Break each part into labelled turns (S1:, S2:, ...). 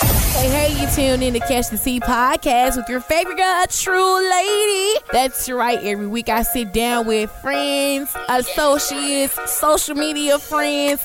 S1: Hey, you tuned in to Catch the Tea podcast with your favorite girl, a true lady. That's right. Every week I sit down with friends, associates, social media friends,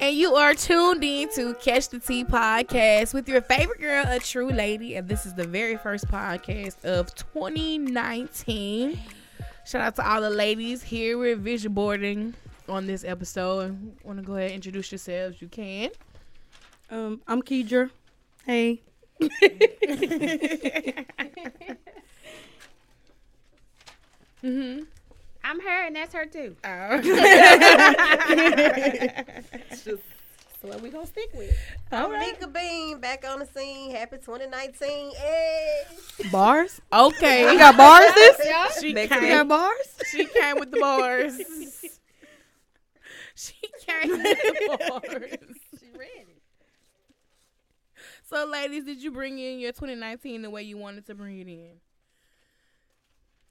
S1: And you are tuned in to Catch the Tea podcast with your favorite girl, a true lady. And this is the very first podcast of 2019. Shout out to all the ladies here. We're vision boarding on this episode. Want to go ahead and introduce yourselves? You can.
S2: Um, I'm Keidra. Hey.
S3: I'm her, and that's her too.
S1: So what we gonna stick with? All right.
S4: Mika Bean back on the scene. Happy 2019. Hey.
S2: Bars?
S1: Okay.
S2: Got bars this?
S1: she,
S2: You
S1: came,
S2: got bars?
S1: she came with the bars. she came with the bars.
S3: She's ready.
S1: So, ladies, did you bring in your 2019 the way you wanted to bring it in?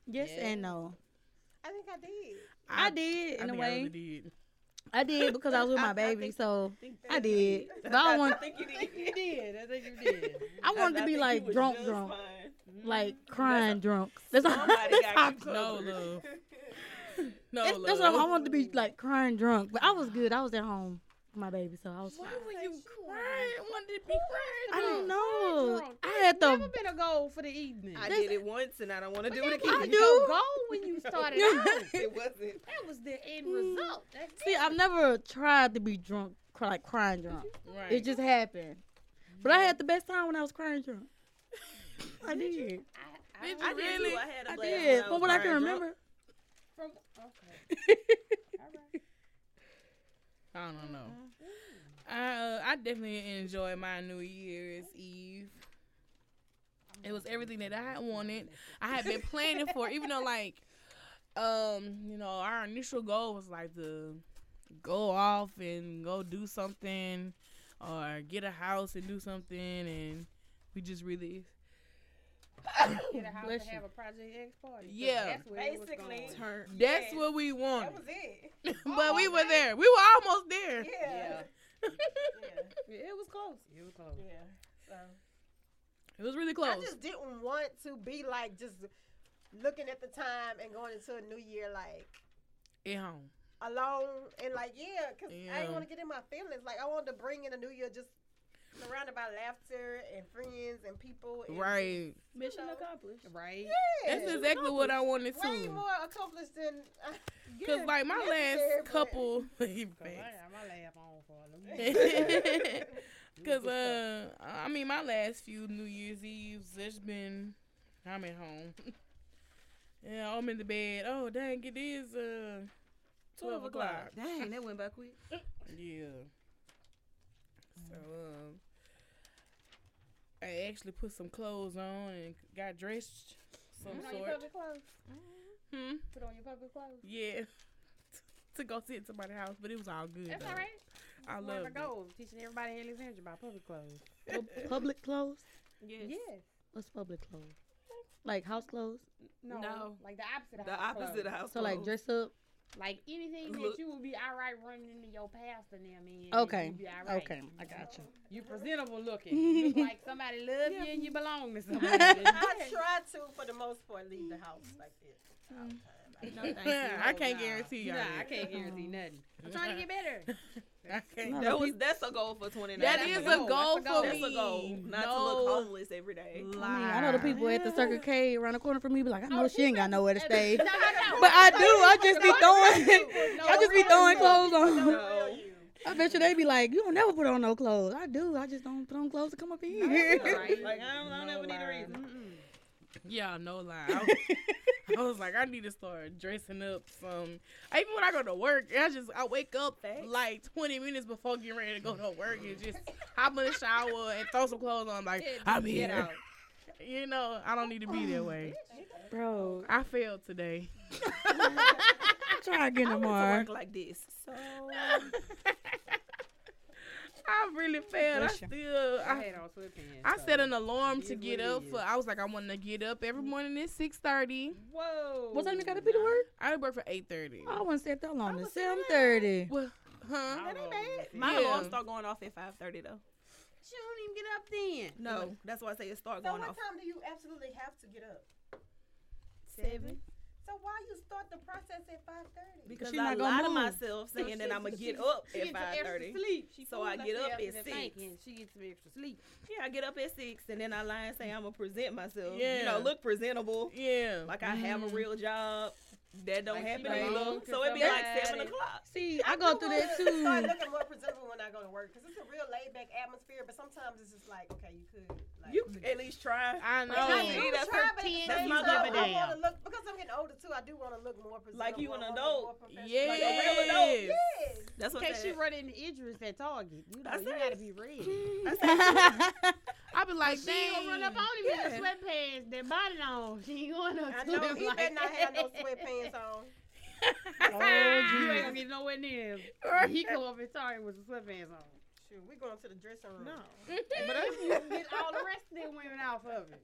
S2: Yes and no.
S3: I think I did.
S2: I did in a way. I,
S1: did.
S2: did because I was with my baby, so I did. But I want
S3: You did. I think you did.
S2: I wanted to be like drunk drunk. Mm-hmm. Like crying drunk. That's all that's how-
S1: No love. No
S2: that's- that's what I wanted to be like crying drunk. But I was good. I was at home with my baby, so I was fine.
S1: were you crying? Wanted to be
S2: I
S1: crying?
S2: don't know.
S3: drunk.
S2: I had
S3: Never
S2: the
S3: been a goal for the evening.
S4: I did it once and I don't want to do it
S2: I
S4: again.
S3: Your
S2: do.
S3: goal when you started out.
S4: It wasn't.
S3: That was the end
S2: Mm.
S3: result. That's
S2: See, I've never tried to be drunk, cry- like crying drunk.
S1: Right.
S2: It just happened. But I had the best time when I was crying drunk. I did.
S3: I,
S1: Did
S3: I,
S1: you really?
S4: had
S2: I did. From what I can remember.
S3: from okay. All right.
S1: I don't know. I uh, I definitely enjoyed my New Year's Eve. It was everything that I wanted. I had been planning for, it, even though like, um, you know, our initial goal was like to go off and go do something, or get a house and do something, and we just really
S3: Get a house
S2: Bless
S3: to
S2: you.
S3: have a Project X party. 'cause
S1: Yeah.
S3: That's where Basically,
S4: Basically.
S2: Turn.
S1: that's
S4: Yeah.
S1: what we wanted.
S4: That was it.
S1: but we were there. We were almost there.
S4: Yeah. Yeah.
S3: it was close. It was close.
S4: So,
S1: It was really
S4: I
S1: close.
S4: just didn't want to be like just looking at the time and going into a new year like
S1: At home.
S4: alone and like yeah, cause I
S1: Yeah.
S4: didn't want to get in my feelings. Like I wanted to bring in a new year just surrounded by laughter and friends and people. And
S1: Right.
S3: Mission accomplished. Right.
S4: Yeah.
S1: That's exactly what I wanted to.
S4: Way more accomplished than. uh,
S1: Cause
S4: yeah,
S1: like my
S4: necessary,
S1: last
S4: but-
S1: couple, Thanks.
S3: got my laugh on for a little
S1: cause uh, I mean my last few New Year's Eves, it's been I'm at home. yeah, I'm in the bed. Oh dang, it is uh twelve o'clock.
S2: Dang, that went by quick.
S1: Yeah. So um, I actually put some clothes on and got dressed some
S3: Put on your
S1: sort.
S3: public clothes.
S1: Hmm.
S3: Put on your public clothes.
S1: Yeah. to go sit at somebody's house, but it was all good.
S3: That's
S1: though.
S3: all right.
S1: I
S3: One of
S1: love
S3: my
S1: it.
S3: goals, teaching everybody in Alexandria about public clothes.
S2: Public clothes?
S3: Yes.
S2: What's public clothes? Like house clothes?
S3: No,
S5: No.
S3: Like the opposite of
S5: The
S3: house
S5: opposite
S3: clothes.
S5: of house.
S2: So like
S5: clothes.
S2: dress up?
S3: Like anything
S5: Look.
S3: that you would be all right running into your pastor and them in.
S2: Okay.
S3: You be all right.
S2: Okay, I got you.
S3: You presentable looking. You look like somebody love you and you belong to somebody.
S4: I try to, for the most part, leave the house like this. all the time. I-
S3: Mm-hmm. No, thank
S2: Mm-hmm.
S3: you.
S1: I can't
S3: Nah.
S1: guarantee y'all
S3: Nah, I
S1: that.
S3: can't guarantee nothing. I'm trying to get better.
S1: I can't.
S2: No.
S5: That was that's a goal for 2019.
S1: That
S3: that's
S1: is
S3: a
S1: a
S3: goal.
S1: goal
S3: That's a goal.
S1: for me.
S5: That's a goal. Not to
S1: No
S5: look homeless every
S2: I,
S5: day.
S2: mean, I know the
S1: lie.
S2: people at the Circle K around the corner from me be like, I know
S3: Oh,
S2: she ain't got
S3: not-
S2: nowhere to stay.
S3: No, no, no.
S2: But I do. I just be throwing.
S3: No,
S2: I just be
S3: no,
S2: throwing
S3: no.
S2: clothes on.
S4: No. real you.
S2: I bet you they be like, you don't never put on no clothes. I do. I just don't put on clothes to come up here.
S3: Right.
S5: Like I don't, I don't
S3: No
S5: ever need a
S3: lie.
S5: reason.
S1: Yeah, no lie. I,
S5: I was like, I need to start dressing up some. Even when I go to work, I just I wake up like 20 minutes before getting ready to go to work and just hop in the shower and throw some clothes on. Like I'm
S1: get
S5: here. You know, I don't need to be
S6: Oh,
S5: that way.
S2: Bro,
S5: I failed today.
S2: I'm trying to get
S6: I went to
S2: tomorrow.
S6: work like this. So
S5: I really failed. I
S2: Bless you.
S5: still.
S3: I
S5: I,
S3: had on sweatpants.
S5: I
S3: so-
S5: set an alarm to
S3: It
S5: get
S3: really
S5: up. For,
S3: is.
S5: I was like, I want to get up every morning at 6:30.
S3: Whoa.
S2: Mm. What time you gotta be to work? Oh.
S5: I would work for 8:30.
S2: I wasn't set that long.
S6: I
S2: It's
S6: was set
S2: seven thirty.
S5: Well, huh?
S6: That ain't bad.
S3: My
S6: my
S5: Yeah.
S6: alarm start going off at five thirty though.
S3: She don't even get up then.
S6: No, that's why I say it start
S4: So
S6: going
S4: what
S6: off
S4: time do you absolutely have to get up?
S6: seven
S4: So why you start the process at five thirty?
S6: because
S2: She
S6: I
S2: not gonna
S6: lie to
S2: move.
S6: myself
S3: So
S6: saying
S3: she-
S6: that I'm gonna
S3: she-
S6: get up
S3: she
S6: at
S3: gets some
S6: five
S3: extra
S6: thirty.
S3: Sleep. She
S6: So I
S3: fooling
S6: get up
S3: herself
S6: at
S3: into
S6: six.
S3: thinking She gets some extra sleep.
S6: Yeah, I get up at six and then I lie and say I'm gonna present myself. You
S5: Yeah.
S6: know, look presentable.
S5: Yeah.
S6: Like I have a real job. That don't
S3: Like she
S6: happen
S3: belong
S6: either.
S3: to
S6: So it'd be like
S3: somebody.
S6: seven o'clock.
S2: See, I go through that
S4: wanna Start
S2: too.
S4: looking more presentable when I go to work because it's a real laid back atmosphere. But sometimes it's just like, okay, you could. Like,
S6: You at least try.
S5: I know.
S6: I
S4: I'm
S6: see, that's
S4: trying,
S6: her
S4: but at the
S3: ten
S4: same
S6: days
S4: time,
S6: of
S4: I
S6: it
S4: wanna
S3: down.
S4: look because I'm getting older too. I do want to look more presentable.
S6: Like you
S4: I
S6: an
S4: wanna
S6: adult.
S4: look more professional.
S5: Yes.
S6: Like a real adult.
S4: Yes.
S6: That's
S3: In
S6: what
S3: case
S6: that-
S3: she run into Idris at Target, you know
S6: I
S3: you
S6: said-
S3: gotta be ready.
S5: I be like,
S3: She ain't gonna run up on him
S5: dang.
S3: in the sweatpants, that bonnet on. She ain't going up
S4: I
S3: to
S4: know
S3: him
S4: he
S3: like
S4: better not have no
S3: that.
S4: sweatpants on.
S3: You ain't gonna get nowhere near him. He come up and Target with some sweatpants on.
S4: Shoot, we going to the dressing room.
S3: No.
S5: But I-
S3: Get all the rest of them women off of it.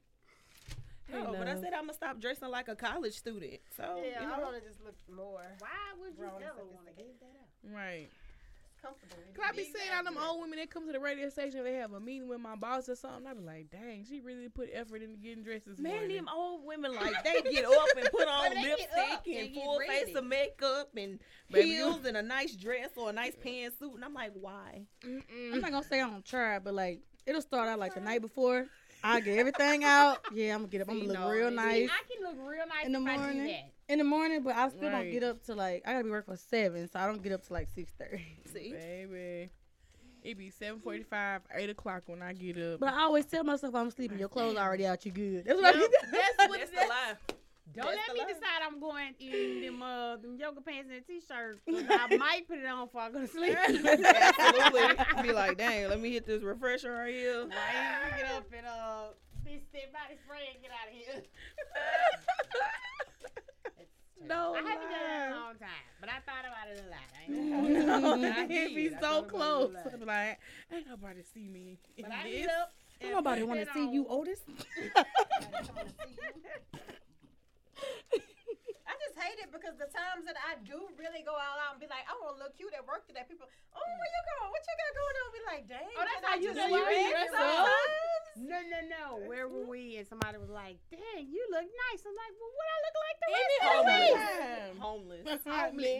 S6: No, but I said I'm gonna stop dressing like a college student. So
S4: Yeah,
S6: you know,
S4: I want to just look more
S3: Why would you
S4: Grown and
S3: ever want to
S4: sophisticated.
S3: give that up?
S5: Right.
S4: comfortable.
S5: Cause I be seeing all them old women that come to the radio station. They have a meeting with my boss or something. I be like, dang, she really put effort into getting dressed this
S6: Man,
S5: morning.
S6: them old women like they get up and put on
S3: They get
S6: lipstick
S3: up, they
S6: and
S3: get
S6: full face
S3: ready.
S6: of makeup and
S5: Baby, you-
S6: heels and a nice dress or a nice pantsuit, and I'm like, why?
S2: I'm not gonna say I don't try, but like it'll start out like the night before. I get everything out. Yeah, I'm gonna get up. I'm
S3: See,
S2: gonna look
S3: no,
S2: real
S3: see,
S2: nice
S3: I can look real nice
S2: in the
S3: if I do
S2: morning.
S3: that.
S2: in the morning, but I still don't
S5: Right.
S2: get up to like I gotta be working for seven, so I don't get up to like six thirty.
S6: See,
S5: Baby, it be seven forty-five, eight o'clock when I get up.
S2: But I always tell myself I'm sleeping. Your clothes already out. You good? That's what I
S5: Yep,
S2: do.
S5: that's what
S6: that's the
S5: that's,
S6: lie.
S3: Don't
S6: That's the
S3: let me
S6: lie.
S3: decide I'm going in them uh them yoga pants and a t-shirt. 'cause I might put it on before I go to sleep.
S6: Absolutely. Be like, dang, let me hit this refresher right here.
S3: Right, get up and uh, bitch, that body spray and get out of here.
S5: no
S3: I haven't done that in a
S5: lie.
S3: long time, but I thought about it a lot. I ain't gonna hold you.
S5: No,
S3: I
S5: it be
S3: did. I
S5: so
S3: thought about it
S5: close.
S3: a
S5: I
S3: lot.
S5: be like, ain't nobody see me. in
S3: But I
S5: this.
S3: get up. and "Oh,
S2: Don't Nobody
S3: put
S2: want
S3: that um,
S2: to see
S3: on.
S2: you, Otis.
S4: I just hate it because the times that I do really go all out and be like, I want to look cute at work today. People, oh, where you going? What you got going on? Be like, dang.
S3: Oh, that's
S4: can I
S3: how you
S4: just
S3: know you
S4: relax
S3: dress up?
S4: sometimes?"
S3: No, no, no. Where were we? And somebody was like, "Dang, you look nice." I'm like, "Well, what I look like the rest of
S5: Oh,
S3: the
S5: my
S3: week?"
S5: God.
S6: Homeless.
S5: Homeless.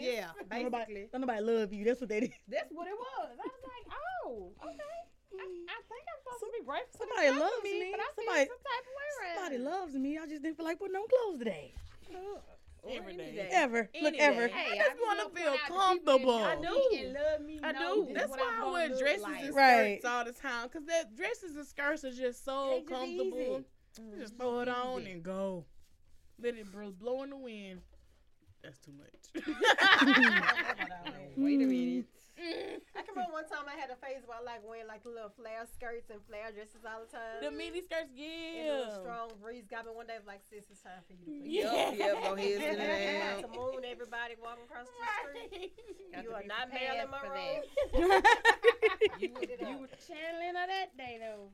S3: Yeah,
S2: Don't
S3: basically.
S2: nobody, don't nobody love you. That's what they did.
S3: That's what it was. I was like, oh, okay. I, I think I'm supposed to be grateful.
S2: somebody
S3: to the
S2: loves
S3: company,
S2: me.
S3: But I
S2: Somebody-
S3: feel some type of way around
S2: Somebody
S3: it.
S2: loves me. I just didn't feel like putting on clothes today.
S5: Every
S6: Any
S5: day.
S2: Ever. Look,
S6: Any
S2: ever.
S6: day.
S3: Hey,
S5: I just wanna
S3: love
S5: feel
S3: when I- the people that
S6: comfortable.
S3: see and love me.
S5: I
S3: know
S5: do.
S3: this is
S5: That's
S3: what
S5: why
S3: I'm
S5: I
S3: gonna
S5: wear
S3: look
S5: dresses
S3: like.
S5: and
S2: Right.
S5: skirts all the time because that dresses and skirts are just so
S3: They just
S5: comfortable.
S3: easy.
S5: You Just throw it on
S3: Easy.
S5: and go. Let it bro- blow in the wind. That's too much.
S3: Wait a
S2: Mm.
S3: minute.
S4: I can remember one time I had a phase where I like wearing like little flare skirts and flare dresses all the time.
S5: the mini skirts,
S4: And a little
S5: yeah.
S4: strong breeze got me one day. It was like, sis, it's time for you to put
S6: Yep, yep, go ahead, sit
S4: Yeah.
S6: down.
S4: About to moon everybody walking across the street.
S3: Got
S4: You
S3: to
S4: are
S3: be
S4: not
S3: prepared
S4: Marilyn
S3: for
S4: Monroe.
S3: You,
S4: Put it
S3: you
S4: up.
S3: were channeling her that day though.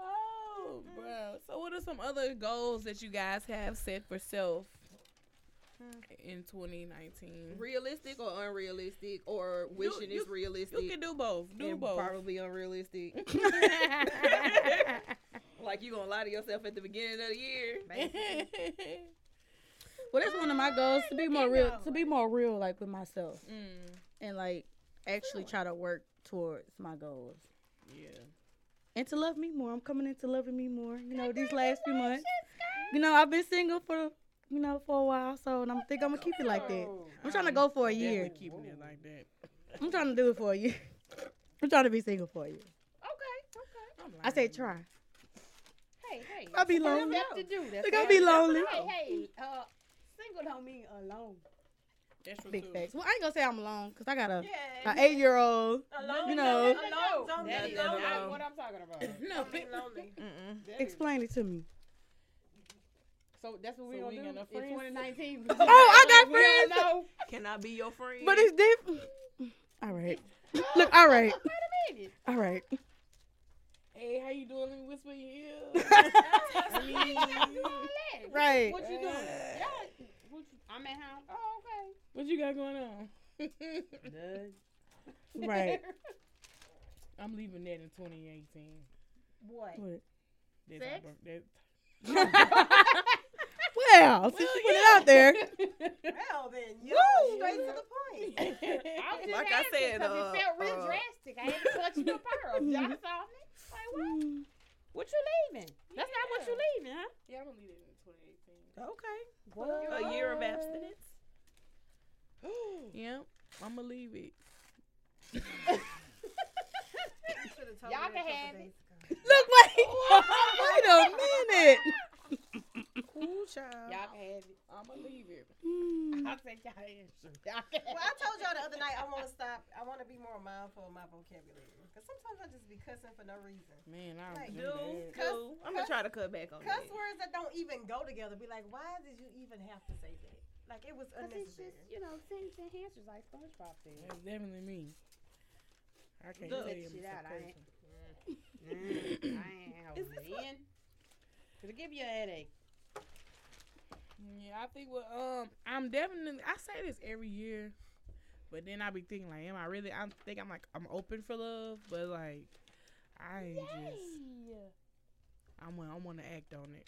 S5: Oh, bro. So, what are some other goals that you guys have set for self
S3: Hmm.
S5: in 2019?
S6: Realistic or unrealistic or wishing
S5: you-
S6: it's realistic.
S5: You can do both. Do
S6: and
S5: both.
S6: Probably unrealistic. like you gonna lie to yourself at the beginning of the year.
S5: mm.
S2: Well, that's one of my
S3: Ah,
S2: goals to be more real, to be more real, like with myself,
S3: Mm.
S2: and like actually try to work towards my goals,
S5: Yeah.
S2: and to love me more. I'm coming into loving me more. You know, these last few months. You know, I've been single for you know for a while, so and I'm think I'm gonna keep
S3: Oh,
S2: it like that. I'm trying to go for a year.
S5: Definitely keeping it like that.
S2: I'm trying to do it for a year. I'm trying to be single for a year.
S3: Okay, okay.
S5: I'm
S2: I say
S5: lying.
S2: try.
S3: Hey, hey, Hey,
S2: I'll be
S3: what
S2: lonely.
S3: I have to do. That's
S2: They gonna
S3: what
S2: be
S3: I have to
S2: lonely.
S3: do. Hey, hey, uh, single don't mean alone.
S5: That's true
S2: Big
S5: too.
S2: facts. Well, I ain't gonna say I'm alone because I got a
S4: Yeah.
S2: an eight year old.
S4: Alone,
S2: you know.
S4: alone, don't
S3: That
S4: be
S3: is
S4: lonely.
S3: not what I'm talking about.
S5: No,
S4: Don't be lonely.
S6: Mm-mm.
S3: That is-
S2: Explain it to me.
S3: So that's what we
S5: So
S3: gonna
S5: we
S3: do
S5: got no
S3: in
S5: friends?
S3: 2019.
S2: Oh, I got
S3: We don't
S2: friends.
S3: know.
S6: Can I be your friend?
S2: But it's different. All right. Look, all right.
S3: Wait a minute.
S2: All right.
S5: Hey, how you doing? Let me whisper in your ear.
S3: All that.
S2: right.
S3: What you doing? Yeah. What you- I'm at home. Oh, okay.
S5: What you got going on?
S2: Right.
S5: I'm leaving that in 2018.
S3: What?
S2: What?
S5: That's our
S3: Sex?
S5: birth- that-
S2: Well, since you put it out there.
S4: Well, then, you know, straight to the point.
S3: I was just
S6: Like I
S3: asking
S6: said,
S3: 'cause it
S6: uh,
S3: felt real
S6: uh,
S3: drastic. I had to clutch my pearls. Y'all saw me. Like what? What you leaving? That's not what you leaving, huh?
S5: Yeah, I'm gonna leave it in 2018.
S6: Okay.
S3: What?
S6: A year of abstinence.
S5: Yep, I'm gonna leave it.
S3: Y'all can have it.
S2: Look, wait. wait a minute.
S6: Cool child.
S3: Y'all can have it.
S5: I'm gonna leave it.
S2: Mm.
S3: I'll take y'all answer. Y'all can
S4: Well, I told y'all the other night I want to stop. I want to be more mindful of my vocabulary because sometimes I just be cussing for no reason.
S5: Man, I
S4: Like,
S5: don't do
S6: Do,
S5: that.
S4: Cuss-
S6: do. I'm gonna
S4: cuss-
S6: try to cut back on
S4: Cuss
S6: that.
S4: words that don't even go together. Be like, why did you even have to say that? Like it was
S3: Cause it's just,
S4: unnecessary.
S3: you know, things and answers like SpongeBob thing.
S5: That's definitely me. I can't
S6: Look.
S5: tell you.
S3: Check it out, I ain't-
S5: Mr.
S3: I ain't holding it in. It'll give you a headache.
S5: Patient. Yeah, I think. Well, um, I'm definitely. I say this every year, but then I be thinking like, am I really? I think I'm like, I'm open for love, but like, I ain't just. I'm. gonna- I want to act on it.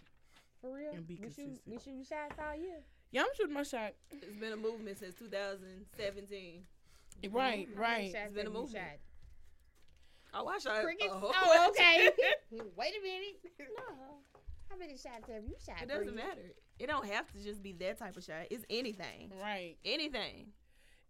S3: For real?
S5: And be
S3: we shoot, we
S5: consistent.
S3: shoot shots all year.
S5: Yeah, I'm shooting my shot.
S6: It's been a movement since 2017.
S5: Right,
S3: How many
S5: right.
S3: shots
S6: It's
S3: have
S6: been a
S3: you
S6: movement.
S3: shot?
S6: Oh, I shot.
S3: Crickets?
S6: a whole
S3: Oh,
S6: bunch.
S3: okay. Wait a minute. No. How many shots have you shot?
S6: it doesn't
S3: Bree?
S6: matter. It don't have to just be that type of shot. It's anything.
S5: Right.
S6: Anything.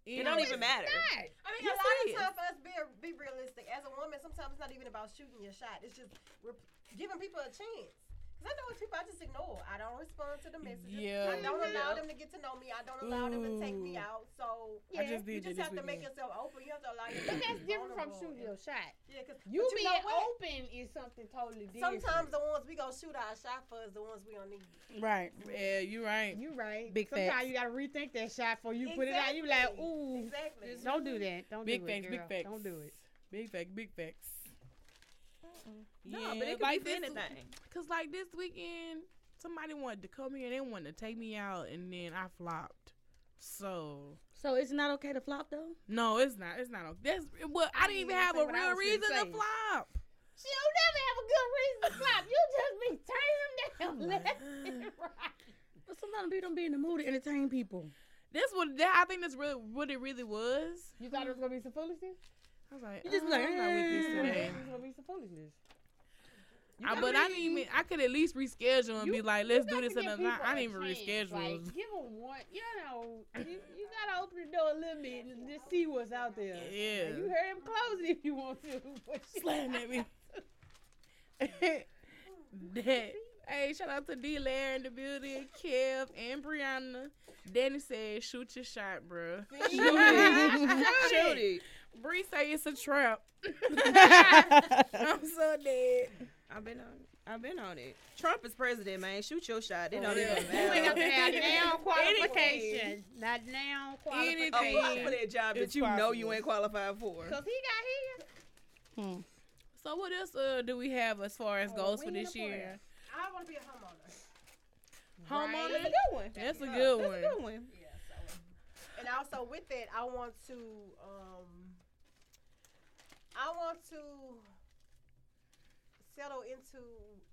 S6: It
S5: And-
S6: don't even matter.
S3: Not.
S4: I mean,
S6: Yes,
S4: a lot
S6: it
S4: of
S6: is.
S4: times for us be be realistic. As a woman, sometimes it's not even about shooting your shot. It's just we're giving people a chance. Cause I know it's people I just ignore. I don't respond to the messages. I
S5: Yeah.
S4: don't allow them to get to know me. I don't allow them to take me
S5: Ooh.
S4: out. So
S3: Yeah.
S5: I just
S4: you just
S5: did that this
S4: have to make
S5: weekend.
S4: yourself open. You have to allow yourself.
S3: But
S4: to
S3: that's
S4: be
S3: different from
S4: vulnerable.
S3: shooting your shot.
S4: Yeah, 'cause-
S3: You,
S4: but
S3: being
S4: know what?
S3: open is something totally different.
S4: Sometimes the ones we gonna shoot our shot for is the ones we don't need.
S5: Right. Yeah, you right.
S3: you right.
S2: Big
S3: Sometimes
S2: facts.
S3: you gotta rethink that shot before you put it out. You be like,
S4: Exactly.
S3: ooh,
S4: Exactly.
S3: don't do that. Don't
S5: Big
S3: do
S5: facts,
S3: it,
S5: big
S3: girl.
S5: facts.
S3: Don't do it.
S5: Big facts, big facts.
S6: No, but it could be for anything.
S5: Cause like this weekend, somebody wanted to come here and they wanted to take me out, and then I flopped. So
S2: So it's not okay to flop though?
S5: no, it's not. It's not. That's well, I,
S3: I
S5: didn't
S3: didn't even
S5: even have
S3: say
S5: a
S3: what I
S5: real
S3: was
S5: reason
S3: finna
S5: to
S3: say.
S5: flop.
S3: She'll never have a good reason to flop. You just be turning them down left and right.
S2: But sometimes people don't be in the mood to entertain people.
S5: That's what that, I think that's really what it really was.
S3: You thought it was gonna be some foolishness?
S5: I was like,
S2: You just be like,
S5: "Uh, I'm not with this
S2: "Uh."
S5: today.
S3: It was gonna be some foolishness.
S5: I- but I didn't even. I could at least reschedule and
S3: You-
S5: be like,
S3: you
S5: let's
S3: got
S5: do
S3: to
S5: this
S3: give
S5: another time.
S3: people
S5: I
S3: a
S5: didn't even
S3: chance.
S5: reschedule.
S3: Like, give them one. You know, you, you gotta open the door a little bit and just see what's out there.
S5: yeah.
S3: You hear him close it if you want to. But you-
S5: slam at me. that. Hey, shout out to D Lair in the building, Kev and Brianna. Danny said, shoot your shot, bruh.
S6: Shoot it.
S5: Bree say it's a trap. I'm so dead.
S6: I've been on. it. I've been on it. Trump is president, man. Shoot your shot. It
S5: For
S6: don't
S5: real.
S6: even
S3: You ain't
S6: matter.
S3: gonna say now qualification.
S6: Anything.
S3: Not now
S6: Apply
S5: Anything.
S3: qualification.
S6: for that job
S5: It's
S6: that you know you
S5: possible.
S6: ain't qualified for.
S3: Cause he got here.
S5: So what else uh, do we have as far as
S3: Oh,
S5: goals
S3: we
S5: for
S3: in
S5: this
S3: the
S5: year?
S4: I want to be a homeowner.
S5: Homeowner.
S6: That's a
S3: Right.
S6: good one.
S5: That's a good
S6: That's
S5: one.
S6: a good one.
S4: Yeah. So, and also with that, I want to, um, I want to settle into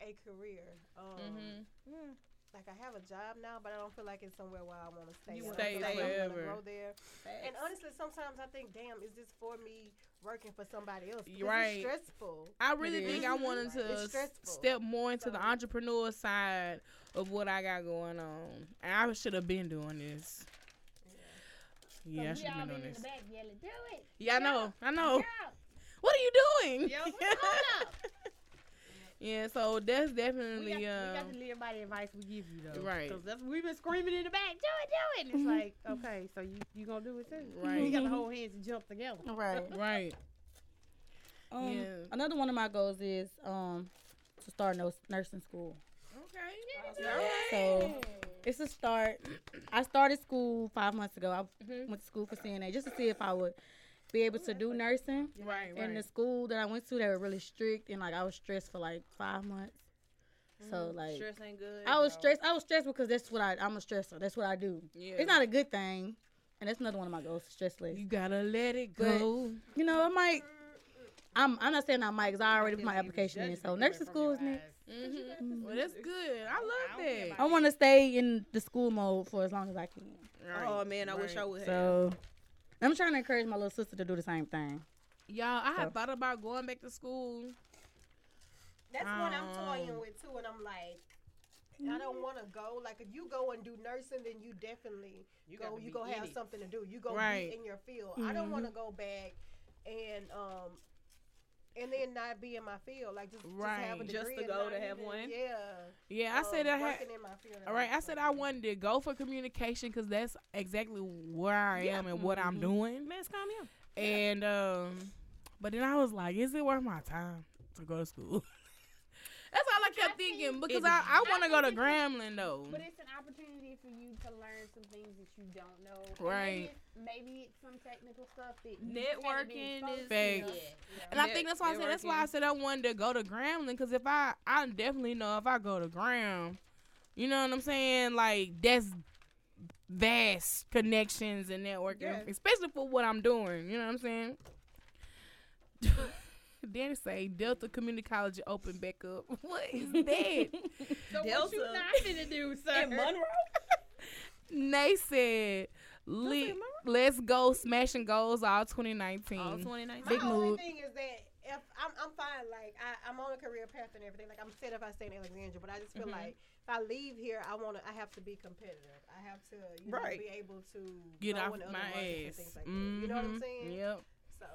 S4: a career. Um,
S5: Mhm.
S4: Like I have a job now, but I don't feel like it's somewhere where I want to stay.
S6: You
S4: I don't
S6: wanna
S4: feel
S6: stay
S4: like I'm gonna
S5: forever.
S4: grow there. And
S6: Facts.
S4: honestly, sometimes I think, damn, is this for me working for somebody else? Because
S5: Right.
S4: It's stressful.
S5: I really think I
S4: Mhm.
S5: wanted to
S4: It's
S5: s-
S4: stressful.
S5: step more into the
S4: So-
S5: entrepreneur side of what I got going on. And I should have been doing this. Yeah, I
S3: So
S5: should
S3: we all
S5: have
S3: be
S5: been doing
S3: in the
S5: this. Oh.
S3: back yelling, do it.
S5: Yeah, I know. I know.
S3: Go.
S5: What are you doing?
S3: Yo, what's going on?
S5: Yeah, so that's
S3: We got,
S5: definitely
S3: we
S5: um,
S3: got to leave everybody the advice we give you though,
S5: Right. Mm-hmm.
S3: Because that's we've been screaming in the back, do it, do it. And it's like, okay, so you you gonna do it too?
S5: Right. Mm-hmm.
S3: You got to hold hands and jump together.
S1: Right.
S5: right.
S2: Um,
S5: Yeah.
S2: Another one of my goals is um to start nurse, nursing school.
S5: Okay.
S2: So it's a start. I started school five months ago. I
S5: Mhm.
S2: went to school for CNA just to see if I would be able to do nursing.
S5: Right.
S2: And the
S5: Right.
S2: school that I went to, they were really strict, and like I was stressed for like five months.
S5: Mm-hmm.
S2: So like
S6: Stress ain't good.
S2: I was
S6: bro.
S2: stressed. I was stressed because that's what I. I'm a stressor. That's what I do.
S5: Yeah.
S2: It's not a good thing, and that's another one of my goals. Stress less.
S5: You gotta let it
S2: But-
S5: go.
S2: You know, I might. I'm. I'm not saying I might, 'cause I already put my application in. So nursing school is next.
S5: hmm Well, that's good. I love that.
S2: I want to stay in the school mode for as long as I can.
S6: Oh man, I wish I would have.
S2: So I'm trying to encourage my little sister to do the same thing.
S5: Y'all, I
S2: So.
S5: had thought about going back to school.
S4: That's one I'm
S5: Um, mm.
S4: toying with too, and I'm like, I don't want to go. Like, if you go and do nursing, then you definitely
S6: You
S4: go.
S6: gotta
S4: You
S6: be
S4: go
S6: in
S4: have
S6: it.
S4: something to do. You go
S5: Right. Mm-hmm.
S4: be in your field. I don't want to go back and um and then not be in my field. Like just, just have a
S5: Right.
S4: degree
S6: Just to
S4: and
S6: go
S4: not
S6: to have
S4: even-
S6: one?
S4: Yeah,
S5: Yeah, I said I
S4: um,
S5: had.
S4: working in my field. and
S5: All right, I
S4: everything.
S5: said I wanted to go for communication because that's exactly where I am and what
S3: Mm-hmm.
S5: I'm doing.
S6: Mass calm down.
S5: And um, but then I was like, is it worth my time to go to school? that's all I kept
S3: I think
S5: thinking because
S6: it-
S5: I, I
S3: I
S5: want to go to
S3: think it's-
S5: Grambling though.
S3: But it's an opportunity for you to learn some things that you don't know. And
S5: Right.
S3: Maybe it's, maybe it's some technical stuff that you
S6: Networking is-
S5: Facts. And I
S6: Net-
S5: think that's why I said that's why I
S6: networking.
S5: said I wanted to go to Grambling because if I I definitely know if I go to Gram, you know what I'm saying? Like that's vast connections and networking,
S6: Yeah.
S5: especially for what I'm doing. You know what I'm saying? Danny say Delta Community College open back up. What is that?
S3: So what
S6: Delta.
S3: you not gonna do, sir?
S5: they said, Le- let's go smashing goals all 2019.
S6: All 2019.
S4: My
S2: Big
S4: only
S2: move.
S4: thing is that if I'm, I'm fine, like I, I'm on a career path and everything. Like I'm set if I stay in Alexandria, but I just feel
S5: Mm-hmm.
S4: like if I leave here, I want to. I have to be competitive. I have to, you
S6: Right.
S4: know, be able to
S5: Get
S4: go
S5: off
S4: in Oh, other
S5: my
S4: markets
S5: ass.
S4: And things like that. You know what I'm
S5: Mhm.
S4: saying?
S5: Yep.
S4: So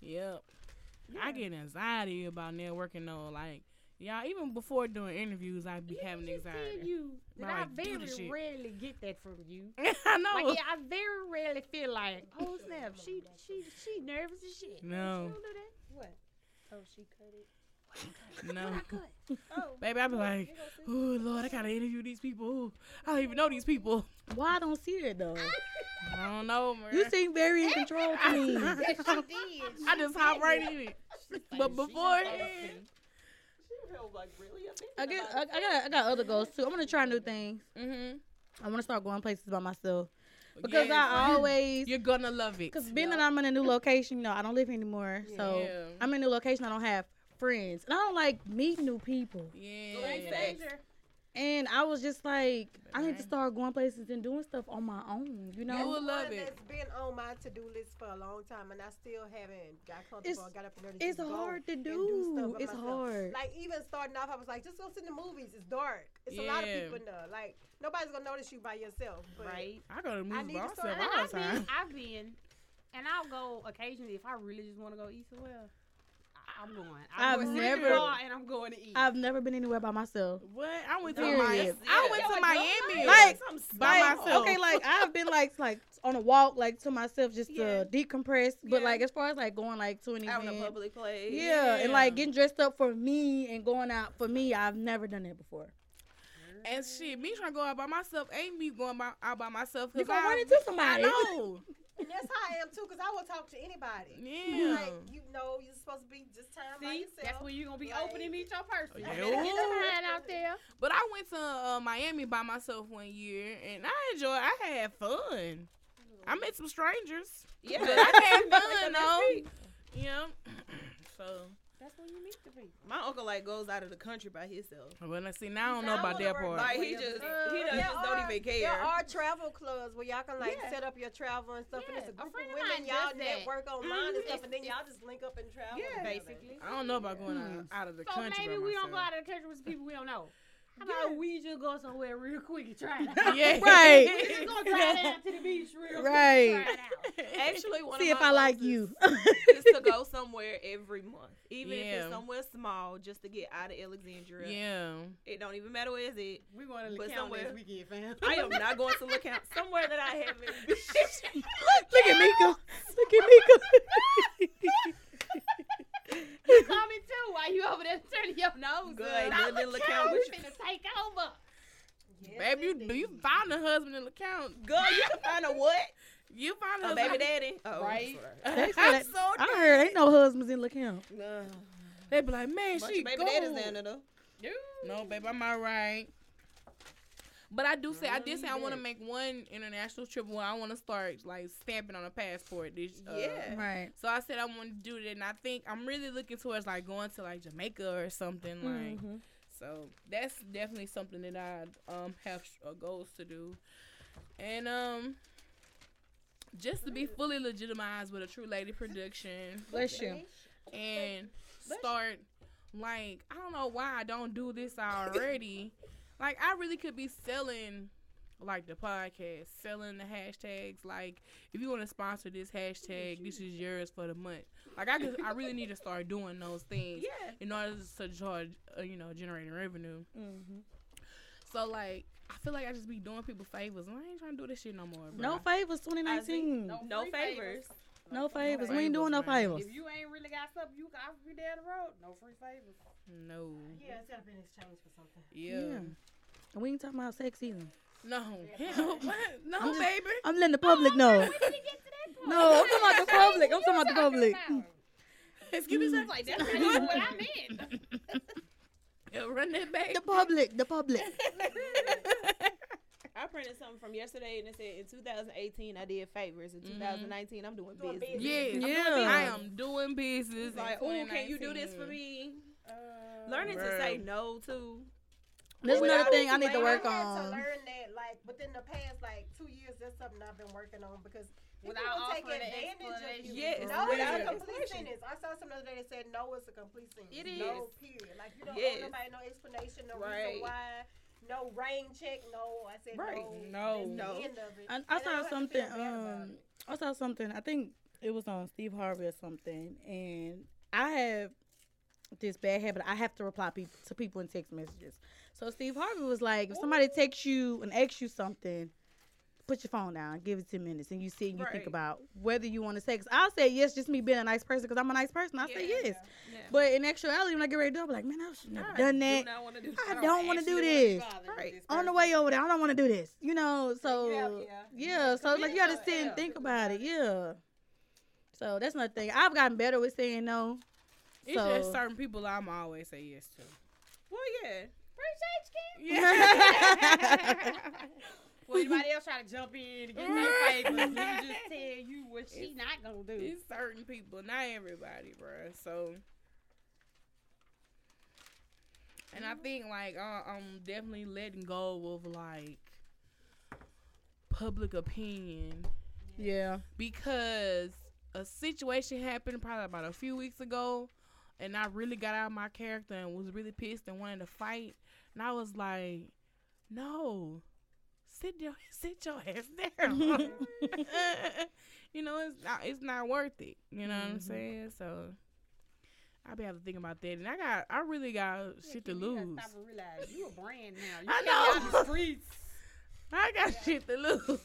S5: Yep. I get anxiety about networking though. Like, y'all, even before doing interviews, I'd be having
S3: Just tell
S5: anxiety.
S3: you that
S5: Right,
S3: I
S5: do the
S3: very
S5: shit.
S3: rarely get that from you.
S5: I know.
S3: Like, yeah, I very rarely feel like, oh snap, she she she nervous as shit.
S5: No.
S3: She don't do that. What? Oh, she cut it.
S5: No.
S3: I cut. Oh.
S5: Baby, I'd be like, oh, Lord, I gotta interview these people. Ooh, I don't even know these people.
S2: Why I don't see her though?
S5: I don't know, man.
S2: You seem very in control to me.
S3: Yes, she did.
S5: I just hop right in it. But before
S2: I guess I, I got I got other goals too. I'm gonna try new things.
S5: mm-hmm.
S2: I want to start going places by myself because I always
S5: you're gonna love it.
S2: because being that I'm in a new location, you know, I don't live here anymore. So
S5: Yeah.
S2: I'm in a new location. I don't have friends, and I don't like meeting new people.
S5: Yeah.
S2: And I was just like, I need
S5: Okay.
S2: to start going places and doing stuff on my own. You know,
S5: You will
S4: one
S5: love it.
S4: That's been on my to do list for a long time, and I still haven't got comfortable.
S2: It's-
S4: got up and ready to
S2: it's
S4: just go
S2: hard to
S4: and
S2: do.
S4: stuff by
S2: It's
S4: myself.
S2: hard.
S4: Like even starting off, I was like, just go sit in the movies. It's dark. It's a lot of
S5: Yeah.
S4: people in there. Like nobody's gonna notice you by yourself. But
S3: Right.
S5: I go to
S4: I
S5: movies
S4: need
S5: by
S4: to
S5: myself
S4: start-
S3: And
S5: all
S3: I've
S5: the time.
S3: been, I've been, and I'll go occasionally if I really just want to go eat somewhere. I- I'm going. I'm
S2: I've
S3: going to sit at the
S2: never-
S3: bar and I'm going to eat.
S2: I've never been anywhere by myself.
S5: What? I went to
S2: Period.
S5: Miami. I went to Miami.
S2: Like,
S5: by
S2: like,
S5: myself.
S2: Okay, like I've been like like on a walk like to myself just
S6: Yeah.
S2: to decompress. But
S6: Yeah.
S2: like as far as like going like to an
S6: out in a
S2: event,
S6: public place.
S2: yeah, and like getting dressed up for me and going out for me, I've never done that before.
S5: And shit, me trying to go out by myself ain't me going by, out by myself.
S2: You
S5: 'cause
S2: gonna
S5: I-
S2: run into
S5: I
S2: somebody?
S5: know.
S4: And that's how I am too, because I will talk to anybody.
S5: Yeah.
S4: Like, you know, you're supposed to be just time by
S3: See,
S4: yourself.
S3: that's when you're going to be
S4: Like-
S3: open and meet your person.
S5: Yeah.
S3: Get your behind out there.
S5: But I went to uh, Miami by myself one year, and I enjoyed. I had fun. I met some strangers.
S6: yeah.
S5: But I had fun
S6: That's
S5: though.
S6: sweet.
S5: You know. so
S3: That's when you meet the people.
S6: My uncle like goes out of the country by himself.
S5: well, I see now I don't
S4: Now
S5: know
S4: I
S5: about
S4: wanna
S5: that
S4: work
S5: part.
S6: Like he
S4: Well,
S6: just
S4: yeah.
S6: he does,
S4: There
S6: just don't
S4: are-
S6: even
S4: There
S6: care.
S4: are travel clubs where y'all can like
S6: Yeah.
S4: set up your travel and stuff, and it's
S3: Yeah,
S4: a
S3: a
S4: group
S3: friend
S4: of
S3: of
S4: women
S3: mine
S4: y'all
S3: does that.
S4: network online and
S3: Mhm.
S4: stuff, and then y'all just link up and travel.
S6: Yeah.
S4: together.
S3: Basically.
S5: I don't know about going out, out of the
S3: So
S5: country
S3: maybe
S5: by
S3: we don't
S5: myself.
S3: go out of the country with people we don't know. How about we just go somewhere real quick and try it out?
S5: Yeah.
S2: Right.
S3: We just go drive down to the beach real
S2: Right.
S3: quick and try it out.
S7: Actually, one
S2: See
S7: of
S2: if
S7: my
S2: I like
S7: goals
S2: you.
S7: is is to go somewhere every month, even if
S5: Yeah.
S7: it's somewhere small, just to get out of Alexandria.
S5: Yeah.
S7: It don't even matter where is it.
S3: We going to
S7: But
S3: the county
S7: somewhere-
S3: this weekend, fam.
S7: I am not going to look out somewhere that I haven't been.
S2: Look at Mika. Look at Mika.
S3: You saw me too. Why you over there turning your nose?
S7: Good,
S3: up?
S7: good little account
S3: We
S7: with you.
S3: finna take over.
S5: Baby, you, do you find a husband in account?
S7: Girl, you can find a what?
S5: You find a
S7: A
S5: husband.
S7: baby daddy. Oh,
S5: Right.
S2: They
S5: I'm
S2: said-
S5: so
S2: I heard ain't no husbands in LeCount.
S6: Ugh.
S5: They be like, man,
S6: Bunch
S5: she
S6: of baby
S5: go.
S6: daddies down there though.
S5: No, babe, I'm all right. But I do say I
S6: Mm-hmm.
S5: did say I want to make one international trip where I want to start like stamping on a passport. This, uh,
S6: Yeah.
S2: Right.
S5: So I said I want to do that, and I think I'm really looking towards like going to like Jamaica or something like.
S6: Mm-hmm.
S5: So that's definitely something that I um have uh, goals to do, and um just to be fully legitimized with a True Lady production
S2: Bless you.
S5: and start like I don't know why I don't do this already. like I really could be selling like the podcast, selling the hashtags. Like if you want to sponsor this hashtag, this is yours for the month. Like I could, I really need to start doing those things
S7: Yeah.
S5: in order to charge, uh, you know, generating revenue. So like I feel like I just be doing people favors. and I ain't trying to do this shit no more. Bro.
S2: No favors
S7: I see.
S2: 2019. No,
S7: No
S3: free
S7: favors.
S2: favors. We ain't doing no
S5: favors,
S2: favors.
S3: If you ain't really got something you can offer me down the road, no free favors.
S5: no.
S4: Yeah, it's gotta be in exchange for something.
S5: Yeah.
S2: And we ain't talking about sex either.
S5: No. Hell, what? No,
S2: I'm just-
S5: baby.
S2: I'm letting the public know.
S3: When did it get to that point?
S2: No, I'm talking about the public. I'm talking about the
S3: Talking
S2: public.
S3: about.
S5: Excuse me, sir.
S3: Like that's not even what I meant.
S5: Yeah, run that back.
S2: The public. The public.
S7: I printed something from yesterday and it said in 2018 I did favors. In
S5: Mhm.
S7: 2019 I'm doing,
S3: Doing
S7: business.
S5: Yeah,
S2: Yeah.
S5: I am doing business.
S7: It's like, oh,
S5: in
S7: can you do this for
S5: 2019."
S7: me?
S3: Uh,
S7: Learning to
S5: bruh.
S7: say no too.
S2: That's
S7: Well,
S2: another
S7: I
S2: thing
S7: need
S2: I
S7: to
S2: need to
S7: learn
S2: work
S4: I had to
S2: on.
S4: learn that, like, within the past, like, two years, that's something I've been working on because people
S3: Without
S4: will take
S3: offering an
S4: advantage of you.
S7: Yes,
S4: no is
S7: without
S4: a
S7: a
S4: complete
S7: completion.
S4: sentence. I saw some the other day that said no is a complete sentence.
S7: It
S4: No,
S7: is.
S4: period. Like, you don't
S7: Yes.
S4: owe nobody no explanation, no
S7: Right.
S4: reason why, no rain check, no. I said
S7: Right.
S4: no. That's
S5: No.
S4: the end of it.
S2: I,
S4: And
S2: I
S4: don't
S2: saw
S4: have to
S2: something.
S4: feel bad about
S2: Um,
S4: it.
S2: I saw something. I think it was on Steve Harvey or something. And I have this bad habit. I have to reply peop to people in text messages. So Steve Harvey was like, if somebody texts you and asks you something, put your phone down, give it ten minutes, and you sit and you think
S7: Right.
S2: about whether you want to say. Because I'll say yes, just me being a nice person, because I'm a nice person. I will say
S7: Yeah.
S2: yes.
S7: Yeah.
S2: But in actuality, when I get ready to do, it, I'm like, man, I should have done that.
S7: Do not want to do
S2: I don't want to do this.
S7: Right.
S2: On the way over there, I don't want to do this. You know, so
S4: Yeah,
S2: yeah,
S4: yeah.
S2: so like you got to
S4: Communicate.
S2: sit and think about it. Yeah. So that's another thing. I've gotten better with saying no.
S5: It's just
S2: So-
S5: certain people I'm always say yes to.
S7: Well, yeah.
S3: Appreciate you, Ken. Well, anybody else try to jump in and get their favors, let me just tell you what she not gonna do.
S5: It's certain people, not everybody, bruh. So, and
S7: Mm-hmm.
S5: I think like I, I'm definitely letting go of like public opinion
S2: Yeah.
S5: because a situation happened probably about a few weeks ago and I really got out of my character and was really pissed and wanted to fight and I was like, No, sit down sit your ass down. you know, it's not it's not worth it. You know what I'm
S2: Mhm.
S5: saying? So I be have to think about that and I got I really got shit to
S3: You gotta
S5: lose.
S3: Stop and realize you a brand now. You
S5: I
S3: can't be out
S5: know.
S3: in the streets.
S5: I got shit to lose.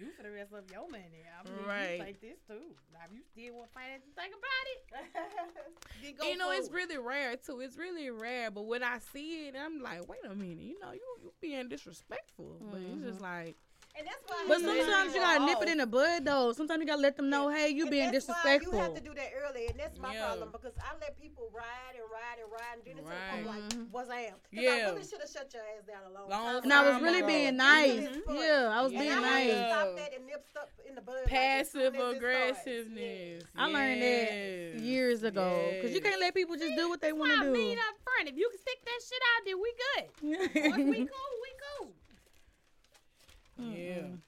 S3: You for the rest of your money. I mean,
S5: Right.
S3: You like this too. Now, if you still want to fight and think about it, then go
S5: you know, it's
S3: forward.
S5: really rare too. It's really rare. But when I see it, I'm like, wait a minute. You know, you you being disrespectful. But it's just like,
S4: And that's why
S2: But
S4: I had to
S2: sometimes you
S4: learn
S2: gotta
S4: off.
S2: nip it in the bud though. Sometimes you gotta let them know, hey, you
S4: And
S2: being
S4: that's Why you have
S2: disrespectful.
S4: to do that early, and that's my
S5: Yeah.
S4: problem because I let people ride and ride and ride, and then it's
S5: Right.
S4: right. like,
S2: Mhm.
S4: was I?
S5: Yeah.
S4: I really should have shut your ass down a long,
S5: Long
S4: time.
S2: And I was
S5: time
S2: really
S5: ago.
S2: being
S4: Until
S2: nice.
S4: this point.
S2: Yeah, I was
S4: And
S2: being
S4: I had
S2: nice.
S4: to
S5: nice.
S4: stop that and nip stuff in the bud. like, as soon as
S5: passive
S4: it starts.
S5: aggressiveness.
S2: I learned that
S5: Yes.
S2: years ago. Because you
S5: Yes.
S2: can't let people just do what they
S3: That's why
S2: want
S3: I
S2: to do.
S3: mean up front. If you can stick that shit out, then we good. Once we cool, we cool.
S5: Yeah.
S2: Mm-mm.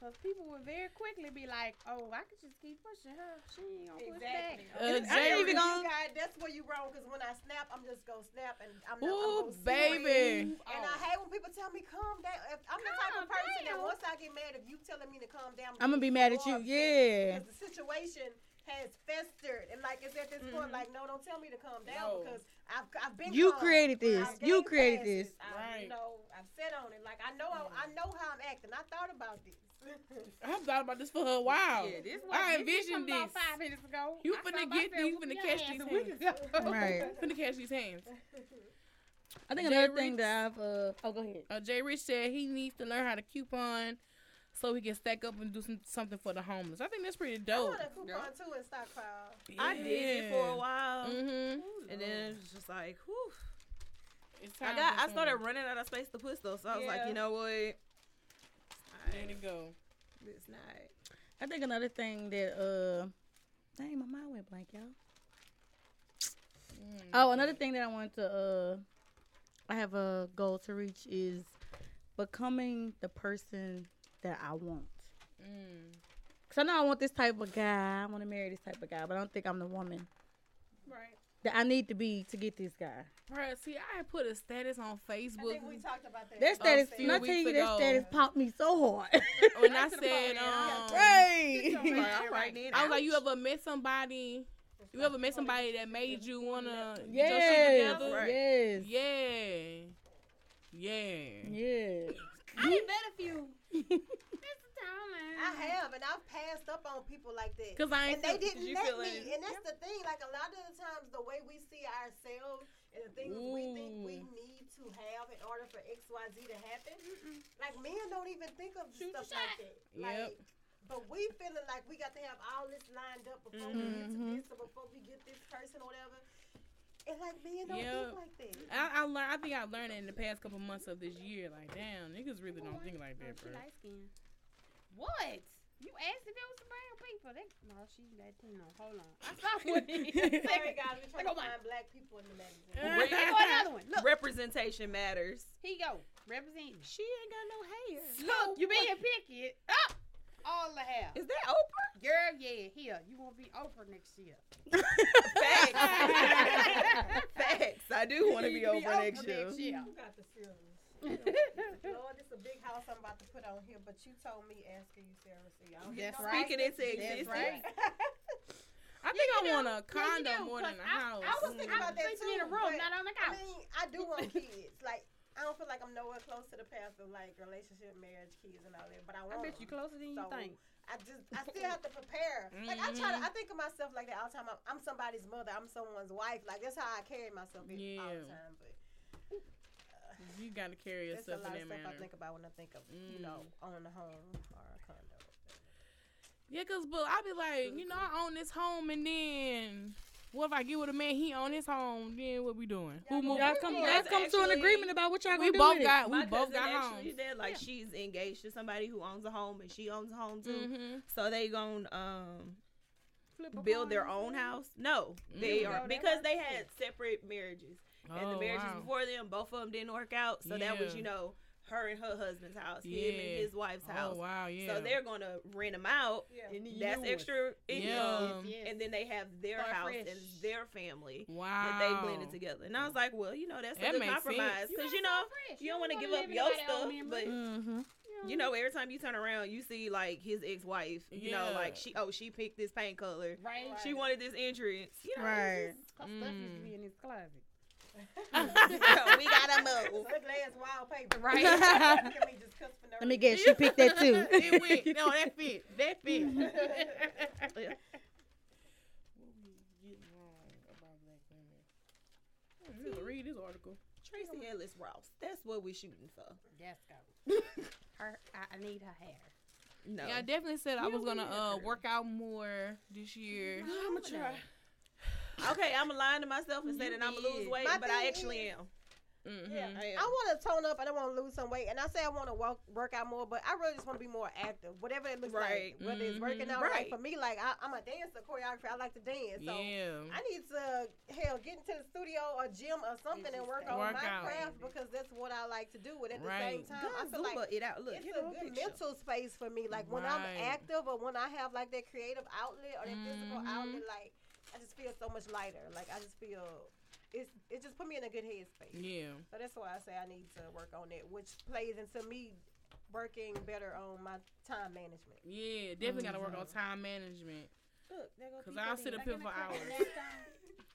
S3: Cause people would very quickly be like, "Oh, I could just keep pushing her. She ain't gonna push back."
S4: Exactly.
S5: Uh,
S2: I ain't
S5: Jerry-
S2: even
S4: You
S2: gonna.
S4: guys, that's where you wrong. Cause when I snap, I'm just gonna snap, and I'm not. I'm
S5: Ooh,
S4: gonna
S5: baby.
S4: scream. And I
S2: Oh.
S4: hate when people tell me calm down. If I'm the type of
S3: Calm
S4: person that
S3: down.
S4: once I get mad, if you telling me to calm down,
S2: I'm gonna be mad at you.
S4: more upset.
S2: Yeah.
S4: Because the situation has festered, and like it's at this point, like no, don't tell me to calm down
S5: No.
S4: because I've I've been.
S2: Mm-hmm. You
S4: calm.
S2: created this.
S4: I've
S2: You
S4: gave
S2: created
S4: passes.
S2: this.
S4: I've, You
S5: Right.
S4: know, I've sat on it. Like I know, I, I know how I'm acting. I thought about this.
S5: I've thought about this for a while.
S3: Yeah, this was
S5: I
S3: this just
S5: envisioned
S3: come about
S5: this.
S3: five minutes ago.
S5: You
S3: I
S5: finna
S3: saw
S5: get
S3: myself
S5: these, you
S3: whooping
S5: finna
S3: your
S5: catch
S3: ass
S5: these
S3: a week
S5: hands.
S3: ago.
S2: Right.
S5: Finna catch these hands.
S2: I think
S5: Jay
S2: another thing
S5: Reese.
S2: that I've. Uh, oh, go ahead.
S5: Uh, Jay Rich said he needs to learn how to coupon so he can stack up and do some, something for the homeless. I think that's pretty
S2: Oh,
S4: I
S5: dope.
S4: want a coupon too and stockpile.
S6: I did it for a while,
S5: Mm-hmm.
S6: and then it was just like, whew.
S5: It's
S6: I
S5: time
S6: got.
S5: for
S6: I started
S5: some.
S6: running out of space to push though, so I was like,
S3: Yeah.
S6: you know what?
S5: There to go.
S6: It's not.
S2: I think another thing that. Uh, dang, my mind went blank, y'all.
S5: Mm.
S2: Oh, another thing that I want to. Uh, I have a goal to reach is becoming the person that I want.
S5: Mm.
S2: Cause I know I want this type of guy. I want to marry this type of guy, but I don't think I'm the woman
S3: Right.
S2: that I need to be to get this guy.
S5: Bruh, see, I had put a status on
S4: I
S5: Facebook
S4: think we talked about that.
S2: That
S6: Oh,
S2: status,
S5: few
S2: when I tell
S5: weeks
S2: you that
S5: ago.
S2: status popped me so hard.
S5: when I
S3: Back to the
S5: said,
S3: point, yeah.
S5: um,
S2: right.
S6: Right, I'm right then.
S5: I was like,
S6: Ouch.
S5: you ever met somebody? You ever met somebody that made you wanna get your shit
S2: Yes.
S5: together?
S6: Right.
S2: Yes.
S5: Yeah. Yeah.
S2: Yeah.
S3: I done met a few. It's a time.
S4: I have, and I've passed up on people like that.
S5: Cause I
S4: and they
S5: ain't. feel-
S4: didn't
S6: you
S4: let
S6: feel
S4: me.
S6: it?
S4: And that's the thing. Like a lot of the times, the way we see ourselves and the things we think we need to have in order for X, Y, Z to happen, like men don't even think of
S3: Shoot your
S4: stuff like that. Like, but we feeling like we got to have all this lined up before we get to this or before we get this person or whatever. And like men don't
S5: Yep.
S4: think like that.
S5: I, I learned. I think I learned it in the past couple months of this year. Like, damn, niggas really don't think like that, bro.
S3: skin. What? You asked if it was some brown people. They, no, she let you know. Hold on. I saw one.
S4: Sorry
S3: Second.
S4: guys, we're
S3: Like,
S4: trying to
S3: oh my-
S4: find black people in the magazine.
S5: Yeah.
S3: There go another one. Look,
S6: Representation matters.
S3: here you go. Represent me.
S6: She ain't got no hair.
S3: Look, you being picky. Up. All the hair.
S6: Is that Oprah?
S3: Girl, yeah, here. You won't be Oprah next year.
S6: Facts. Facts. I do want to be
S3: You
S6: Oprah next year.
S3: year.
S4: You got the serious.
S3: That's
S4: Lord, it's a big house I'm about to put on here, but you told me asking you, Sarah. So y'all
S3: That's
S4: know.
S3: right.
S6: Speaking into
S3: That's
S6: existence.
S3: right.
S5: I think
S3: you
S5: I want
S3: do.
S5: a condo more than a house.
S3: I, I was thinking
S4: Mm.
S3: about that too. In a room,
S4: but
S3: not on the
S4: I
S3: couch.
S4: mean, I do want kids. Like, I don't feel like I'm nowhere close to the path of like relationship, marriage, kids, and all that. But I
S3: I
S4: want.
S3: bet you
S4: them.
S3: closer than you
S4: So,
S3: think.
S4: I just, I still have to prepare. Like I try to, I think of myself like that all the time. I'm, I'm somebody's mother. I'm someone's wife. Like that's how I carry myself all the
S5: Yeah.
S4: time. But
S5: you gotta carry
S4: there's a
S5: yourself
S4: lot of
S5: in that
S4: stuff
S5: manner.
S4: I think about when I think of, you
S5: Mm.
S4: know, owning a home or a condo.
S5: Yeah, cause but I be like, you know, I own this home, and then what if I get with a man? He own his home. Then what we doing? Who moving?
S2: Y'all come, y'all
S6: That's
S2: come to an
S6: actually-
S2: agreement about what y'all gonna
S5: We
S2: do
S5: both
S2: with it.
S5: got.
S6: My
S5: We both
S6: cousin
S5: got
S6: actually
S5: homes.
S6: did that. Like she's engaged to somebody who owns a home and she owns a home too.
S5: Mhm.
S6: So they gonna um
S3: Flip a
S6: build their
S3: coin.
S6: own house. No, they
S5: Mm.
S3: No,
S6: are
S3: that
S6: because
S3: works
S6: they
S3: too.
S6: had separate marriages and the
S5: Oh,
S6: marriages
S5: wow.
S6: before them, both of them didn't work out. So that was
S5: Yeah.
S6: you know her and her husband's house, him
S5: Yeah.
S6: and his wife's
S5: Oh
S6: house.
S5: wow, yeah.
S6: So they're gonna rent them out.
S4: Yeah.
S3: And then
S6: That's
S3: you
S6: extra
S5: Yeah.
S6: income.
S5: Um,
S3: Yes, yes.
S6: And then they have their
S3: Start
S6: house and
S3: fresh.
S6: their family
S5: wow.
S6: that they blended together. And I was like, well, you know, that's
S5: That
S6: a good
S5: makes sense.
S6: compromise because
S3: gotta
S6: you know
S3: start fresh.
S6: you don't want to
S3: wanna
S6: give up
S3: live in
S6: your
S3: nobody else's
S6: stuff,
S3: memory.
S6: but
S2: Mm-hmm.
S6: you know, every time you turn around, you see like his ex-wife. You know,
S5: Yeah.
S6: like she oh she picked this paint color.
S3: right?
S6: She wanted this entrance. You know,
S2: Right.
S3: Cause stuff used to be in his closet.
S6: we gotta move.
S4: That glass wild paper.
S3: Right.
S4: Can we just cuss for no
S2: Let me
S4: reason?
S2: guess, she picked that too.
S5: it went. No, that fit. That fit.
S6: Yeah.
S5: I'm gonna read this article.
S6: Tracy Ellis Ross. That's what we're shooting for.
S3: That's go. Her, I, I need her hair.
S6: No.
S5: Yeah, I definitely said I
S6: You
S5: was gonna uh,
S6: weird.
S5: work out more this year.
S6: I'm gonna try. Okay, I'm lying to myself and say
S3: You
S6: that I'm gonna
S3: did.
S6: lose weight,
S4: My
S6: but I
S4: thing
S6: actually
S4: is-
S6: am.
S7: Mm-hmm.
S4: I want to tone up and I want to lose some weight. And I say I want to walk, work out more, but I really just want to be more active. Whatever it looks
S6: Right.
S4: like, whether it's working
S7: Mhm.
S4: out. Like
S6: Right.
S4: for me, like I, I'm a dancer, choreographer. I like to dance, so
S5: yeah.
S4: I need to hell get into the studio or gym or something and work on
S5: Work
S4: my
S5: out.
S4: craft because that's what I like to do. And at the same
S5: Right.
S4: time, uh,
S6: Go
S4: I feel
S6: Zumba
S4: like
S6: it out. Look,
S4: it's
S6: get
S4: a
S6: on
S4: good
S6: picture.
S4: mental space for me. Like when I'm
S5: Right.
S4: active or when I have like that creative outlet or that physical
S5: Mhm.
S4: outlet, like I just feel so much lighter. Like I just feel it's it just put me in a good headspace.
S5: Yeah.
S4: So that's why I say I need to work on it, which plays into me working better on my time management.
S5: Yeah. Definitely got to work on time management.
S3: Look, there go
S5: Cause
S3: people
S5: I'll
S3: then.
S5: sit up
S3: Like
S5: here
S3: in
S5: for
S3: the cut at
S5: hours.
S3: nap time.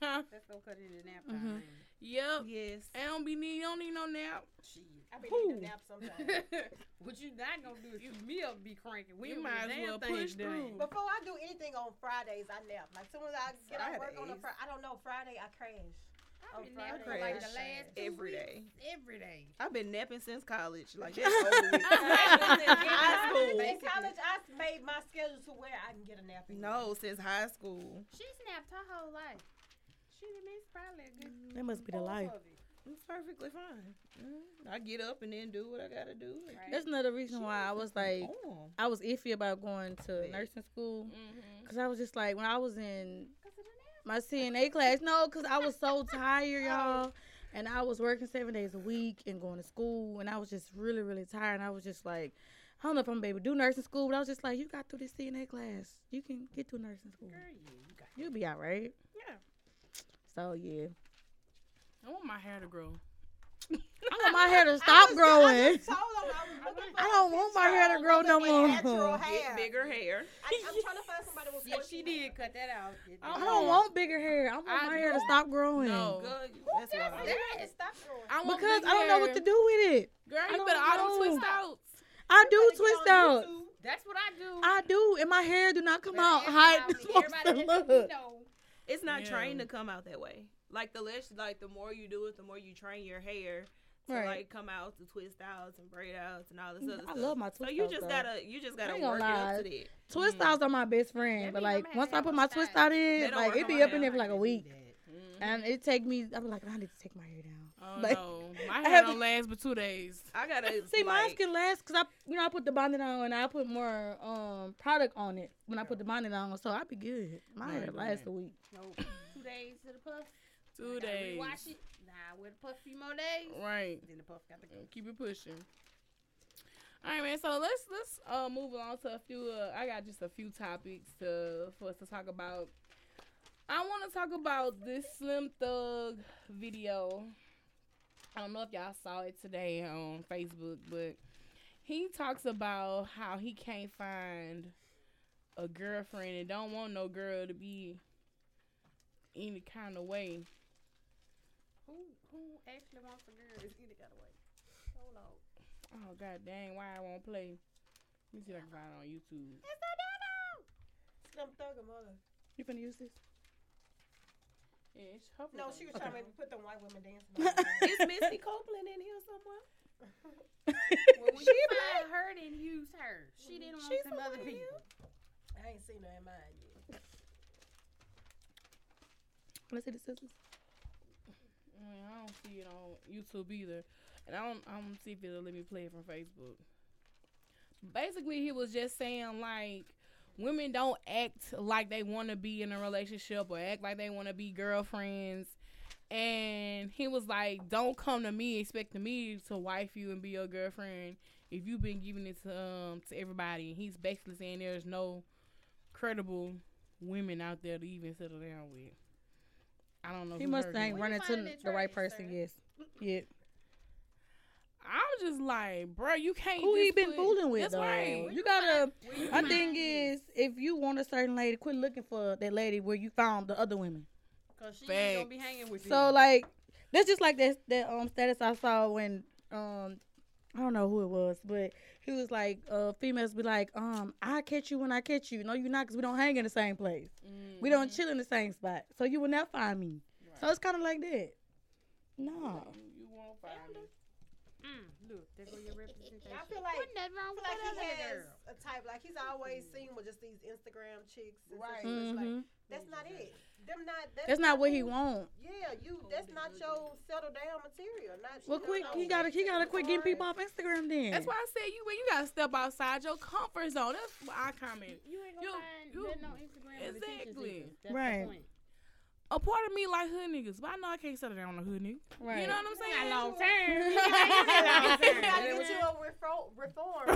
S5: Huh?
S3: Let's go cut it in nap
S1: Mhm.
S3: time.
S5: Yep.
S6: Yes.
S5: I don't be need. Don't need no nap.
S4: I be needing a nap sometimes.
S3: what you not gonna do is you me up be cranky. We
S5: You
S3: don't
S5: might
S3: get a
S5: as
S3: damn
S5: well
S3: thing
S5: push
S3: done.
S5: through.
S4: Before I do anything on Fridays, I nap. Like soon as I get off work on a
S6: Fridays.
S4: Friday, I don't know Friday I crash.
S3: I've
S4: On
S3: been
S4: Friday,
S3: napping like
S4: I
S3: the last
S4: crash.
S3: two
S6: Every
S3: weeks.
S6: day.
S3: Every day.
S6: I've been napping since college. Like that's over with.
S4: I-
S6: high school.
S4: In college, I made my schedule to where I can get a nap. in.
S6: No, since high school.
S3: She snapped her whole life. She missed probably a good
S2: That must be the
S3: fourth
S2: life.
S3: of it.
S6: It's perfectly fine. Mm,
S2: Mm-hmm.
S6: I get up and then do what I gotta do. and
S3: Right.
S2: That's another reason why I was like,
S6: keep on.
S2: I was iffy about going to
S6: Right.
S2: nursing school
S5: Mm-hmm.
S2: because I was just like, when I was in
S3: 'Cause of the nap.
S2: my CNA class, no, because I was so tired, y'all, and I was working seven days a week and going to school, and I was just really, really tired, and I was just like. I don't know if I'm gonna be able to do nursing school, but I was just like, you got through this CNA class. You can get through nursing school.
S3: Girl, yeah, you got
S2: You'll be all right.
S3: Yeah.
S2: So, yeah.
S5: I want my hair to grow.
S2: I want my hair to
S4: I
S2: stop
S4: was- I,
S2: growing.
S4: just told them I was looking for
S2: I don't
S4: a
S2: want my
S4: picture
S2: hair to
S4: of
S2: grow
S4: women
S2: no
S4: with
S2: more.
S4: Natural hair.
S6: Get bigger hair.
S4: I, I'm trying to find somebody with
S3: Yeah,
S4: bushy
S3: she
S4: hair.
S3: did cut that out.
S2: I
S5: Oh,
S2: don't want bigger hair. I want
S5: I-
S2: my hair to stop growing.
S5: No.
S6: Girl, that's
S4: Why
S6: why.
S4: you had to stop growing?
S5: I want
S2: Because
S5: big
S2: I don't know what
S5: hair.
S2: to do with it.
S5: Girl, you
S2: don't
S5: better auto
S2: know.
S5: twist outs.
S2: I do
S4: You better get
S2: twist
S4: on
S2: out.
S4: YouTube.
S3: That's what I do.
S2: I do, and my hair do not come
S3: But
S2: out
S3: everybody-
S2: how it's supposed to
S3: everybody let me
S2: look.
S3: know.
S6: It's not
S5: Yeah.
S6: trained to come out that way. Like the less, like the more you do it, the more you train your hair to
S2: Right.
S6: like come out to twist outs and braid outs and all this other
S2: I
S6: stuff.
S2: love my
S6: So
S2: twist
S6: you
S2: outs,
S6: just
S2: though.
S6: gotta, you just gotta
S2: ain't gonna
S6: work it
S2: lie.
S6: up to that.
S2: Twist outs are my best friend,
S3: That
S2: but
S3: mean I'm
S2: like
S3: having
S2: once I
S3: that
S2: put
S3: on
S2: my twist
S3: Saturday.
S2: out
S6: They
S2: in,
S6: don't
S2: like
S6: work
S2: it
S6: on
S2: be
S6: my
S2: up in
S6: hair
S2: there for like a week,
S5: Mhm.
S2: and it take me. I'm like, I need to take my hair down.
S5: Oh
S2: Like-
S5: no, my
S2: I
S5: hair
S2: have-
S5: don't last but two days.
S6: I gotta
S2: See, mine
S6: like-
S2: can last because I, you know, I put the bonnet on and I put more um product on it when I put the bonnet on, so I be good. My hair
S5: Right,
S2: lasts
S5: right.
S2: a week.
S3: Nope. Two days to the puff. I
S5: Two
S3: gotta
S5: days. Oh.
S3: Rewatch it. Nah, with the puff a few more days.
S5: Right.
S3: Then the puff got to go.
S5: Keep it pushing. All right, man. So let's let's uh, move on to a few. Uh, I got just a few topics to for us to talk about. I want to talk about this Slim Thug video. I don't know if y'all saw it today on Facebook, but he talks about how he can't find a girlfriend and don't want no girl to be any kind of way.
S3: Who who actually wants a girl? Is either got away. Hold on.
S5: Oh god dang, why I won't play? Let me see if I can find it on YouTube.
S4: Slim Thug and mother.
S2: You finna use this?
S5: Yeah, it's hopefully
S4: No,
S5: gonna
S4: she
S5: be
S4: was
S5: okay.
S4: trying to make me put them white women dancing.
S6: Is Missy Copeland in here somewhere?
S3: Well, when you find her, then use her. She didn't want
S6: She's
S3: some other
S6: somewhere
S3: people.
S4: I ain't seen her in mine yet.
S2: Let's see the scissors.
S5: I, mean, I don't see it on YouTube either, and I don't. I don't see if it'll let me play it from Facebook. Basically, he was just saying like, women don't act like they want to be in a relationship or act like they want to be girlfriends. And he was like, "Don't come to me expecting me to wife you and be your girlfriend if you've been giving it to um to everybody." And he's basically saying there's no credible women out there to even settle down with. I don't know.
S2: He
S5: who
S2: must
S5: heard
S2: ain't
S5: that.
S3: Where you
S2: running
S3: finding
S2: to the
S3: that
S2: right
S3: trash,
S2: person.
S3: sir?
S2: Yes. Yeah.
S5: I'm just like, bro, you can't.
S2: Who he
S5: just
S2: been
S5: put-
S2: fooling with
S5: That's
S2: though?
S5: right.
S2: You gotta.
S3: Where you
S2: My
S3: find
S2: thing
S3: it?
S2: is, if you want a certain lady, quit looking for that lady where you found the other women.
S3: Cause she ain't gonna be
S5: Facts.
S3: hanging with you.
S2: So like, that's just like that that um status I saw when um I don't know who it was, but he was like, uh, females be like, um, I catch you when I catch you. No, you not, cause we don't hang in the same place.
S5: Mm,
S2: We don't
S5: Mm-hmm.
S2: chill in the same spot, so you will not find me. So it's kind of like that. No,
S5: You, you won't find me.
S3: mm, look, that's where your representation.
S4: I feel like
S3: Ain't nothing
S4: I
S3: wrong
S4: feel
S3: with
S4: like
S3: that
S4: he
S3: other
S4: has
S3: girl.
S4: a type. Like he's always seen with just these Instagram chicks. And
S5: Right.
S4: stuff. It's
S2: Mhm.
S4: Like, that's not it. them not. That's,
S2: That's not what he want.
S4: Yeah, you. That's not your settle down material. Not.
S2: Well,
S4: you
S2: quick,
S4: don't
S2: he
S4: know.
S2: gotta he gotta quit getting
S4: Sorry.
S2: people off Instagram then.
S5: That's why I said you when you gotta step outside your comfort zone. That's what I comment.
S3: You ain't gonna
S5: You-
S3: find
S5: you-
S3: nothing on Instagram. with attention
S5: Exactly.
S3: seekers. That's the
S2: Right.
S3: point.
S5: A part of me like hood niggas, but I know I can't settle down on a hood nigga.
S2: Right.
S5: You know what I'm saying?
S3: Not long term. You
S4: You
S3: ain't
S4: gotta
S3: long
S4: get you
S3: term.
S4: a refo-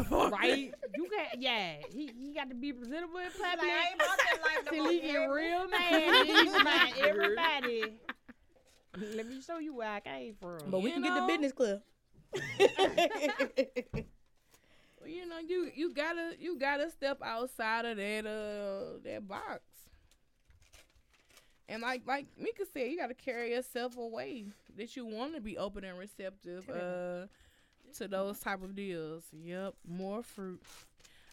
S4: reform.
S3: Right, you got yeah. He he got to be presentable in
S4: Like,
S3: public.
S4: I ain't about that life no
S3: Till
S4: more.
S3: he get
S4: Every-
S3: real mad, he's mad everybody. Let me show you where I came from.
S2: but we
S5: you
S2: can get the
S5: know?
S2: business club.
S5: You know, you you gotta you gotta step outside of that uh that box. And like like Mika said, you gotta carry yourself away that you want to be open and receptive uh to those type of deals. Yep, more fruit.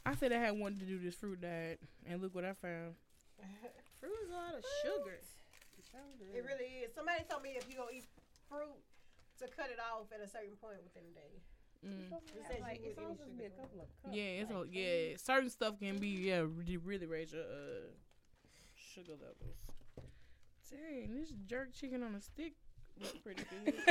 S5: I said I had wanted to do this fruit diet, and look what I found.
S6: Fruit is a lot of sugar.
S4: It really is. Somebody told me if you gonna eat fruit, to cut it off at a certain point within the day.
S5: Mm.
S4: It says you would any sugar.
S5: Yeah, it's a, yeah. Certain stuff can be yeah really, really raise your uh, sugar levels. Dang, this jerk chicken on a stick look pretty good.
S3: She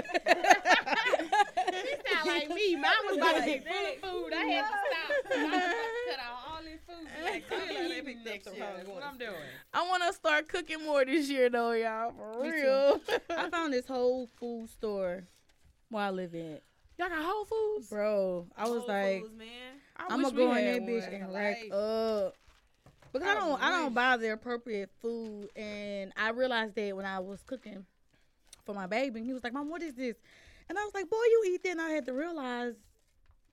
S3: sound like me. Mine was about to be full of food. I had to stop. I was about to cut out all this food. Like,
S6: Clearly they
S3: I'm eating
S6: picked up
S3: next
S6: some
S3: year.
S6: wrong
S3: That's what
S6: ones.
S3: I'm doing.
S5: I want to start cooking more this year though, y'all. For
S2: Me too.
S5: real.
S2: I found this whole food store where I live in.
S5: y'all got Whole Foods?
S2: Bro, I was
S7: Whole
S2: like,
S7: Foods, man.
S5: I
S2: I'm
S5: wish
S2: gonna
S5: we
S2: go in
S5: had
S2: that bitch
S5: one.
S2: and
S6: Life.
S2: rack up because I,
S6: I
S2: don't I
S6: wish.
S2: don't buy the appropriate food, and I realized that when I was cooking for my baby, and he was like, "Mom, what is this?" And I was like, "Boy, you eat that." And I had to realize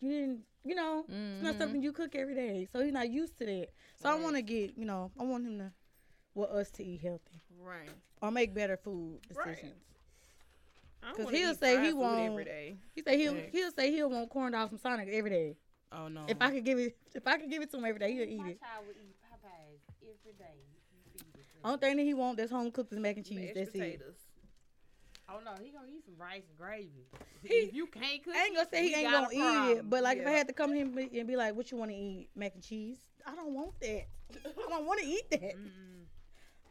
S2: you didn't, you know, it's not
S5: Mhm.
S2: something you cook every day, so he's not used to that. So I want to get, you know, I want him to, well, us to eat healthy
S5: Right.
S2: or make better food
S6: Right.
S2: decisions.
S6: I
S2: 'Cause
S6: wanna
S2: he'll
S6: eat
S2: say
S6: fried
S2: he
S6: food every
S2: won't-
S6: day.
S2: He said he'll
S5: Facts.
S2: he'll say he'll want corn dogs from Sonic every day.
S5: Oh no.
S2: If I could give it, if I could give it to him every day, he'll eat
S3: My
S2: it.
S3: child would eat Popeyes every day. You feed it to him.
S2: Only thing that he want that's home cooked is mac and cheese.
S6: Mashed
S2: That's it.
S6: potatoes.
S3: Oh no, he gonna eat some rice and gravy.
S2: He-
S3: if you can't cook,
S2: I ain't gonna say
S3: we
S2: he ain't
S3: got
S2: gonna
S3: a
S2: eat it,
S3: problem.
S2: but like if I
S6: Yeah.
S2: had to come to him and be like, "What you want to eat? Mac and cheese?" I don't want that. I don't want to eat that.
S3: Mm-mm,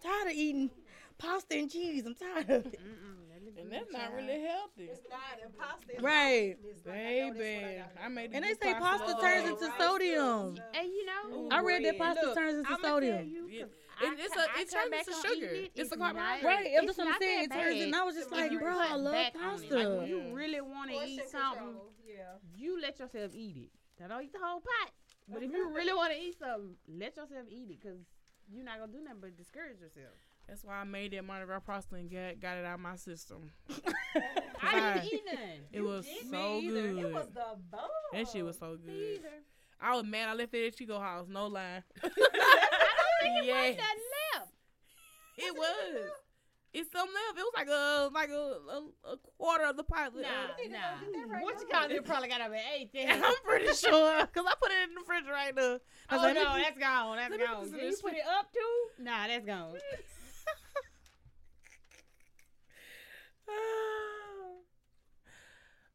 S2: tired of eating pasta and cheese. I'm tired of it.
S3: mm-mm, let me do
S5: and
S3: it.
S5: that's not really healthy.
S4: It's not impossible.
S2: Right.
S4: It's like, I know this one, I
S5: Baby,
S4: got it.
S5: I made.
S2: And
S5: the
S2: they
S5: good
S2: say pasta turns
S5: love.
S2: into
S4: Rice,
S2: sodium.
S4: noodles, uh,
S3: And you know,
S6: Ooh,
S2: I read that
S6: bread.
S2: pasta
S6: Look,
S2: turns into
S3: I'ma tell
S2: sodium.
S3: you,
S5: Yeah.
S3: 'cause I
S5: And it's
S3: come-
S5: a-
S3: I
S5: it
S3: come
S5: turns
S3: back
S5: into
S3: on
S5: sugar.
S3: eating
S5: It's a
S3: not-
S5: carbohydrate.
S2: Right, that's
S3: it's
S2: what I'm
S3: not
S2: saying. It
S3: that
S2: turns, and
S3: bad.
S2: I was just
S3: If
S2: like,
S3: you
S2: bro,
S3: cut
S2: I love
S3: back on it, like,
S2: pasta.
S3: when you
S5: Yeah.
S3: really want to
S4: portion
S3: eat
S4: control.
S3: something,
S4: Yeah.
S3: you let yourself eat it. Now don't eat the whole pot. But if you really want to eat something, let yourself eat it because you're not gonna do nothing but discourage yourself.
S5: That's why I made that Mardi Gras pasta and got, got it out of my system.
S3: I
S5: Right.
S3: didn't eat none.
S5: It was so good.
S4: It was the bomb.
S5: that shit was so
S3: Me
S5: good.
S3: either.
S5: I was mad. I left it at Chico house. No lie.
S3: Ain't
S5: yes,
S3: nothing left.
S5: it was. It's some left. It was like a like a, a, a quarter of the pot. left.
S3: Nah, nah.
S4: right
S3: What
S4: now.
S3: you call it? Probably got over eight
S5: And
S3: then.
S5: I'm pretty sure because I put it in the fridge right now. I
S3: Oh
S5: was
S3: no,
S5: like, let me-
S3: that's gone. That's
S5: let me put
S3: gone.
S5: this in
S3: Did you
S5: this
S3: put it up too? Nah, that's gone.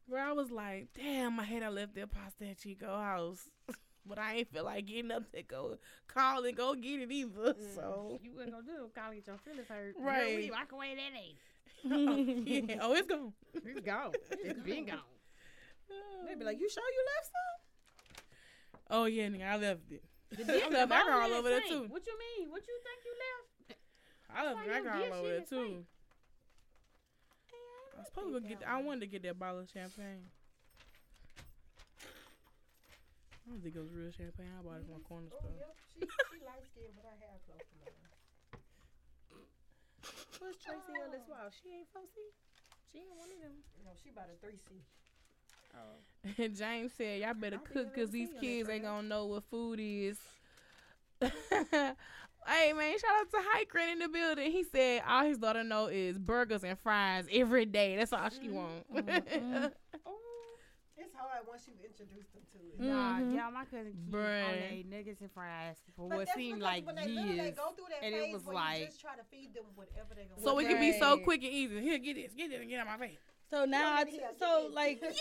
S5: Where I was like, damn, I hate I left that pasta at Chico house, but I ain't feel like getting up to go call and go get it either. So
S3: you wasn't gonna do it. Call get your feelings hurt.
S5: Right.
S3: Girl, we walk away that eight.
S5: yeah, oh, it's gone.
S3: It's gone. It's been gone.
S6: They be like, you sure you left some?
S5: Oh yeah, nigga, I left it.
S3: The
S5: I left my girl all over there
S3: sink.
S5: too.
S3: What you mean? What you think you left?
S5: I left
S3: why
S5: my
S3: your
S5: girl
S3: dish
S5: all over there
S3: in the
S5: too. I was supposed to go get. I wanted to get that bottle of champagne. I don't think it was real champagne. I bought it from a corner
S4: Oh,
S5: store.
S4: yep. She, she light skinned, but her hair close to mine.
S6: What's Tracy Ellis Wild? She ain't fussy. She ain't one of them.
S4: No, she about a 3C.
S5: And James said, "Y'all better
S6: think
S5: cook
S6: I've
S5: because
S6: ever
S5: these
S6: seen you in
S5: kids
S6: that
S5: ain't gonna know what food is." hey man, shout out to Hikrin in the building. He said all his daughter know is burgers and fries every day. That's all
S6: Mm-hmm.
S5: she want.
S4: It's hard once you introduce them to it.
S3: Nah,
S2: Mhm.
S3: y'all, my cousin Keith,
S5: Bruh.
S3: I ate nuggets and fries for
S4: But
S3: what
S4: that's
S3: seemed
S4: because
S3: like
S4: when they little, they
S3: years.
S4: go through that
S3: and it
S4: phase
S3: was
S4: where you
S3: like-
S4: just try to feed them whatever they gonna
S5: so
S4: eat.
S5: it can be so
S2: Right.
S5: quick and easy. Here, get this, get this, and get out my face.
S2: So
S4: You
S2: now
S4: don't
S2: I
S4: need to have
S2: so
S4: kids.
S2: like
S5: Get this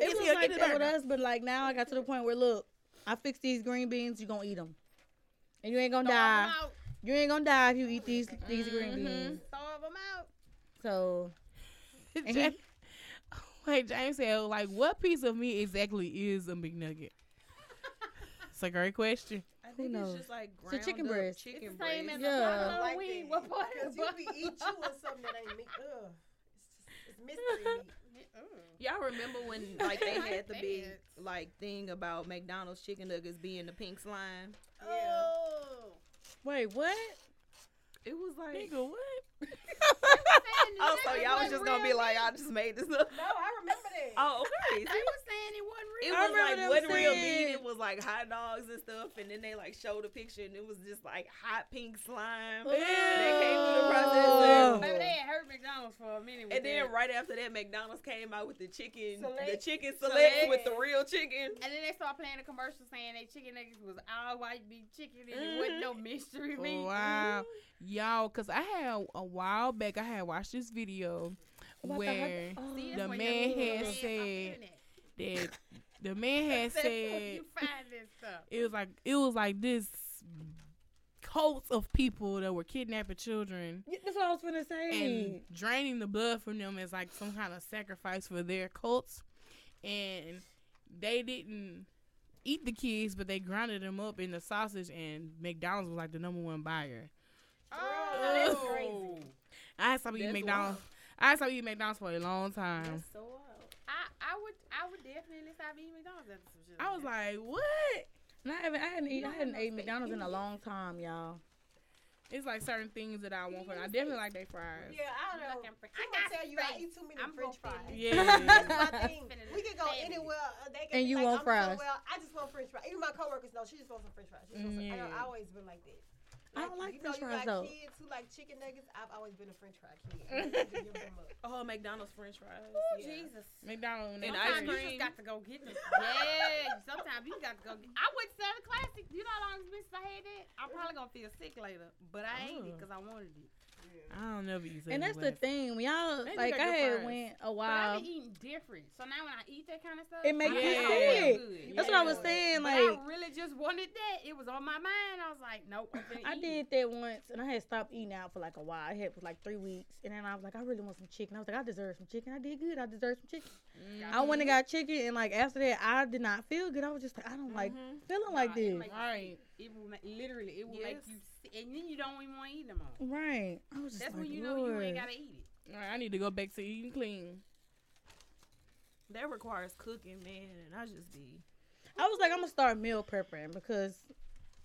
S2: it was
S5: here, get
S2: like
S5: this
S2: that with
S5: burger.
S2: us, but like now I got to the point where look, I fixed these green beans. You gonna eat them, and you ain't gonna die. You ain't gonna die if you eat these these green
S5: Mhm.
S2: beans.
S3: Starve them out.
S2: So And
S5: James, wait, James said, like, what piece of meat exactly is a McNugget? it's a great question.
S6: I think it's
S2: knows?
S6: just like
S2: So
S6: ground
S2: chicken
S6: up
S2: breast.
S6: Chicken
S3: It's the same
S6: breast.
S3: as
S2: Yeah.
S3: a buffalo
S4: like
S3: wing.
S4: that.
S3: What part of
S4: Cause
S3: the
S4: you be eat you with something that ain't meat. Ugh. It's, just, it's mystery meat.
S6: Y'all remember when like they had the
S3: Like
S6: big
S3: that.
S6: like thing about McDonald's chicken nuggets being the pink slime?
S4: Yeah.
S3: Oh.
S2: wait, what?
S6: It was like
S5: Nigga, what?
S6: Oh, so y'all was just gonna be like, I just made this up.
S4: No, I remember that.
S6: Oh, okay.
S3: They were saying it wasn't real.
S6: It
S2: I
S6: was
S2: remember them
S6: like what real meat.
S2: saying-
S6: It was like hot dogs and stuff, and then they like showed a picture, and it was just like hot pink slime.
S2: Ew.
S6: They came through
S3: Oh.
S6: the process,
S3: Baby, they had hurt McDonald's for a minute. with
S6: and then
S3: that.
S6: right after that, McDonald's came out with the chicken, the
S4: Select-
S6: chicken select with
S4: select.
S6: the real chicken.
S3: And then they started playing a commercial saying that chicken nuggets was all white meat chicken and it
S2: Mm-hmm.
S3: wasn't no mystery meat.
S5: Wow. Y'all, because I had a while back, I had watched this video where
S3: oh, Mm-hmm. See,
S5: the
S3: that's when your
S5: man had
S3: hood is. I'm
S5: said
S3: feeling it.
S5: that the man had
S3: That's where
S5: said
S3: you find this stuff.
S5: it was like it was like this cult of people that were kidnapping children
S2: Yeah, That's what I was gonna
S5: and
S2: say.
S5: draining the blood from them as like some kind of sacrifice for their cults. And they didn't eat the kids, but they grounded them up in the sausage. And McDonald's was like the number one buyer.
S4: Oh, that's crazy.
S5: I had stopped eating
S6: That's
S5: McDonald's. I had stopped eating McDonald's for a long time.
S7: That's so wild.
S3: I, I would I would definitely stop eating McDonald's after some shit.
S5: I was like, what?
S2: And I haven't I hadn't eaten I
S7: don't have
S2: hadn't
S7: no
S2: ate
S7: steak.
S2: McDonald's in a long time, y'all.
S5: It's like certain things that I want for. I definitely like their fries.
S4: Yeah, I
S3: I'm
S4: don't know.
S3: looking
S4: I'm
S3: for- I
S4: gonna
S3: got
S4: tell you, I
S3: space.
S4: eat too many
S3: I'm
S4: French
S3: gonna
S4: fries.
S5: Yeah.
S4: That's my thing.
S3: Finna
S4: We can go
S3: spam it.
S4: anywhere. uh, They can
S2: And
S4: be
S2: you
S4: like,
S2: want
S4: I'm
S2: fries.
S4: So well, I just want French fries. Even my coworkers know she just wants some French fries. She just wants some, I, know,
S5: Yeah.
S4: I always been like that.
S2: Mm. I don't like
S4: you
S2: French
S4: know,
S2: fries,
S4: you
S2: though.
S4: like kids who like chicken nuggets. I've always been a French fry kid. You just give them up.
S6: Oh, McDonald's French fries.
S3: Ooh,
S6: Yeah.
S3: Jesus.
S5: McDonald's and,
S6: And
S5: ice
S3: Sometimes
S5: cream.
S3: you just got to go get them. Yeah, sometimes you got to go get I went to the classic. You know how long it's been since I had that? I'm probably going to feel sick later, but I ate
S2: Oh.
S3: it because I wanted it.
S5: I don't never eat.
S2: And that's the
S5: thing.
S2: thing. When y'all
S5: They do
S2: like
S5: got
S2: I
S5: good
S2: had
S5: fries.
S2: went a
S3: But I
S2: while.
S3: be eating different. So now when I eat that kind of stuff,
S2: It make
S3: I
S5: you
S3: don't feel
S2: sick.
S3: good.
S2: That's what I was
S4: Yeah.
S2: saying.
S3: But
S2: Like
S3: I really just wanted that. It was on my mind. I was like, nope. I'm finna
S2: I
S3: eat.
S2: did that once, and I had stopped eating out for like a while. I had for like three weeks, and then I was like, I really want some chicken. I was like, I deserve some chicken. I did good. I deserve some chicken.
S5: Mm-hmm.
S2: I went
S3: Mm-hmm.
S2: and got chicken, and like after that, I did not feel good. I was just like, I don't like feeling like
S3: Mm-hmm.
S2: this.
S3: Nah, it make you
S5: Right.
S3: sick. It will make, literally, it will make you sick. And then you don't even want to eat no more.
S2: right. I was just
S3: That's
S2: like,
S3: when you know
S2: Lord.
S3: you ain't got to eat it.
S5: All right, I need to go back to eating clean.
S6: That requires cooking, man, and I just be.
S2: I was like, I'm gonna start meal prepping because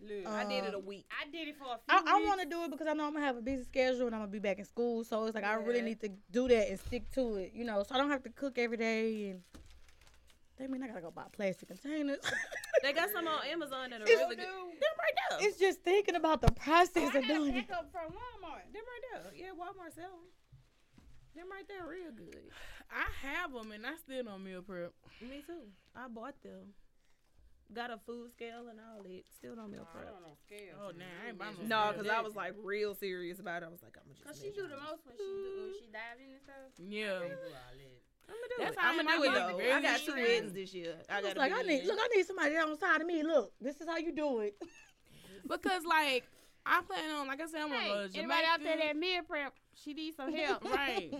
S6: Look, I did it a
S2: Um,
S6: week.
S3: I did it for a few
S2: I, I
S3: weeks.
S2: want to do it because I know I'm gonna have a busy schedule and I'm gonna be back in school. So it's like I really
S6: Yeah.
S2: need to do that and stick to it, you know. So I don't have to cook every day, and that mean I gotta go buy plastic containers.
S6: They got some on Amazon that are
S2: It's-
S6: really good. Them right there.
S2: it's just thinking about the process
S3: I
S2: of
S3: got a
S2: doing it.
S3: pickup from Walmart.
S6: Them right there. Yeah, Walmart sell them. Them right there, real good.
S5: I have them and I still don't meal prep.
S6: Me too. I bought them. Got a food scale and all it. Still don't meal prep.
S3: on scale.
S5: Oh, nah, I ain't buying no
S6: No,
S5: scale.
S6: because I was like real serious about it. I was like, I'm gonna just.
S3: Cause she
S6: measure
S3: do the
S6: this.
S3: most when she do when she dive in and stuff.
S5: Yeah.
S3: They do all that.
S6: I'm gonna do
S5: That's
S6: it.
S5: how
S6: I'm
S5: I
S6: gonna do it
S5: like my
S6: though.
S5: baby.
S6: I got two
S5: Yeah.
S6: weddings this year. I,
S2: I
S6: got
S2: was like, I need look, I need somebody on the side of me. Look, this is how you do it.
S5: Because like I plan on, like I said, I'm gonna
S3: Hey,
S5: go to Jamaica.
S3: anybody out there that meal prep, she needs some help.
S5: right?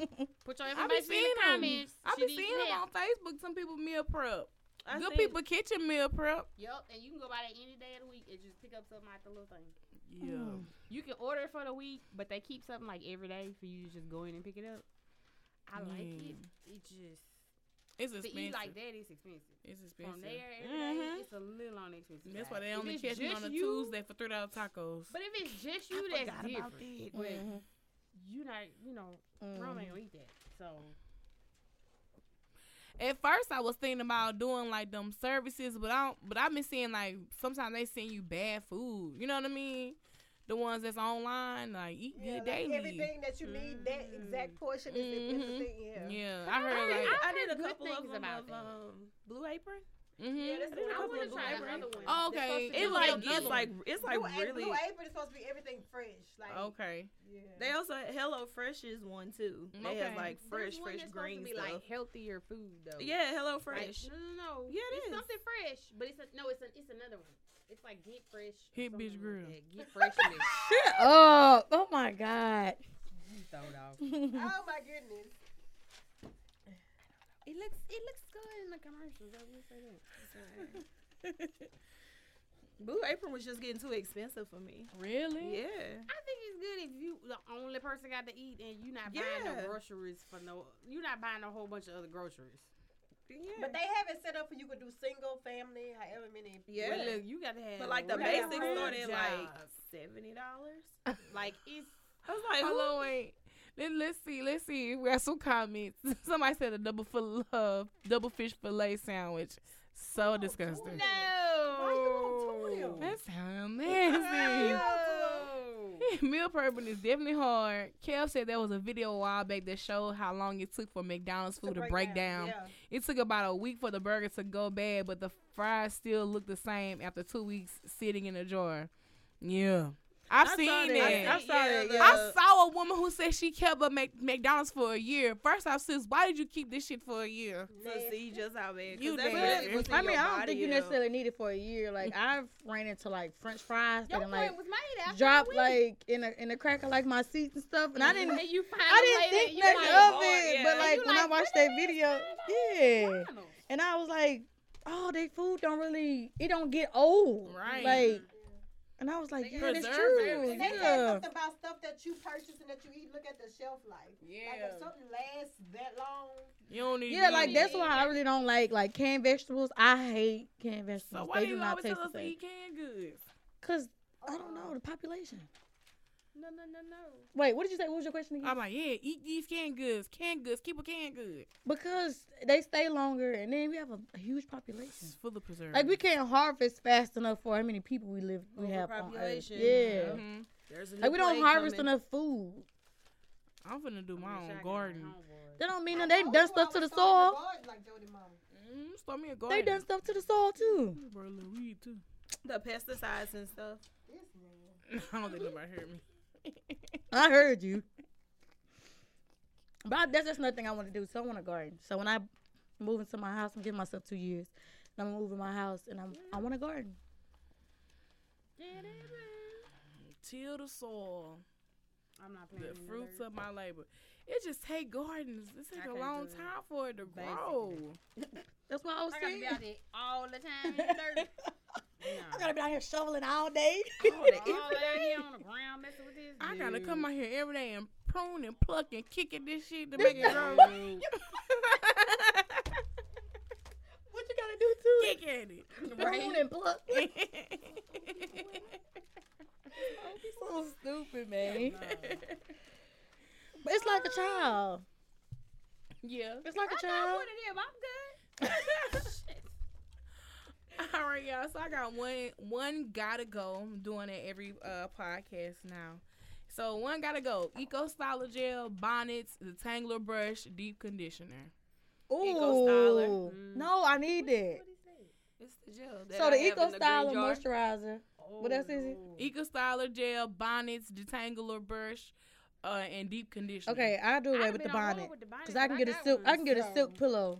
S3: Put your
S5: I
S3: information
S5: be
S3: in
S5: seeing
S3: the
S5: them.
S3: comments.
S5: I
S3: she
S5: be
S3: needs
S5: seeing them on
S3: help.
S5: Facebook. Some people meal prep.
S6: I
S5: Good
S6: seen-
S5: people kitchen meal prep.
S3: Yep, and you can go by that any day of the week and just pick up something like the little thing.
S5: Yeah.
S4: Mm.
S3: You can order it for the week, but they keep something like every day for you to just go in and pick it up. I like it. It just
S5: Mm. It's
S3: to
S5: expensive.
S3: eat like that is expensive.
S5: It's expensive.
S3: From there, every day,
S6: Mm-hmm.
S4: Mm-hmm.
S5: Mhm.
S3: it's a little on the expensive.
S5: That's
S3: side.
S5: why they
S3: If
S5: only
S3: it's
S5: catch me
S3: just
S5: on a
S3: you-
S5: Tuesday for three dollar tacos.
S3: But if it's just you, that's different. But
S2: Mm-hmm.
S3: you not, you know, Rome ain't gonna eat that. So
S5: At first, I was thinking about doing like them services, but I don't, but I've been seeing like sometimes they send you bad food. You know what I mean? The ones that's online, like eat
S4: Yeah,
S5: good
S4: like
S5: daily.
S4: everything that you need, that
S2: Mm.
S4: exact portion is, is the
S2: Mm-hmm.
S5: Mhm.
S4: thing. Yeah.
S5: Yeah, I heard like
S6: I did
S3: heard
S6: a
S3: good
S6: couple of
S3: things
S6: them
S3: about
S6: of
S3: that.
S6: um, Blue Apron,
S1: Mm-hmm.
S3: I want to try another one.
S1: Oh, okay.
S6: It's
S1: Blue
S6: like
S1: Apron.
S6: it's like it's like
S4: Blue, Apron-
S6: really.
S4: Blue Apron is supposed to be everything fresh. Like,
S5: Okay.
S4: yeah.
S6: They also Hello Fresh is one too. They have
S5: Okay.
S6: like fresh,
S3: There's one
S6: fresh
S3: that's supposed
S6: green
S3: to be
S6: stuff.
S3: like healthier food though.
S6: yeah, Hello
S3: Like,
S6: Fresh.
S3: no, no, no.
S6: Yeah, it
S3: it's
S6: is.
S3: something fresh, but it's a, no, it's an, it's another one. It's like get fresh. or
S5: Hit
S3: something
S5: bitch
S3: like
S5: grill.
S3: that. Get freshness.
S2: Oh, oh my God.
S3: You throw it off.
S4: Oh my goodness.
S3: It looks it looks good in the commercials. I will say that. It's alright.
S6: Blue Apron was just getting too expensive for me.
S5: Really?
S6: Yeah.
S3: I think it's good if you the only person got to eat and you not buying
S6: Yeah.
S3: no groceries for no you're not buying a whole bunch of other groceries.
S6: Yeah.
S4: But they have it set up for you could do single, family, however many.
S6: yeah.
S3: Well, look, you got to have
S6: but like the
S4: we got
S6: basics
S4: real
S6: started like
S3: jobs.
S6: seventy dollars.
S3: like it's
S6: I was like,
S1: Hold
S6: who?
S1: on, wait. Let, let's see. Let's see. We got some comments. Somebody said a double fil- uh, double fish fillet sandwich.
S6: Oh,
S1: So disgusting.
S3: no.
S4: Oh.
S1: That sounds nasty. Meal prepping is definitely hard. Kev said there was a video a while back that showed how long it took for McDonald's food to break, down. It took about a week for the burger to go bad, but the fries still look the same after two weeks sitting in a jar. Yeah. I've
S6: I saw
S1: seen
S6: that.
S1: that.
S6: I saw
S2: Yeah,
S6: that.
S2: the-
S6: yeah.
S1: I saw a woman who said she kept a Mac- McDonald's for a year. First off, sis, why did you keep this shit for a year?
S6: to see just how bad 'cause
S1: You
S6: that's
S1: did.
S6: really
S1: But,
S6: what's in
S2: I mean,
S6: your
S2: I don't
S6: body,
S2: think you
S6: yo.
S2: necessarily need it for a year. Like I've ran into like French fries
S3: Your
S2: that
S3: point
S2: like
S3: was made after
S2: drop
S3: a week.
S2: like in a in a crack of like my seats and stuff, and I didn't
S3: And Mm-hmm. you find
S2: I didn't think
S3: that
S2: nothing
S3: you
S2: of
S6: like, "Lord,
S2: it.
S6: yeah."
S2: But
S6: You
S2: like when I
S3: like,
S2: watched
S3: "What
S2: that video, yeah,
S3: McDonald's.
S2: and I was like, oh, they food don't really it don't get old,
S5: Right.
S2: Like, and I was like, yeah, that's
S5: preserve
S2: true,
S4: And
S5: everything.
S4: they said
S2: yeah.
S4: something about stuff that you purchase and that you eat. Look at the shelf life. Like if something lasts that long,
S5: You don't need.
S2: Yeah,
S5: you
S2: like
S5: don't-
S2: that's why I really don't like like canned vegetables. I hate canned
S5: So
S2: vegetables. they
S5: why do
S2: do
S5: you
S2: not
S5: always
S2: taste
S5: tell us
S2: the
S5: to
S2: same.
S5: eat canned goods?
S2: Cause I don't know the population.
S3: No, no, no, no.
S2: Wait, what did you say? What was your question again?
S5: I'm like, yeah, eat these canned goods. Canned goods. Keep a canned good.
S2: because they stay longer, and then we have a, a huge population.
S5: It's full of preservatives.
S2: Like we can't harvest fast enough for how many people we live we have on Earth.
S6: Overpopulation.
S2: Yeah.
S5: Mhm.
S6: There's a
S2: Like
S6: new
S2: we don't
S6: plague
S2: harvest
S6: coming.
S2: enough food.
S5: I'm finna do my
S3: I wish I
S5: own
S3: could
S5: garden.
S3: have homeboy.
S2: That don't mean
S4: I
S2: nothing.
S4: told
S2: They done
S4: you
S2: stuff
S4: I
S2: to the
S4: was on
S2: soil.
S4: guard Like Jody Mama.
S5: Mm, start me a garden.
S2: They done stuff to the soil too.
S5: Bro, look, we eat too.
S6: the pesticides and stuff.
S4: This man.
S5: I don't think nobody heard me.
S2: I heard you. But I, that's just another thing I want to do. So I want a garden. So when I move into my house, I'm giving myself two years. And I'm moving my house, and I'm I want a garden.
S5: Till the soil,
S3: I'm not playing.
S5: the
S3: in
S5: fruits
S3: dirt.
S5: of my labor. It just take gardens. It take a
S3: can't
S5: long
S3: do it.
S5: time for it to grow.
S2: That's what I was
S3: I gotta
S2: saying.
S3: be out there all the time in the dirt.
S2: I gotta be out here shoveling all day.
S3: All the- all out here on the ground messing with this.
S5: I gotta
S3: dude.
S5: come out here every day and prune and pluck and kick at this shit to make it grow.
S3: Dude.
S2: what you gotta do too?
S5: kick at it.
S2: Prune and pluck. so stupid, man. But it's like a child.
S5: yeah.
S2: It's like
S3: I
S2: a
S3: got
S2: child.
S3: one of them. I'm good.
S5: All right, y'all. So I got one. One gotta go. I'm doing it every uh, podcast now. So one gotta go. Eco Styler Gel bonnets, the Tangler brush, deep conditioner.
S6: Eco Styler.
S2: Ooh,
S3: Mm.
S2: no, I need that.
S6: It's the gel.
S5: Oh,
S2: So the Eco Styler moisturizer. What else is it?
S3: Oh.
S5: Eco Styler Gel bonnets, detangler brush, uh, and deep conditioner.
S2: Okay, I'll do away
S3: I'd
S2: with the
S3: been on roll
S2: bonnet
S3: with the bonnet,
S2: because I
S3: but
S2: can get a
S3: got
S2: silk.
S3: one,
S2: I can get a
S3: so-
S2: silk pillow,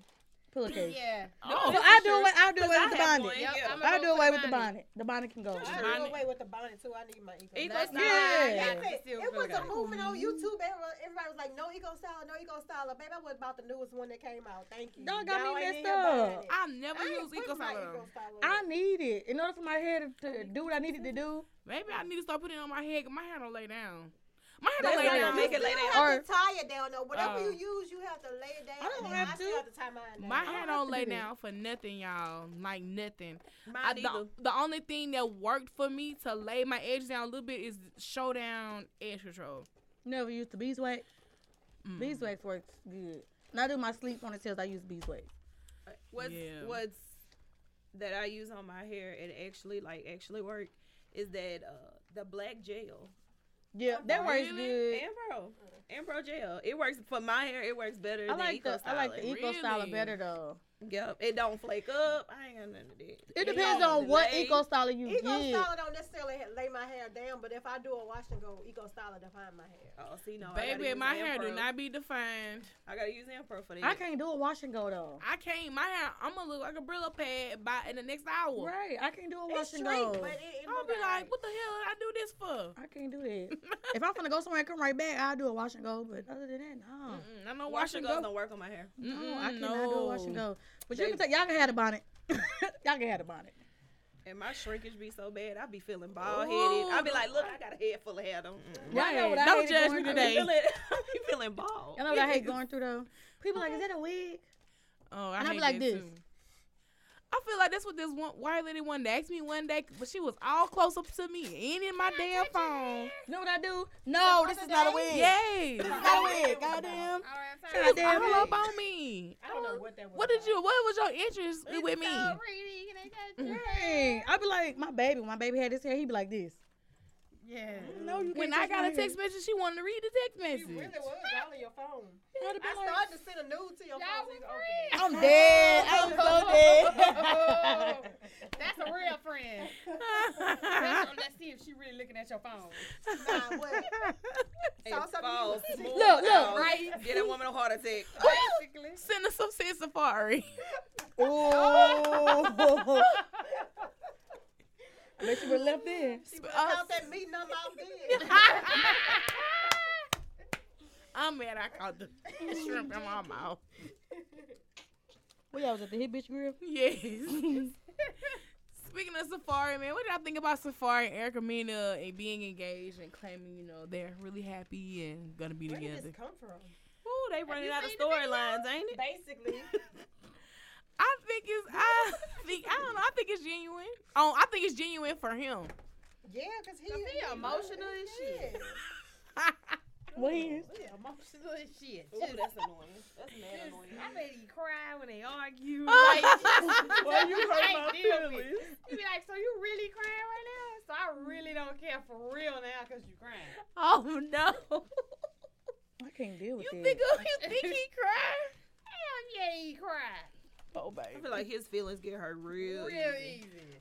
S2: pillowcase.
S3: Yeah.
S2: So
S5: Oh,
S2: I do away. I'll do away with the
S6: have
S2: bonnet.
S6: one. Yeah.
S3: I'ma
S2: I'll
S3: go
S2: do away
S3: the
S2: with the
S3: bonnet.
S2: bonnet. The bonnet can go.
S4: I
S5: Bonnet.
S4: threw away with the bonnet too. I need my eco.
S6: Eco
S4: That's
S6: Styler.
S4: not-
S2: Yeah.
S4: I said, It was a movement on YouTube. Everyone, everybody was like, "No eco style, no eco style." Baby, I was about the newest one that came out. Thank you.
S2: Y'all got me messed
S4: ain't in your
S2: up.
S4: bonnet.
S5: I've never
S4: I ain't
S5: used Eco
S4: putting my
S5: Styler.
S4: Eco Styler in.
S2: I need it in order for my hair to, to do what I needed to do.
S5: Maybe I need to start putting it on my head. 'cause My hair don't lay down. My hair
S6: That's
S5: don't lay
S6: like
S5: down.
S6: a make it
S4: You
S6: lay
S4: don't
S6: down.
S4: have to tie it down though. Whatever
S5: Oh.
S4: you use, you have to lay it down.
S2: Uh, I don't
S4: and then
S2: have
S4: I
S2: to.
S4: still have to tie mine down.
S5: My
S2: don't
S5: hair
S2: have
S5: don't
S2: to
S5: lay
S2: do that.
S5: down for nothing, y'all. Like nothing. I,
S6: Mine either.
S5: the, the only thing that worked for me to lay my edge down a little bit is showdown edge control.
S2: Never used the beeswax.
S5: Mm.
S2: Beeswax works good. When I do my sleep ponytails, I use beeswax.
S6: What's
S5: Yeah.
S6: what's that I use on my hair and actually like actually work is that uh the black gel.
S2: Yeah,
S3: Oh,
S2: that works
S5: Really?
S2: good.
S6: Ambro. Ambro gel. It works for my hair, it works better
S2: I
S6: than
S2: like
S6: Eco
S2: the e I like the
S6: Styler.
S2: eco styler
S5: Really?
S2: better though.
S6: Yep, it don't flake up. I ain't got nothing to do.
S2: It depends on what eco
S6: goes.
S2: styler you
S4: Eco
S2: get.
S4: styler don't necessarily ha- lay my hair down, but if I do a wash and go, eco styler define my hair.
S6: Oh, see, no, I gotta
S5: Baby,
S6: use
S5: my hair do
S6: Ampro.
S5: not be defined.
S6: I gotta use Ampro for that.
S2: I can't do a wash and go though.
S5: I can't. My hair, I'm gonna look like a Brillo pad by in the next hour.
S2: Right, I can't do a wash
S4: It's
S2: and
S4: shrink,
S2: go.
S4: but it, it
S5: I'll
S4: look
S5: be
S4: alright.
S5: like, what the hell did I do this for?
S2: I can't do that. if I'm gonna go somewhere and come right back, I'll do a wash and go. But other than that, no.
S5: Mm-mm, I know
S6: Wash and goes
S5: go.
S6: don't work on my hair.
S2: No, I cannot do a wash and
S5: no.
S2: go. But you can take y'all can have the bonnet. y'all can have the bonnet.
S6: And my shrinkage be so bad, I be feeling bald headed. I be like, look, I got a head full of hair. Don't. mm.
S2: Y'all know what I
S5: Don't
S2: hated
S5: judge
S2: going
S5: me
S2: through?
S6: I be
S5: today.
S6: feeling, I be feeling bald.
S2: Y'all know what I hate going through though. People like, is that a wig?
S5: Oh, I
S2: And I be
S5: hate
S2: like
S5: that
S2: this.
S5: too. I feel like that's what this one white lady wanted to ask me one day, but she was all close up to me and in my damn phone.
S2: You know what I do? No, this is not a wig.
S5: Yes.
S2: Not a wig. Goddamn.
S3: All right, I'm
S2: Shut
S3: sorry.
S2: up,
S5: All
S2: damn wig.
S5: up on me.
S4: I don't know what that was.
S5: What did you? What was your interest
S3: It's
S5: with me?
S3: So pretty. They got dress.
S2: Dang. I be like, my baby. When my baby had this hair, he be like this.
S3: Yeah.
S2: No, you can't
S5: When I
S2: touch
S5: got
S2: my
S5: a text message, she wanted to read the text
S4: You
S5: message.
S4: really was all on your phone.
S2: hair. I'd be
S4: I
S2: like,
S4: started to send a nude to your phone. so you
S3: Y'all were friends.
S2: I'm dead. I'm so dead.
S3: Oh, that's a real friend. That's- Let's see if she really looking at your phone.
S4: open it. Nah, Uh, what?
S6: It
S4: Saw something you
S6: falls
S4: was-
S6: smooth
S2: Look, look,
S6: out.
S3: right?
S6: Get a woman a heart attack.
S3: Basically.
S5: Send us some Sid Safari.
S2: Oh. I bet you would have left there.
S4: She would've called that meeting on my bed.
S5: I'm mad I caught the shrimp in my mouth.
S2: Well, y'all was at the hit bitch grill.
S5: Yes. Speaking of Safari, man, what did y'all think about Safari and Erica Mina and being engaged and claiming, you know, they're really happy and gonna be
S4: Where did
S5: together?
S4: this come from?
S6: Ooh, they running
S3: you
S6: out of
S3: seen the video?
S6: storylines, ain't it?
S4: Basically,
S5: I think it's I think I don't know, I think it's genuine. Oh, I think it's genuine for him.
S4: yeah, cause he,
S3: Cause he emotional as shit.
S4: Yeah.
S2: What he is?
S3: Yeah, emotional as shit.
S6: Ooh,
S3: Just,
S6: that's annoying. That's mad
S3: just,
S6: annoying.
S3: I bet he cry when they argue. Like,
S6: Why you hurt
S3: I can't
S6: my
S3: deal with it.
S6: feelings?
S3: You be like, so you really crying right now? So I really don't care for real now because you crying.
S5: Oh no.
S2: I can't deal with that.
S5: You think you think he cried?
S3: Hell yeah, he cried.
S5: Oh
S6: I
S5: baby.
S6: feel like his feelings get hurt real.
S3: Real
S6: easy.
S3: easy.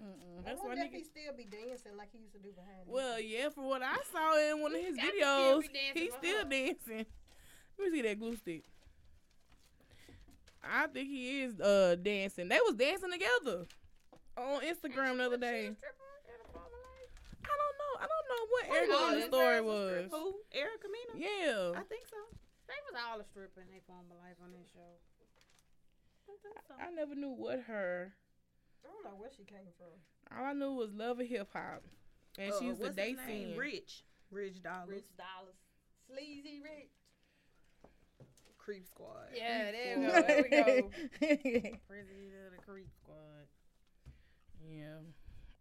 S2: Mm-mm.
S4: I
S5: That's why
S4: wonder if
S5: nigga.
S4: he still be dancing like he used to do behind. me.
S5: Well, yeah, from what I saw in one of his
S3: He got to
S5: videos,
S3: still be dancing
S5: he's
S3: with
S5: still
S3: her.
S5: dancing. Let me see that glue stick. I think he is uh dancing. They was dancing together on Instagram the other day. I don't know. I don't know what
S6: Wait, all
S5: Erica's
S6: the
S5: story
S6: girls was
S5: was.
S6: strip- Who? Erica Mina?
S5: Yeah.
S6: I think so.
S3: They was all a stripper in their former life on this show. I think so.
S5: I never knew what her.
S4: I don't know where she came from.
S5: All I knew was love and hip hop, and she
S6: Uh,
S5: used to
S6: what's
S5: date
S6: his name?
S5: scene.
S6: Rich. Rich Dollars.
S3: dollars.
S4: Sleazy rich.
S6: Creep Squad.
S3: Yeah, there we go. There we go.
S2: we go.
S3: Prison of the Creep Squad.
S5: Yeah,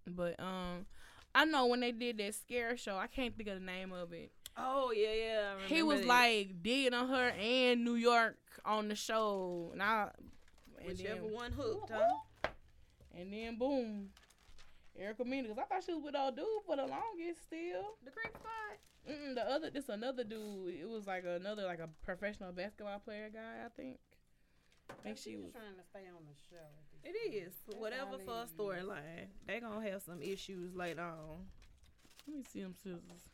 S5: but um, I know when they did that scare show, I can't think of the name of it.
S6: Oh yeah, yeah. I
S5: He
S6: remember
S5: was
S6: that.
S5: like digging on her and New York on the show, and I, and
S6: whichever
S5: then,
S6: one hooked, huh?
S5: and then boom, Erica Mena, 'cause I thought she was with old dude for the longest still.
S3: The Creep Squad?
S5: Mm-mm, the other, this another dude. It was like another, like a professional basketball player guy. I think. I think she was.
S3: trying to stay on the show. at this
S6: It is whatever for a storyline. They gonna have some issues later on.
S5: Let me see them scissors.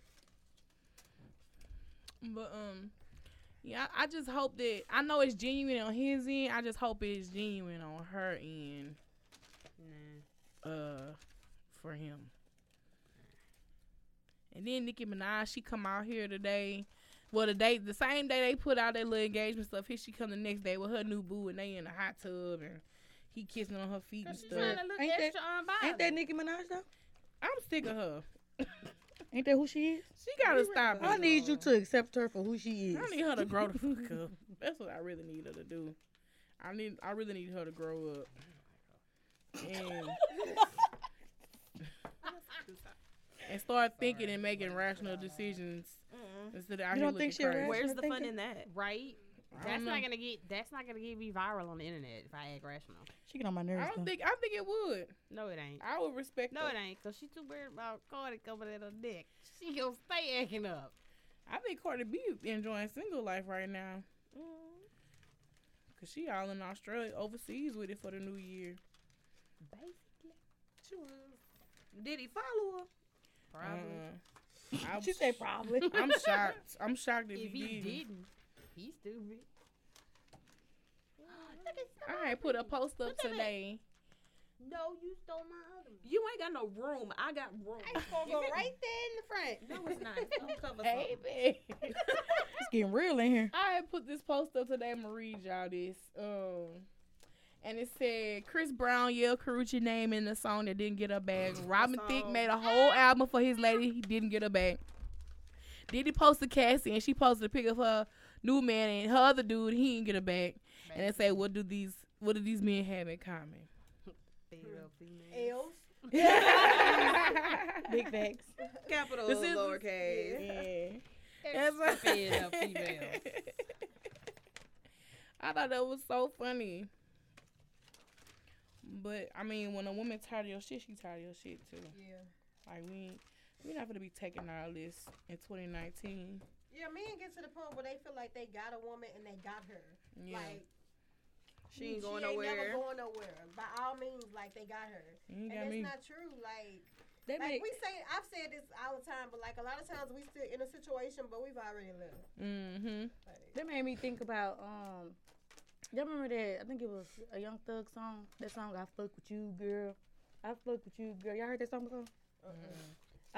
S5: But um, yeah, I I just hope that I know it's genuine on his end. I just hope it's genuine on her end.
S3: point. Nah.
S5: Uh, for him. And then Nicki Minaj, she come out here today. Well, the day, the same day they put out their little engagement stuff, here she come the next day with her new boo, and they in the hot tub, and he kissing on her feet and
S3: Cause she's
S5: stuff.
S3: trying to look
S2: Ain't that-
S3: extra unbiased.
S2: Ain't that Nicki Minaj though?
S5: I'm sick of her.
S2: Ain't that who she is?
S5: She gotta stop it.
S2: I need you to accept her for who she is.
S5: I need her to grow the fuck up. That's what I really need her to do. I need I really need her to grow up. And and start thinking and making rational decisions instead of out
S2: You
S5: here
S2: don't
S5: looking
S2: think she'll
S5: crazy.
S2: rash-
S6: Where's
S2: Rational
S6: the fun
S2: thinking.
S6: in that?
S3: Right?
S5: I
S3: That's
S5: don't, know.
S3: not gonna get. That's not gonna get me viral on the internet if I act rational.
S2: She get on my nerves.
S5: I don't
S2: though.
S5: think I think it would.
S3: No, it ain't.
S5: I would respect
S3: No,
S5: her.
S3: it ain't. Cause she too worried about Cardi coming at her dick. She gonna stay acting up. Mm.
S5: I think Cardi B enjoying single life right now.
S8: Cause she all in Australia, overseas with it for the new year.
S6: Basically, she was. Did he follow her?
S5: Uh-uh.
S8: Probably. I'm,
S2: She said probably.
S8: I'm shocked. I'm shocked if,
S3: If
S8: he,
S3: he
S8: did.
S3: didn't, he's stupid.
S5: I had put a post up today.
S3: No, you stole my other one.
S6: You ain't got no room. I got room.
S3: gonna go right there in the front.
S6: No, it's not. It's gonna cover something.
S5: Baby.
S2: it's getting real in here.
S5: I had put this post up today. I'm gonna read y'all this. Um, and it said Chris Brown yelled Karuchi name in the song that didn't get a bag. Robin Thicke made a whole album for his lady. He didn't get a bag. Diddy posted Cassie and she posted a pic of her new man and her other dude. He didn't get a bag. And they say, what do these what do these men have in common?
S4: L's.
S2: Big facts.
S6: Capital
S5: This is-
S6: lowercase.
S2: Yeah.
S5: That's what-
S3: Fed
S6: uh,
S3: up females.
S5: I thought that was so funny. But I mean, when a woman tired of your shit, she tired of your shit too.
S4: Yeah.
S5: Like we ain't- we not gonna be taking our list in 2019.
S4: Yeah, men get to the point where they feel like they got a woman and they got her.
S5: Yeah.
S4: Like
S6: She ain't
S4: she
S6: going
S4: ain't
S6: nowhere.
S4: never going nowhere. By all means, like they got her,
S5: you
S4: and
S5: ain't got
S4: that's
S5: me.
S4: not true. Like,
S2: They
S4: like
S2: make
S4: we say, I've said this all the time, but like a lot of times we still in a situation, but we've already lived.
S5: mm-hmm.
S4: Like,
S2: that made me think about um y'all remember that I think it was a Young Thug song. That song I fuck with you, girl. I fuck with you, girl. Y'all heard that song before?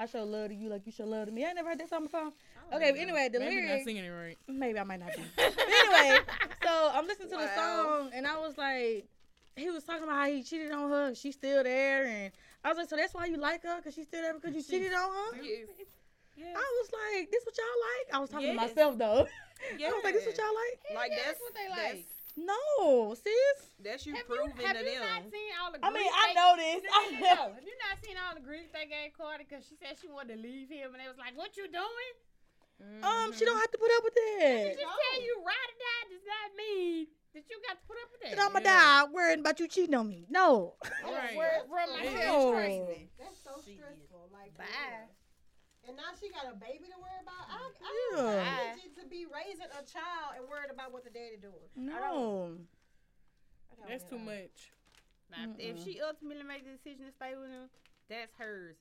S2: I show love to you like you show love to me. I ain't never heard that song before. Okay, but anyway, the
S5: Maybe we not
S2: lyrics.
S5: singing it right.
S2: Maybe I might not be. But anyway, so I'm listening to the
S6: Wow.
S2: song and I was like, he was talking about how he cheated on her. She's still there, and I was like, so that's why you like her because she's still there because you cheated on her.
S6: Yes.
S2: I was like, this what y'all like? I was talking
S6: Yes.
S2: to myself though. I
S6: Yes.
S2: was like, this what y'all like?
S6: Like
S3: Yeah,
S6: that's
S3: that's what they like.
S2: No, sis.
S6: That's, that's you
S3: Have you,
S6: proving
S3: have
S6: to
S3: you not
S6: them.
S3: seen all the
S2: I mean, I
S3: grief they-
S2: know this.
S3: No,
S2: I
S3: no, no,
S2: know.
S3: no. Have you not seen all the grief they gave Carter because she said she wanted to leave him and they was like, "What you doing?"
S2: Um, she don't have to put up with that.
S3: Just tell Mm-hmm. you ride or die does not mean that you got to put up with
S2: And
S3: that.
S2: I'ma die worrying about you cheating on me. No.
S4: Oh,
S8: Right.
S2: No.
S4: that's so stressful. Like, for
S3: Bye.
S4: real. And now she got a baby to worry about. I, I
S2: Yeah.
S4: don't need you to be raising a child and worried about what the daddy doing. I don't-
S2: No.
S4: I don't
S8: That's
S4: get
S8: too
S4: it.
S8: much.
S3: Now, if- If she ultimately made the decision to stay with him, that's hers.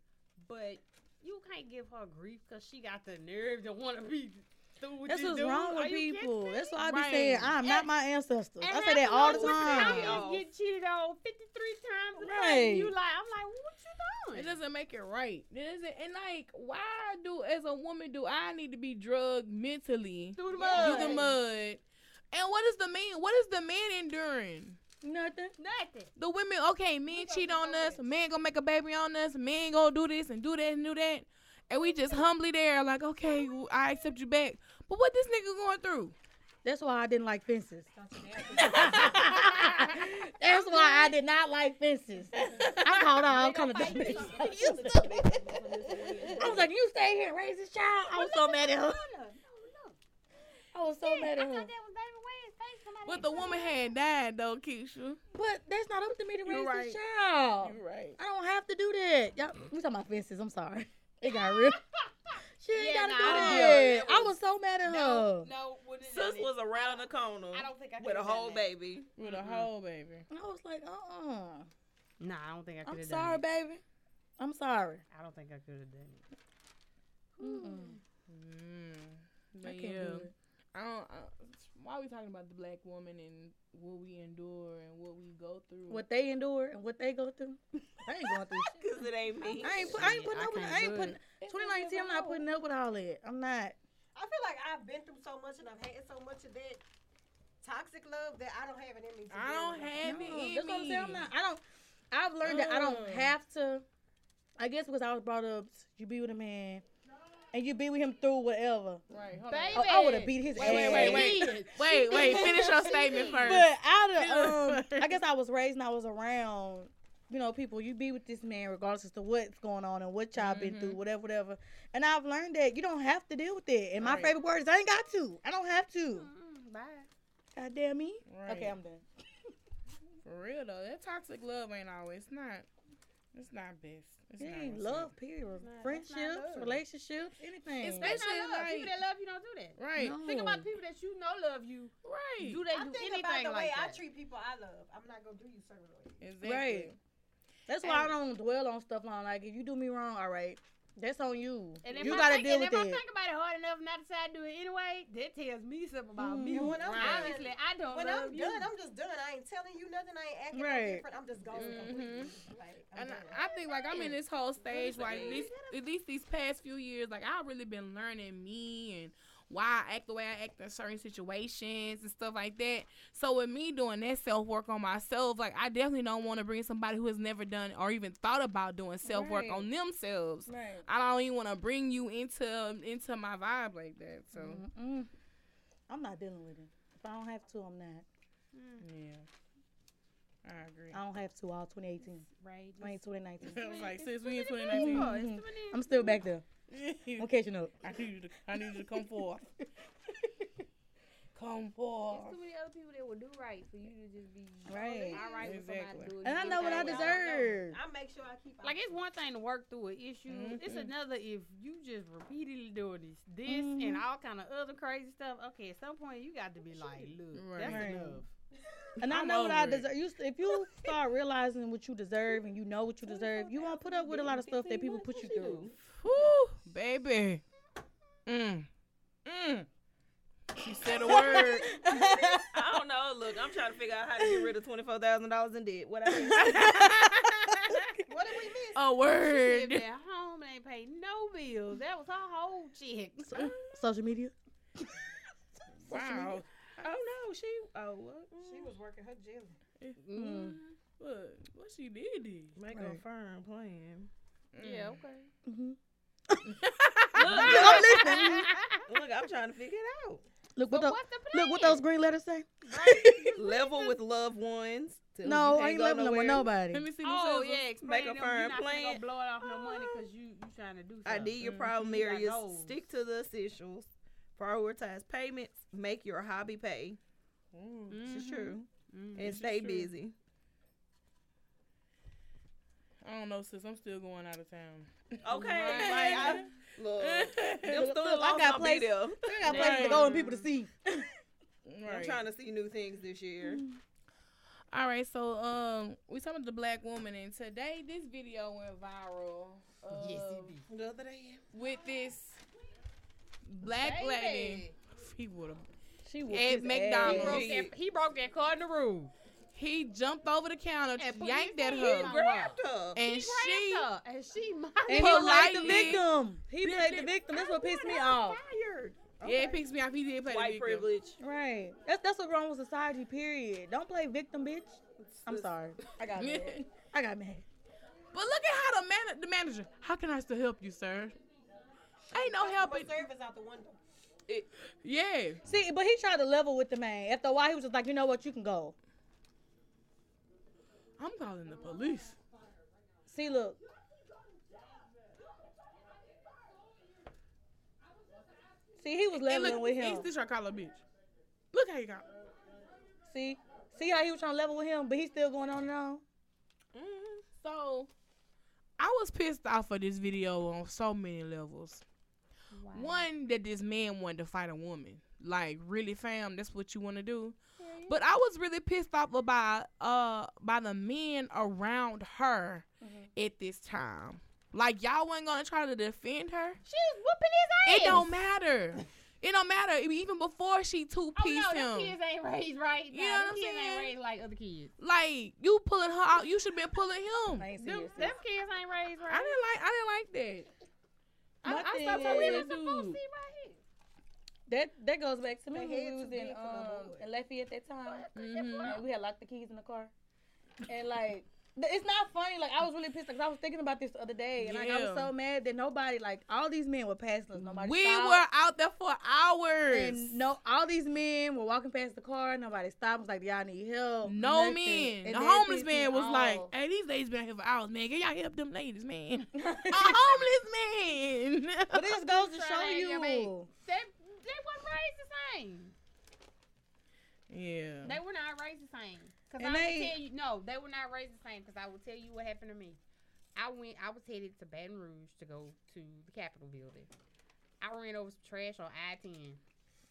S3: But you can't give her grief because she got the nerve to want to be through with
S2: That's
S3: this
S2: what's
S3: dude.
S2: wrong
S3: Are
S2: with
S3: you kidding
S2: people.
S3: me?
S2: That's why I be
S8: Right.
S2: saying I'm not
S3: And-
S2: my ancestors.
S3: And
S2: I say
S3: now
S2: that
S3: you
S2: all
S3: know
S2: the
S3: what
S2: time.
S3: Kanye
S6: Oh.
S3: Get cheated on fifty three times. a day.
S2: Right.
S3: You like, I'm like, what you doing?
S5: It doesn't make it right. It doesn't. And like, why do as a woman do I need to be drugged mentally
S3: through the
S5: through
S3: mud.
S5: the mud? And what is the man? What is the man enduring?
S2: Nothing.
S3: Nothing.
S5: the women, okay, men cheat on us, men gonna make a baby on us, men gonna do this and do that and do that. And we just humbly there, like, okay, I accept you back. But what this nigga going through?
S2: That's why I didn't like fences. That's why I did not like fences. I called her all kind of bitches. I was like, you stay here, and raise this child. I was so mad at her. I was so mad at her.
S5: But the woman had died though, Keisha.
S2: But that's not up to me to raise
S5: right.
S2: this child.
S5: right.
S2: I don't have to do that. Y'all, we talking about fences. I'm sorry. It got real. She ain't
S3: Yeah,
S2: gotta
S3: nah,
S2: do
S3: I don't
S2: that.
S3: do it. That
S2: I was so mad at her.
S3: No, wouldn't have
S6: Sis
S3: done it.
S6: was around the corner
S3: I don't think I
S6: with a
S3: could've done
S6: whole
S3: that.
S6: baby.
S8: With
S5: Mm-hmm.
S8: a whole baby.
S2: I was like, uh, uh
S3: Nah, I don't think I could
S2: I'm
S3: have
S2: sorry,
S3: done it.
S2: baby. I'm sorry.
S3: I don't think I could have done it. Hmm.
S2: Mm-mm.
S8: Mm.
S2: I
S5: Mm-hmm. But
S2: can't
S5: yeah,
S2: do it.
S5: I don't. I, why we talking about the black woman and what we endure and what we go through?
S2: What they endure and what they go through. I ain't going through. shit.
S6: Cause it ain't me.
S2: I ain't, put, I ain't putting
S3: I
S2: up with.
S3: can't
S2: I ain't
S3: do
S2: putting.
S3: it.
S2: 2019. I'm not putting up with all that. I'm not.
S4: I feel like I've been through so much and I've had so much of that toxic love that I don't have it in me. to
S5: I
S4: deal
S5: don't
S4: with it.
S5: have it in
S2: that's what I'm saying. I'm
S5: me.
S2: not. I don't. I've learned that I don't
S3: Uh.
S5: Mm.
S2: have to. I guess because I was brought up, you be with a man, and you be with him through whatever.
S5: Right. Hold
S3: Baby.
S5: on.
S2: Oh, I would have beat his ass.
S5: Wait, wait, wait, wait. Wait, wait. Finish your statement first.
S2: But out of, um, I guess I was raised and I was around, you know, people. You be with this man regardless as to what's going on and what y'all been
S5: Mm-hmm.
S2: through, whatever, whatever. And I've learned that you don't have to deal with it. And my
S5: Right. Mm-hmm.
S2: favorite word is, I ain't got to. I don't have to.
S3: Mm, bye.
S2: God damn me.
S8: Right.
S2: Okay, I'm done.
S8: For real though, that toxic love ain't always not.
S5: It's not best. It's not
S2: Dang,
S5: what's
S2: love,
S5: up.
S2: period.
S3: not
S2: Friendships,
S3: love.
S2: relationships, anything.
S5: Especially-
S3: That's not love.
S5: like-
S3: people that love you don't do that.
S5: Right.
S2: No.
S3: Think about people that you know love you.
S5: Right.
S3: Do they
S4: I
S3: do
S4: think
S3: anything
S4: about the
S3: like
S4: way
S3: that?
S4: I treat people I love. I'm not gonna do you certain way.
S5: Exactly.
S2: Right. That's why I don't dwell on stuff long. Like if you do me wrong, all right, that's on you.
S3: And if
S2: you
S3: I
S2: gotta
S3: think,
S2: deal
S3: and
S2: with
S3: if I
S2: it.
S3: think about it hard enough not to decide to do it anyway, that tells me something
S2: Mm-hmm.
S3: about me.
S4: And when I'm done-
S3: Obviously, I don't
S4: When
S3: love
S4: I'm
S3: you.
S4: done, I'm just done. I ain't telling you nothing. I ain't acting no
S2: Right.
S4: different. I'm just gone
S3: Mm-hmm.
S4: completely. Like, I'm
S5: And
S4: done.
S5: I, I think like I'm in this whole stage like this at least these past few years like I've really been learning me and why I act the way I act in certain situations and stuff like that. So with me doing that self work on myself, like I definitely don't want to bring somebody who has never done or even thought about doing self work
S2: Right.
S5: on themselves.
S2: Right.
S5: I don't even want to bring you into into my vibe like that. So
S2: Mm-mm. I'm not dealing with it. If I don't have to, I'm not.
S5: yeah, I agree.
S2: Mm-hmm. I don't have to all 2018.
S3: Right.
S2: I ain't 2019.
S5: I was like, since we in 2019,
S3: Oh, it's
S2: Mhm.
S3: too many-
S2: I'm still back there.
S5: I
S2: I'm catching up.
S5: need you to, I need you to come forth. come forth.
S3: There's too many other people that will do right for you to just be
S2: Right.
S3: all right with somebody
S5: Exactly.
S3: to do it.
S2: And I know what I
S3: Everybody else
S2: deserve.
S4: I make sure I keep.
S3: Like it's one thing to work through an issue. It's
S2: Mm-hmm.
S5: Mhm.
S3: another if you just repeatedly doing this, this,
S2: Mm-hmm.
S3: and all kind of other crazy stuff. Okay, at some point you got to be like, look,
S5: Right.
S3: that's
S2: Right.
S3: enough.
S2: And I
S5: I'm
S2: know what I
S5: over it.
S2: deserve. You, s- if you start realizing what you deserve and you know what you deserve, you won't put up with a lot of stuff that people put you through.
S5: Whew, baby. Mm. Mm. She said a word.
S7: I don't know. Look, I'm trying to figure out how to get rid of twenty four thousand dollars in debt. What I mean.
S4: What did we miss?
S5: a
S3: Lived
S5: word.
S3: at home and ain't paid no bills. That was her whole check.
S2: So- social media.
S5: Wow.
S7: oh no, she. Oh what?
S4: She was working her gym.
S2: Mm.
S5: What, what she did is.
S7: Make a
S2: Right.
S7: firm plan.
S3: Yeah, okay.
S2: Mhm.
S7: Look, look, I'm trying to figure it out.
S2: Look what,
S3: But
S2: tho-
S3: what's the plan?
S2: look what those green letters say.
S7: Level with loved ones. till
S2: No,
S7: you
S2: I
S7: can't
S2: ain't
S7: go
S2: leveling them with
S7: nowhere.
S2: nobody.
S5: Let me see.
S3: Oh
S5: Oh,
S3: yeah, explain
S7: Make
S3: to
S7: a
S3: them
S7: firm
S3: you're not finna
S7: plan.
S3: go blow it off no money because you you trying to do something.
S7: ID your
S5: Mhm.
S7: problem
S3: You got
S7: areas.
S3: goals.
S7: Stick to the essentials. Prioritize payments. Make your hobby pay. This is true.
S3: Mhm.
S7: And
S5: This is
S7: stay
S5: true.
S7: busy.
S5: I don't know, sis. I'm still going out of town.
S7: Okay. Like, I, look, them
S2: Look,
S7: student
S2: look, I
S7: loans
S2: got
S7: gonna be
S2: place-
S7: there.
S6: Mm.
S2: I got places to go and people to see.
S7: I'm trying to see new things this year.
S3: Mm-hmm.
S5: All right, so um, we talking about the black woman, and today this video went viral.
S3: Yes, it
S4: Um,
S5: of-
S3: did.
S7: The other day,
S5: With this black lady,
S3: Baby.
S5: he would have.
S2: She whooped
S5: At
S2: his
S5: McDonald's.
S2: ass.
S3: Broke that, he broke that car in the room.
S5: He jumped over the counter,
S3: And put
S5: yanked
S3: his
S5: at
S3: hand
S5: her,
S3: on-
S7: grabbed her.
S5: and
S3: She
S5: she
S3: her, and she my
S2: And he played the
S5: Politely.
S2: victim. He played the victim. That's what pissed me off.
S7: Fired.
S5: yeah, it picks me up. He did play
S7: White
S5: the victim.
S7: privilege.
S2: Right. That's that's what's wrong with society. Period. Don't play victim, bitch. I'm sorry. I got mad. I got mad.
S5: but look at how the man, the manager. How can I still help you, sir? Ain't no helping.
S4: Customer service out the window.
S5: Yeah,
S2: See, but he tried to level with the man. After a while, he was just like, you know what, you can go.
S5: I'm calling the police.
S2: See, look. See, he was
S5: And
S2: leveling
S5: look,
S2: with
S5: he's
S2: him.
S5: this trying to call her a bitch. Look how he got.
S2: See, see how he was trying to level with him, but he's still going on and on.
S5: So, I was pissed off of this video on so many levels. One that this man wanted to fight a woman. Like, really, fam, that's what you want to do. But I was really pissed off about uh by the men around her at this time. Like y'all wasn't gonna try to defend her.
S3: She's whooping his ass.
S5: It don't matter. It don't matter. I mean, Even before she two
S3: Oh
S5: piece
S3: no, them
S5: him,
S3: kids ain't raised right.
S5: You
S3: You
S5: know what I'm
S3: them kids
S5: saying?
S3: ain't raised like other kids.
S5: like you pulling her out, you should been pulling him.
S2: I ain't
S3: Them,
S2: serious.
S3: them kids ain't raised
S5: I
S3: right.
S5: didn't like. I didn't like that.
S2: My
S5: I, I
S2: thing
S5: stopped
S2: is- hmm,
S5: talking to
S3: That's
S5: the
S3: the full
S5: dude.
S3: seat right here.
S2: That that goes back to me when
S4: head
S2: we
S4: too
S2: was
S4: big
S2: in
S4: for my
S2: um
S4: boy.
S2: in Lafayette at that time.
S5: Mhm.
S2: And we had locked the keys in the car, and like th- it's not funny. Like I was really pissed because I was thinking about this the other day, and like I was
S5: Yeah.
S2: so mad that nobody, like all these men were passing us. Nobody.
S5: We
S2: stopped.
S5: were out there for hours.
S2: And no, all these men were walking past the car. Nobody stopped. Was like, y'all need help.
S5: No
S2: nothing.
S5: men.
S2: And
S5: the
S2: that
S5: homeless
S2: pissed
S5: man
S2: me
S5: was like,
S2: off.
S5: "Hey, these ladies been out here for hours, man. Can y'all help them ladies, man?" a homeless man.
S2: but this goes to show
S3: Trying to
S2: you.
S3: help your
S5: Oh,
S3: mate. They they weren't raised the same.
S5: yeah.
S3: They were not raised the same. Cause
S2: And
S3: I
S2: they-
S3: will tell you, no, they were not raised the same. Cause I will tell you what happened to me. I went. I was headed to Baton Rouge to go to the Capitol building. I ran over some trash on I 10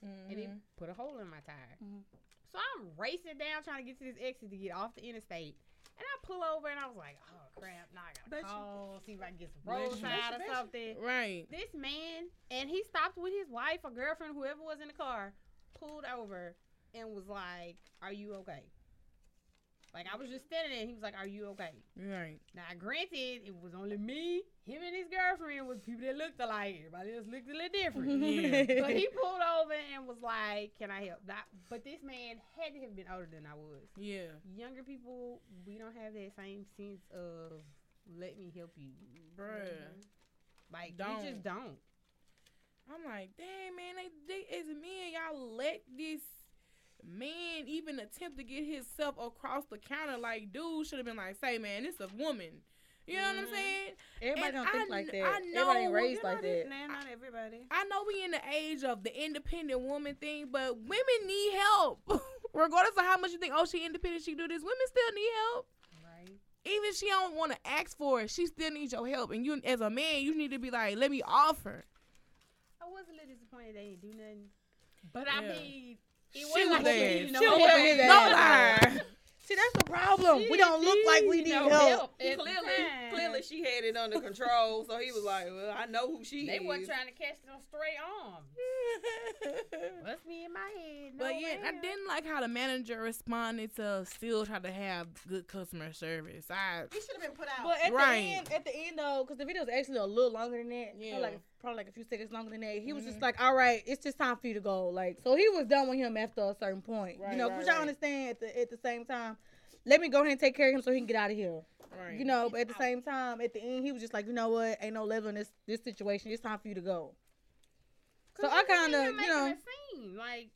S5: Mm-hmm.
S3: and
S2: Mm-hmm.
S3: it put a hole in my tire.
S2: Mhm.
S3: So I'm racing down trying to get to this exit to get off the interstate. And I pull over and I was like, oh crap, now I gotta
S7: Bet you.
S3: call, see if I can get some
S5: Bet you.
S3: road sign or
S7: Bet you.
S3: something.
S5: Right.
S3: This man, and he stopped with his wife or girlfriend, whoever was in the car, pulled over and was like, Are you okay? Like, I was just standing there, and he was like, Are you okay?
S5: Right.
S3: Now, granted, it was only me, him, and his girlfriend was people that looked alike. Everybody else looked a little different. but he pulled over and was like, "Can I help?" Not, but this man had to have been older than I was.
S5: Yeah.
S3: Younger people, we don't have that same sense of "let me help you."
S5: Bruh.
S2: Mm-hmm.
S3: Like
S5: Don't.
S3: we just don't.
S5: I'm like, dang man, they they as men, y'all let this man even attempt to get himself across the counter. Like, dude should have been like, say man, this a woman. You know what
S2: Mm-hmm.
S5: I'm
S3: Mhm.
S5: saying?
S2: Everybody
S5: And
S2: don't
S5: I
S2: think
S5: kn-
S2: like that.
S5: I
S2: Everybody
S5: know,
S2: ain't raised
S5: well,
S2: like that.
S7: Nah, not everybody.
S5: I know we in the age of the independent woman thing, but women need help. Regardless of how much you think, oh, she independent, she do this. Women still need help.
S3: Right.
S5: Even if she don't want to ask for it, she still needs your help. And you, as a man, you need to be like, let me offer.
S3: I was a little disappointed they didn't do nothing. But I
S5: Yeah.
S3: mean, it
S5: She
S3: wasn't
S5: was
S3: like she
S5: there.
S3: didn't know
S2: She was
S3: help.
S2: helping his
S5: No
S2: ass.
S5: lie.
S2: See, that's the problem. we don't look like we need
S3: no
S2: help.
S3: at the
S7: Clearly,
S3: time.
S7: clearly she had it under control, so he was like, "Well, I know who she
S3: They
S7: is."
S3: wasn't trying to catch them straight arm. Must be in my head. No
S5: But yeah, I
S3: ma'am.
S5: didn't like how the manager responded to still try to have good customer service. I
S4: He should have been put out.
S2: But at
S5: Right.
S2: the end, at the end though, because the video is actually a little longer than that. Yeah.
S5: Yeah.
S2: Like probably like a few seconds longer than that. He was just like, "All right, it's just time for you to go." Like, so he was done with him after a certain point. you
S5: Right,
S2: know,
S5: right,
S2: which I
S5: right.
S2: understand. At the at the same time, let me go ahead and take care of him so he can get out of here.
S5: right.
S2: You know, but at the same time, at the end, he was just like, "You know what? Ain't no level in this this situation. It's time for you to go." So
S3: 'Cause
S2: I
S3: you still in
S2: kind
S3: here
S2: of, you
S3: making
S2: know,
S3: a scene. like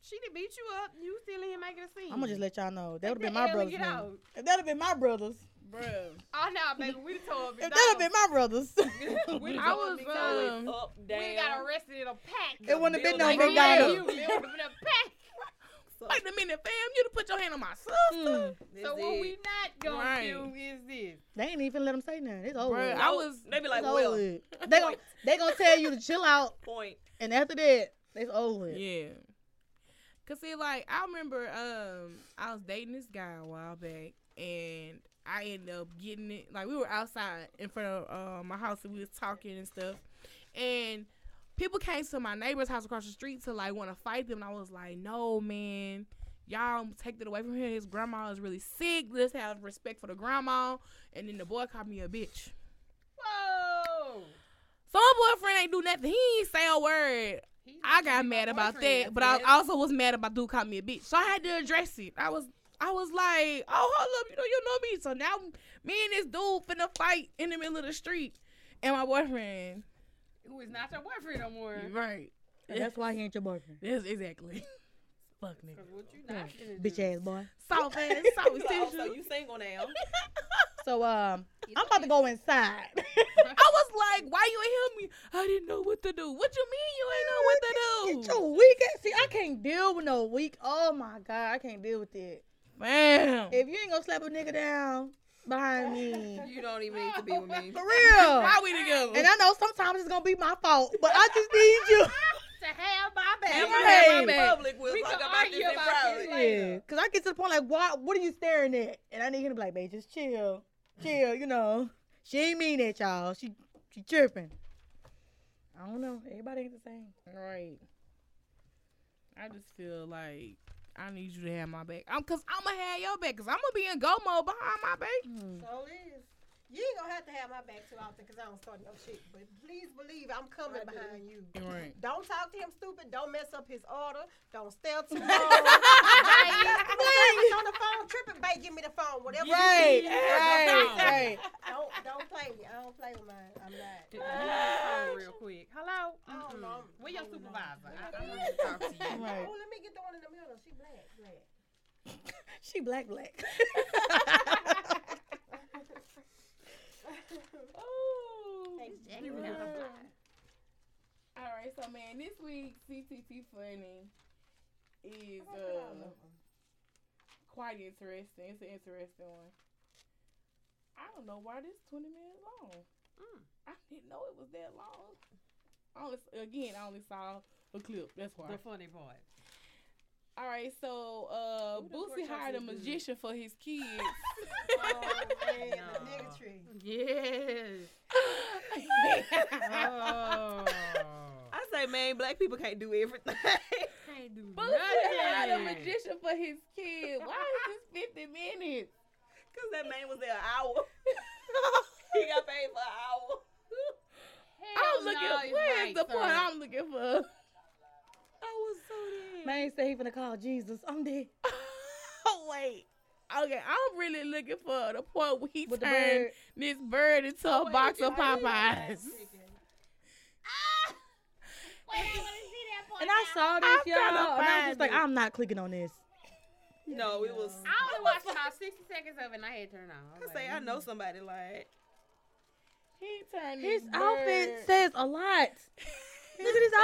S3: she did beat you up. You still in here making a scene.
S2: I'm gonna just let y'all know that would have been
S3: Take
S2: my
S3: the L
S2: brothers.
S3: and Get
S2: man.
S3: out.
S2: If that had been my brothers,
S5: bruh.
S3: Oh no, baby, we told.
S2: if that had been my brothers,
S3: we
S5: I
S3: told
S5: was,
S3: Big Dog,
S5: um,
S7: Up,
S3: we got arrested in a pack.
S2: it wouldn't have been no
S3: Like,
S2: big
S3: yeah,
S2: dog.
S3: you lived in a pack.
S5: wait a minute, fam. You to put your hand on my sister.
S3: So what we not gonna
S5: Right.
S3: do is this.
S2: They ain't even let him say nothing. It's over.
S5: Bruh,
S2: with.
S5: I was
S7: They be like,
S2: It's over
S7: "Well,
S2: with. they gonna they gonna tell you to chill out,
S7: point."
S2: and after that, it's over. with.
S5: Yeah. Cause see, like I remember, um, I was dating this guy a while back, and I ended up getting it. Like we were outside in front of uh, my house, and we was talking and stuff, and people came to my neighbor's house across the street to like want to fight them, and I was like, no, man. Y'all take it away from him. His grandma is really sick. Let's have respect for the grandma. And then the boy called me a bitch.
S3: Whoa.
S5: So my boyfriend ain't do nothing. He ain't say a word.
S3: He
S5: I
S3: must
S5: got
S3: be my
S5: mad about
S3: boyfriend.
S5: that, but I also was mad about dude called me a bitch. So I had to address it. I was I was like, oh hold up, you know you know me. So now me and this dude finna fight in the middle of the street, and my boyfriend.
S3: who is not your boyfriend no more.
S5: Right.
S2: And that's why he ain't your boyfriend,
S5: That's exactly. Fuck nigga.
S3: 'Cause what you not finna
S2: bitch
S3: do.
S2: ass boy.
S5: Salt fast, salt
S7: You like, oh, so
S5: essential.
S7: you single now?
S2: So um, I'm about to go inside.
S5: I was like, why you ain't help me? I didn't know what to do. What you mean you ain't
S2: Get
S5: know what to do?
S2: your weak ass. See, I can't deal with no weak. Oh my god, I can't deal with it.
S5: Man.
S2: If you ain't gonna slap a nigga down behind me,
S7: You don't even need to be with me.
S2: for real.
S5: How we together?
S2: And I know sometimes it's gonna be my fault, but I just need you.
S3: To have my back.
S7: Have my
S2: Right.
S7: hand in
S2: Right.
S7: public. We'll
S3: We
S7: talk
S3: gonna
S7: about
S3: argue
S7: this in
S3: about this
S7: private.
S2: Yeah, cause I get to the point like, why? What are you staring at? And I need him to be like, babe, just chill, chill. You know, she ain't mean that, y'all. She she chirping. I don't know. Everybody ain't the same.
S5: Right. I just feel like I need you to have my back. I'm cause I'ma have your back. Cause I'ma be in go mode behind my back.
S3: Mm-hmm.
S4: So it is. You ain't gonna have to have my back too often because I don't start no shit. But please believe I'm coming behind you.
S5: Right.
S4: Don't talk to him stupid. Don't mess up his order. Don't stare too long. Please. on the phone tripping, babe. Give me the phone. Whatever.
S2: Right,
S4: You
S2: right, right.
S4: Don't don't play me. I don't play with mine. I'm not.
S3: Phone real quick. Hello.
S4: I don't know. I'm-
S3: Where your
S4: I don't know.
S3: supervisor? I, I
S4: Where
S3: want to talk to you.
S2: Right.
S4: Oh, let me get the one in the middle. She black, black.
S2: She black, black.
S4: Thank
S3: Jackie
S4: you.
S3: now.
S5: All right, so man, this week CTT funny is
S4: uh,
S5: quite interesting. It's an interesting one. I don't know why this 20 minutes long.
S3: Mm.
S5: I didn't know it was that long. I only, again, I only saw a clip. That's why.
S3: The funny part.
S5: All right, so uh, Boosie hired a magician for his kids.
S4: and the nigga tree.
S3: Yes. Oh.
S7: I say, man, black people can't do everything.
S3: Can't do
S5: Boosie hired a
S3: nothing.
S5: magician for his kids. Why is this 50 minutes?
S7: Cause that man was there an hour. he got paid for an hour.
S3: Hell
S5: I'm
S3: no,
S5: looking.
S3: it's
S5: Where's
S3: right,
S5: the point
S3: sir.
S5: I'm looking for?
S2: Man, say he finna call Jesus. I'm dead.
S5: oh wait. Okay, I'm really looking for the point where he
S2: With the
S5: turned
S2: bird. Oh,
S5: this bird into a box of Popeyes.
S2: And I saw this,
S5: I'm
S2: y'all. And
S5: trying to
S2: I was
S5: find
S2: just like,
S5: it.
S2: I'm not clicking on this.
S7: No, it was.
S3: I only watched about 60 seconds of it and I had turned on.
S7: I say, I know somebody lied.
S5: He turned
S2: His
S5: this
S2: outfit
S5: bird-
S2: says a lot. Look at his
S5: It's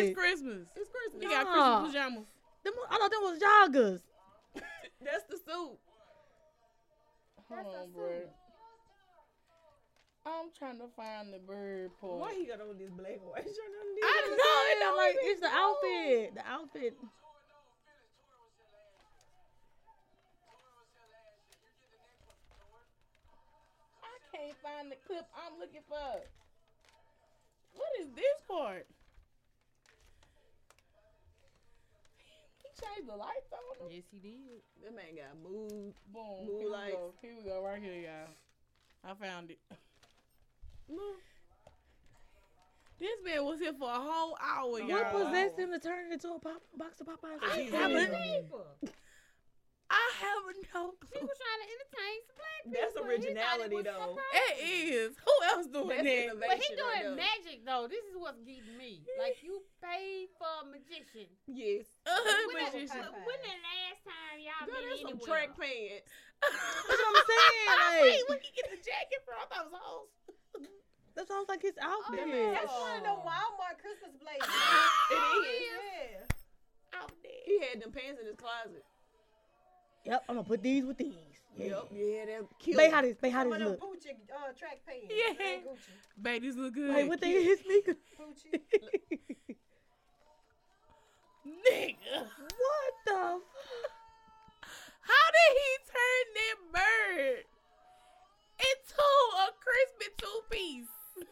S2: outfit.
S5: Christmas. It's Christmas. He got
S2: Nah.
S5: Christmas pajamas.
S2: Them, I thought them was joggers.
S7: That's the suit.
S5: Hold on, bro. I'm trying to find the bird part.
S7: Why he got on this black white shirt?
S5: I don't know. It
S2: Yeah,
S5: don't
S2: like
S5: even
S2: it's the
S5: go.
S2: outfit. The outfit.
S5: I can't find the clip I'm looking for. What is this part? He changed the lights on him.
S3: Yes, he did.
S7: That man got moved.
S5: Boom.
S7: Blue
S5: Here we
S7: lights.
S5: go. Here we go. Right here, y'all. I found it. This man was here for a whole hour, y'all.
S2: What possessed him to turn it into a pop, box of Popeyes?
S5: I
S2: chicken?
S5: haven't-
S3: People.
S5: I have no
S3: He
S5: clue.
S3: was trying to entertain some black people.
S7: That's
S3: He thought it
S7: originality,
S3: was so
S7: though.
S3: perfect.
S5: It is. Who else doing
S7: That's
S5: that?
S7: innovation.
S3: But he
S7: right
S3: doing
S7: there.
S3: magic though. This is what's getting me. Like you paid for a magician.
S7: Yes.
S5: A hood
S3: When, the-
S5: magician.
S3: when the last time y'all
S7: Girl,
S3: been
S7: that's some
S3: anywhere?
S7: track pants.
S2: That's what I'm saying. Like,
S5: Wait, where you get the jacket from? I thought it was hoes.
S2: that sounds like his
S7: Oh,
S2: outfit.
S4: That's one of the Walmart Christmas
S7: It
S4: blazers.
S5: Oh,
S7: is.
S4: yeah.
S5: Out there.
S7: He had them pants in his closet.
S2: Yep, I'm gonna put these with these. Yeah.
S7: Yep. Yeah, that cute.
S2: Bay how this, bay how
S4: Some
S2: this
S4: of them
S2: look.
S4: Gucci uh, track pants.
S5: Yeah.
S4: They ain't Gucci.
S5: Babies look good.
S2: Like what they his sneakers.
S4: Gucci.
S5: Nigga.
S2: What the?
S5: How did he turn that bird into a crispy two piece?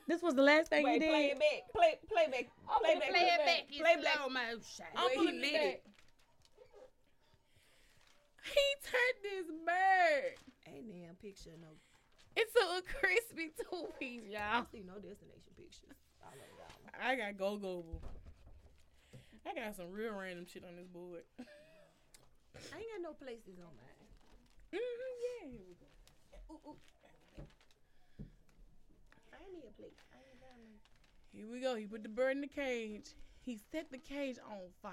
S2: This was the last thing he
S7: Wait, play
S2: did.
S7: it back. Play, play back. Play back.
S3: Play it back.
S7: Play
S3: Play
S7: back.
S3: back on my shot.
S5: I'm
S7: Wait,
S5: gonna
S7: he
S5: get
S7: lit
S5: back. He turned this bird
S7: Ain't damn picture no.
S5: into a crispy two piece,
S7: I
S5: y'all.
S7: see no destination pictures. I love y'all.
S5: I got go global. I got some real random shit on this board.
S7: I ain't got no places on mine.
S5: hmm yeah, here we go.
S7: I need a place. I ain't got no.
S5: Here we go. He put the bird in the cage. He set the cage on fire.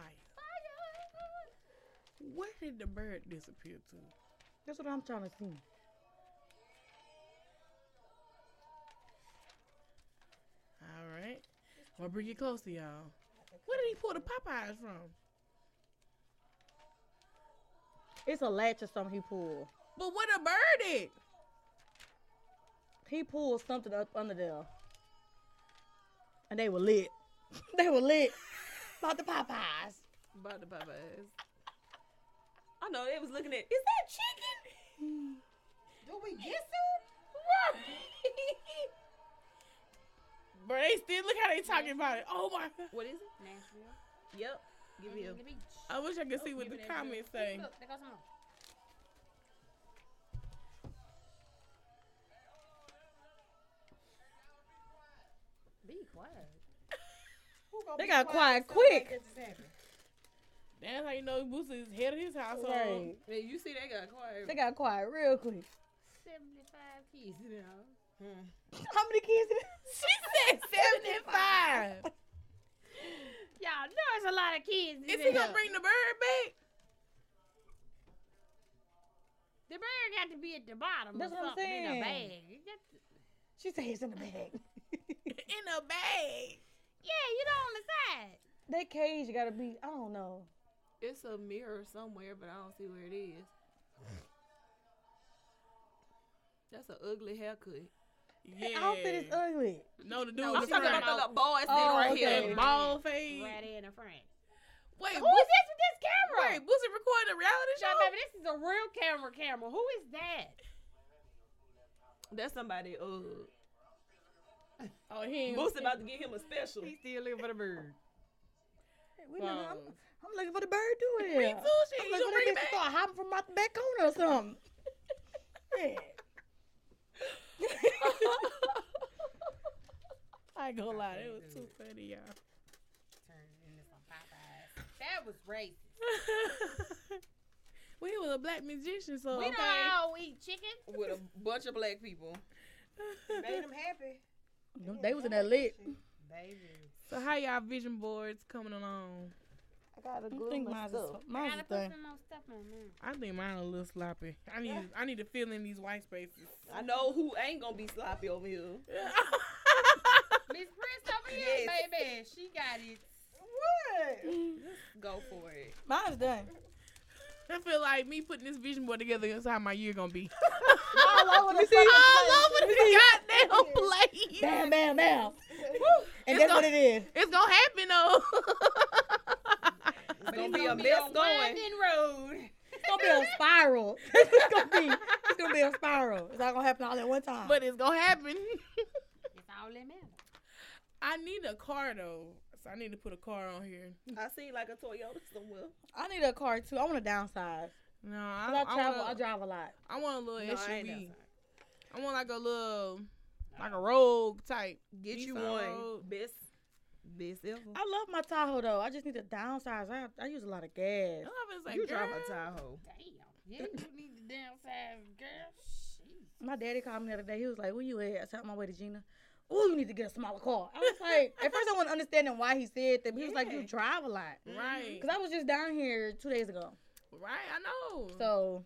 S5: Where did the bird disappear to?
S2: That's what I'm trying to see.
S5: All right. I'm gonna bring it close to y'all. Where did he pull the Popeyes from?
S2: It's a latch or something he pulled.
S5: But what a bird it?
S2: He pulled something up under there, and they were lit. they were lit. About the Popeyes.
S7: About the Popeyes. I know they was looking at. Is that chicken?
S4: Do we get some?
S5: Bro, they still look how they talking about it. Oh my god.
S7: What is it?
S3: Nashville.
S7: Yep. Give me a.
S3: On the beach.
S5: I wish I could see what the
S3: Give me that
S5: comments
S3: drip.
S5: say.
S3: Look, there goes some. Be quiet.
S4: Who gonna
S2: They
S4: be
S2: got
S4: quiet
S2: quiet quick.
S4: when something Like this is happening?
S5: That's how you know Boosie is head of his household.
S2: Right.
S7: Man, you see they got quiet.
S2: They got quiet real quick.
S3: 75 kids now.
S2: How many kids? Did
S5: She said 75.
S3: Y'all know it's a lot of kids. in
S5: is he
S3: there.
S5: gonna bring the bird back?
S3: The bird got to be at the bottom.
S2: That's
S3: or
S2: what I'm
S3: something In a
S2: saying.
S3: bag. It got to-
S2: she said it's in the bag.
S5: In a bag.
S3: yeah, you know on the side.
S2: that cage gotta be. I don't know.
S7: It's a mirror somewhere, but I don't see where it is.
S6: That's an ugly haircut.
S5: Yeah.
S2: I don't think it's ugly.
S5: No, the dude.
S6: I'm
S5: with
S6: talking
S5: the
S6: about
S5: fro-
S6: the little boy sitting
S2: Oh,
S6: right
S2: okay.
S6: here.
S5: that bald fade.
S3: Right in the front.
S5: Wait,
S3: Who
S5: was,
S3: is this with this camera?
S5: wait, was it recording a reality
S3: Y'all,
S5: show?
S3: baby, this is a real camera camera. Who is that?
S6: That's somebody. Uh,
S5: Oh, he ain't.
S6: Boosie about to get him a special.
S3: still looking for the bird.
S2: We
S5: Whoa.
S2: looking- I'm, I'm looking for the bird doing it.
S5: Me too. Shit,
S2: I'm looking
S5: you gonna
S2: for
S5: bring
S2: this
S5: it
S2: to
S5: back?
S2: start hopping from out the back corner or something. Yeah.
S5: I ain't gonna lie, that was too funny, y'all.
S3: That was racist.
S5: well, he was a black magician, so
S3: We
S5: okay.
S3: don't all eat chicken.
S6: with a bunch of black people.
S4: Made him happy.
S2: Them- They was in that lit.
S3: Baby.
S5: So how y'all vision boards coming along?
S6: I gotta
S2: I think mine's a, mine's a thing.
S3: more stuff in my mouth.
S5: I think mine a little sloppy. I need I need to fill in these white spaces.
S6: I know who ain't gonna be sloppy over here.
S3: Miss Prince over here,
S6: Yes.
S3: baby. She got it.
S6: Go for it.
S2: Mine's done.
S5: I feel like me putting this vision board together is how my year gonna be.
S2: All over the place.
S5: All over the goddamn place.
S2: Bam, bam, bam. And that's what it is.
S5: It's gonna happen though.
S6: It's gonna be a
S3: Be
S6: mess
S3: on
S6: going.
S3: Winding Road.
S2: It's gonna be a spiral. it's gonna be. It's gonna be a spiral. It's not gonna happen all at one time.
S5: but it's gonna happen.
S3: It's all that matters.
S5: I need a car though, so I need to put a car on here.
S6: I seen like a Toyota somewhere.
S2: I need a car too. I want to downsize.
S5: No,
S2: I,
S5: I,
S2: I
S5: I,
S2: travel. I
S5: want,
S2: drive a lot.
S5: I want a little
S6: No, I ain't
S5: SUV.
S6: outside.
S5: I, want like a little, like a rogue type.
S6: Get you
S5: Nissan
S6: one.
S5: Rogue.
S6: Best best ever.
S2: I love my Tahoe though. I just need to downsize. I, I use a lot of gas.
S5: And I was like,
S6: you
S5: girl,
S6: drive a Tahoe.
S3: Damn. Yeah, you need to downsize, girl. Jeez.
S2: My daddy called me the other day. He was like, "Where you at?" I said, "I'm on my way to Gina." Oh, you need to get a smaller car. I was like, at first I wasn't understanding why he said that. But he was like, "You drive a lot."
S5: Right,
S2: Cause I was just down here two days ago,
S5: right. I know.
S2: so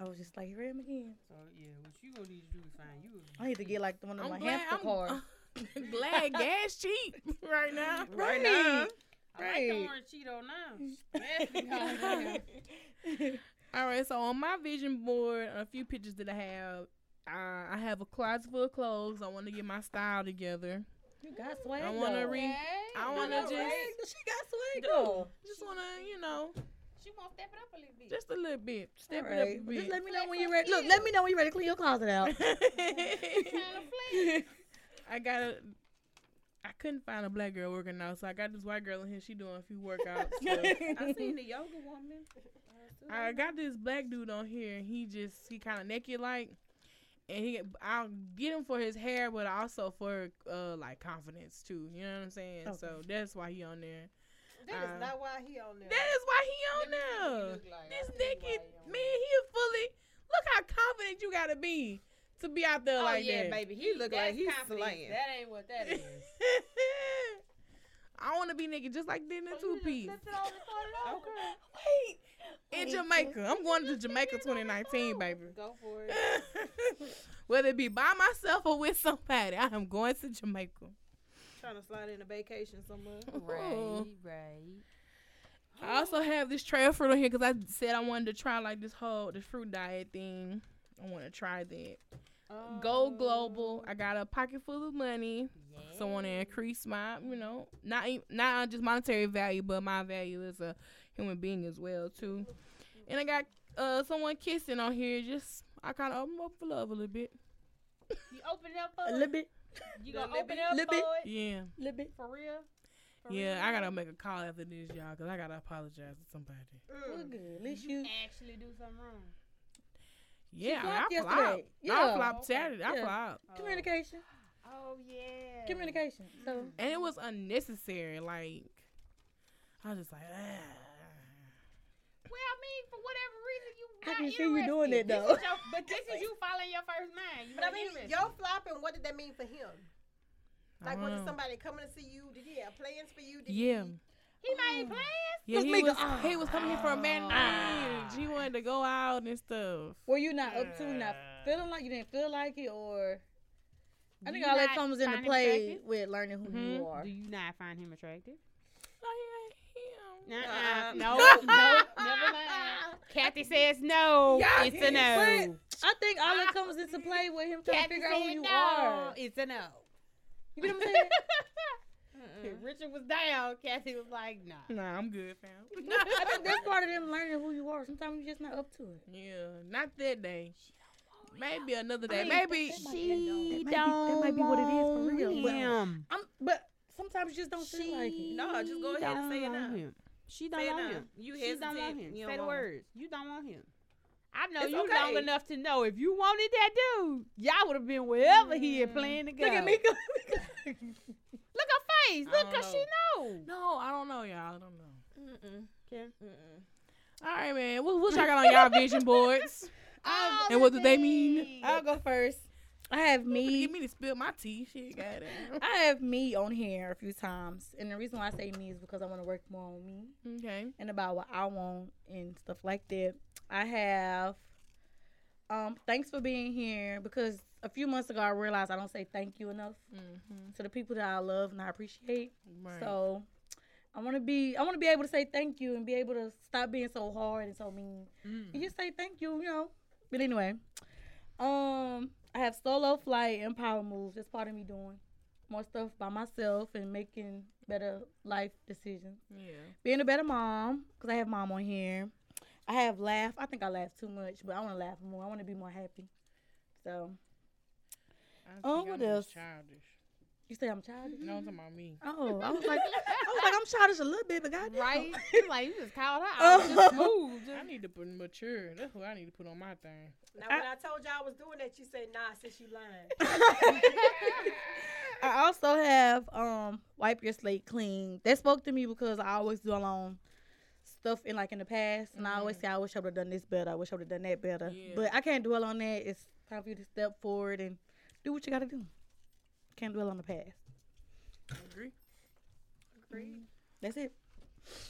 S2: I was just like, "Here I am again."
S3: So, yeah, what you gonna need to do is find you a
S2: I need to get like the one of
S5: I'm
S2: my
S5: glad.
S2: hamster
S5: I'm
S2: cars.
S5: glad gas cheap right now. Uh-huh.
S6: Right now.
S3: I like the
S2: Right.
S3: orange Cheeto now. That's the color.
S5: All right, so on my vision board, a few pictures that I have. Uh, I have a closet full of clothes. I want to get my style together.
S2: You got swag.
S5: I want to
S2: though.
S5: re. I want to just,
S2: She got swag though.
S5: just want to, you know,
S3: She won't step it up a little bit.
S5: just a little bit, step
S2: All
S5: it
S2: right.
S5: up a
S2: Well, Just
S5: bit.
S2: let me know when you're ready. Look, let me know when you're ready to clean your closet out.
S3: Kinda flex.
S5: I got a. I couldn't find a black girl working out, so I got this white girl in here. She doing a few workouts. so-
S6: I seen the yoga woman.
S5: I got this black dude on here, and he just he kind of naked like, and he I'll get him for his hair, but also for uh like confidence too. You know what I'm saying?
S2: Okay.
S5: So that's why he on there.
S4: That is
S5: Uh,
S4: not why he on there.
S5: That is why he on there. This naked man, he fully look how confident you gotta be to be out there
S3: Oh,
S5: like
S3: yeah,
S5: that.
S3: baby. He look
S6: like he's slaying.
S3: That ain't what that is.
S5: I want to be naked just like did in the two piece.
S6: Okay.
S5: in Jamaica. I'm going to Jamaica 2019, baby. Go for it. Whether it be by myself or with somebody, I am going to Jamaica.
S6: Trying to slide in a vacation somewhere.
S5: Ooh.
S3: right.
S5: I also have this trail fruit on here because I said I wanted to try like this whole the fruit diet thing. I want to try that. Go global. I got a pocket full of money, so I want to increase my, you know, not e- not just monetary value, but my value as a human being as well too. And I got uh someone kissing on here. Just I kind of open up for love a little bit.
S3: You open up for
S2: A
S3: it?
S2: little bit,
S3: You gonna
S6: little
S3: open
S6: bit-
S3: up
S2: little
S3: for
S2: bit.
S3: it?
S5: Yeah.
S2: little bit.
S3: For real? For
S5: Yeah,
S3: real?
S5: I gotta make a call after this, y'all, because I gotta apologize to somebody.
S2: We're
S4: Mm.
S2: good. At least you.
S3: Actually, do something wrong.
S5: Yeah,
S2: flopped
S5: I flopped.
S2: yesterday.
S5: I
S2: Yeah.
S5: flopped Saturday. I
S2: Yeah.
S5: flopped.
S2: Communication.
S3: Oh Mm. yeah.
S2: Communication. So
S5: And it was unnecessary. Like, I was just like, ah.
S3: Well, I mean, for whatever reason, you.
S2: I
S3: not
S2: can see you doing it
S3: interested.
S2: though.
S3: This is your- but this is you following your first mind. You
S4: But I
S3: not
S4: mean,
S3: interested.
S4: your flopping, what did that mean for him?
S5: I
S4: Like, was
S5: don't
S4: it
S5: know.
S4: somebody coming to see you? Did he have plans for you? Did
S5: Yeah.
S4: He,
S3: He
S2: mm.
S3: made plans.
S5: Yeah,
S2: Look,
S5: he
S2: nigga,
S5: was,
S2: ah,
S5: he was coming here for a man. He wanted to go out and stuff.
S2: were you not up to? Not feeling like you didn't feel like it, or I think
S3: You
S2: all that
S3: not
S2: comes into
S3: find him
S2: play
S3: attractive?
S2: with learning who you
S5: Mhm.
S2: are.
S3: Do you not find him attractive?
S5: Like, yeah,
S2: Uh-uh.
S3: No, no, never mind. Kathy says no.
S5: Yeah,
S3: it's a no.
S2: I think all that comes into play with him trying to
S3: Kathy
S2: figure out who
S3: said
S2: you
S3: no,
S2: are.
S3: It's a no.
S2: You get what I'm saying? Hmm.
S3: Richard was down. Kathy was like, nah.
S5: Nah, I'm good, fam.
S2: I think that's part of them learning who you are. Sometimes you're just not up to it.
S5: Yeah, not that day. Maybe another day. Maybe
S3: She
S2: That might be- that might be what it is for
S3: don't
S2: real, but-
S3: want Him.
S2: I'm, but sometimes you just
S3: Oh,
S2: don't feel like it.
S7: No, just go ahead and say it
S3: don't
S7: now.
S3: want him. She don't
S7: Say it
S3: want
S7: now.
S3: him.
S7: You
S3: She don't want him.
S7: hesitant. You
S3: Say
S7: don't
S3: the
S7: want him.
S3: words. You don't want him. I know
S7: It's
S3: you long
S7: okay.
S3: enough to know if you wanted that dude, y'all would have been wherever he had planned to go.
S2: Look at me. go-
S3: Look her face.
S5: I
S3: Look,
S5: don't
S3: cause she know.
S5: no, I don't know, y'all. I don't know.
S6: Mm-mm.
S3: Okay.
S6: Mm-mm.
S5: All right, man. What, what y'all got on y'all vision boards?
S2: Oh,
S3: All
S5: And what
S3: the
S5: do they mean?
S3: things.
S2: I'll go first. I have me.
S5: Get me to spill my tea. Shit, goddamn.
S2: I have me on here a few times, and the reason why I say me is because I want to work more on me
S5: Okay.
S2: and about what I want and stuff like that. I have um thanks for being here because a few months ago I realized I don't say thank you enough
S5: Mm-hmm.
S2: to the people that I love and I appreciate.
S5: Right.
S2: So I want to be I want to be able to say thank you and be able to stop being so hard and so mean.
S5: Mm.
S2: You just say thank you, you know. But anyway, um, I have solo flight and power moves. That's part of me doing more stuff by myself and making better life decisions.
S5: yeah.
S2: Being a better mom because I have mom on here. I have laugh. I think I laugh too much, but I want to laugh more. I want to be more happy. So
S5: I think
S2: um, what
S5: I'm just
S2: else?
S5: Childish.
S2: you say I'm childish?
S5: No, I'm talking about me.
S2: Oh, I was like, I was like, I'm childish a little bit, but goddamn.
S3: Right? You like you just called her out. Just moved.
S5: I need to put mature. That's what I need to put on my thing.
S4: Now, when I told y'all I was doing that, you said, nah, since you lying.
S2: I also have um wipe your slate clean. That spoke to me because I always do alone stuff in like in the past, and I always
S3: Mm-hmm.
S2: say I wish I would have done this better. I wish I would have done that better.
S5: Yeah.
S2: But I can't dwell on that. It's time for you to step forward and do what you got to do. Can't dwell on the past.
S5: Agree.
S2: That's it.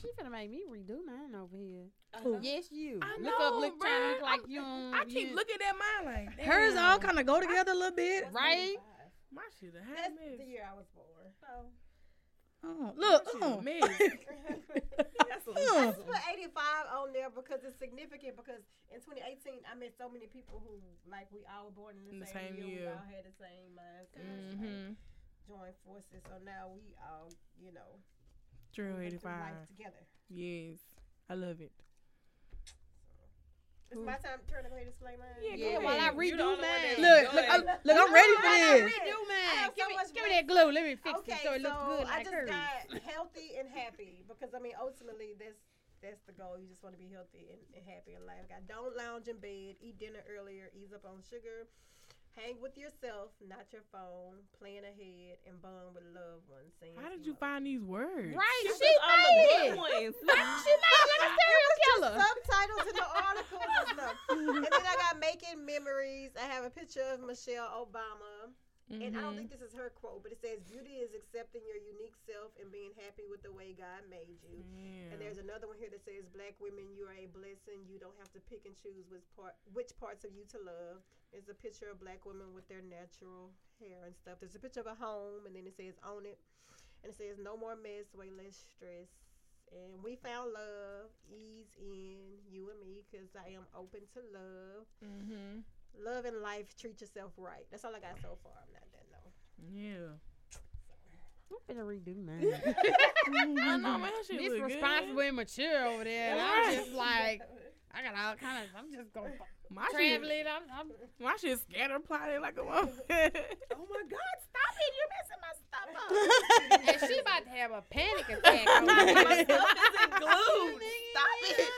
S3: She finna make me redo mine over here.
S2: Cool.
S3: Yes, you.
S5: I
S3: look up, look down,
S5: know, bruh.
S3: look like
S5: I'm-
S3: you. don't-
S5: I keep
S3: you-
S5: looking at mine like damn,
S2: Hers all kind of go together a little bit.
S3: right.
S5: My shit a hot
S4: That's the
S5: mess.
S4: year I was born. So.
S2: Oh, look.
S5: She's
S2: oh.
S5: a mess.
S4: I
S2: Oh.
S4: just put 85 on there because it's significant. Because in 2018, I met so many people who, like, we all were born in the,
S5: In the
S4: same,
S5: same
S4: year. We
S5: year.
S4: all had the same mindset. Like,
S5: Mm-hmm.
S4: join forces. So now we all, you know,
S5: True
S4: moving
S5: eighty
S4: through
S5: five.
S4: life together.
S5: Yes. I love it.
S4: It's my time to turn to go ahead and slay mine.
S5: Yeah,
S3: Yeah,
S5: go
S3: while I
S5: ahead.
S3: redo mine.
S2: Look, look,
S6: oh,
S2: I'm, look, I'm ready for this.
S4: redo
S3: mine.
S4: have so
S3: Give me,
S4: much
S3: give me
S4: more-
S3: that glue. Let me fix
S4: Okay,
S3: it so it looks
S4: so I
S3: good like
S4: just
S3: hers.
S4: got healthy and happy because I mean ultimately that's that's the goal. You just want to be healthy and, and happy in life. I don't lounge in bed, eat dinner earlier, ease up on sugar, hang with yourself, not your phone, plan ahead, and bond with loved ones. Sing
S5: How
S4: some
S5: did you
S4: love.
S5: find these words?
S3: Right, she
S7: Just all
S3: made
S7: the
S3: it.
S7: good ones.
S3: She made it like a serial killer.
S4: subtitles in the articles and stuff? And then I got making memories. I have a picture of Michelle Obama. And I
S5: Mm-hmm.
S4: don't think this is her quote, but it says, Beauty is accepting your unique self and being happy with the way God made you. And there's another one here that says, "Black women, you are a blessing. You don't have to pick and choose which part, which parts of you to love." There's a picture of black women with their natural hair and stuff. There's a picture of a home, and then it says, "Own it," and it says, "No more mess, way less stress." And we found love, ease in you and me, because I am open to love.
S5: Mm-hmm.
S4: Love and life, treat yourself right. That's all I got so far. I'm not done though.
S5: Yeah.
S3: I'm finna redo mine.
S5: I know, man. that Shit
S3: Miss
S5: look good.
S3: responsible and mature over there. and I'm just like, I got all kind of. I'm just going
S5: My shit,
S3: traveling. I'm, I'm
S5: my shit scatter plotted like a woman.
S3: Oh my God! Stop it! You're messing my stuff up. and she about to have a panic attack. Over here.
S4: Stop it.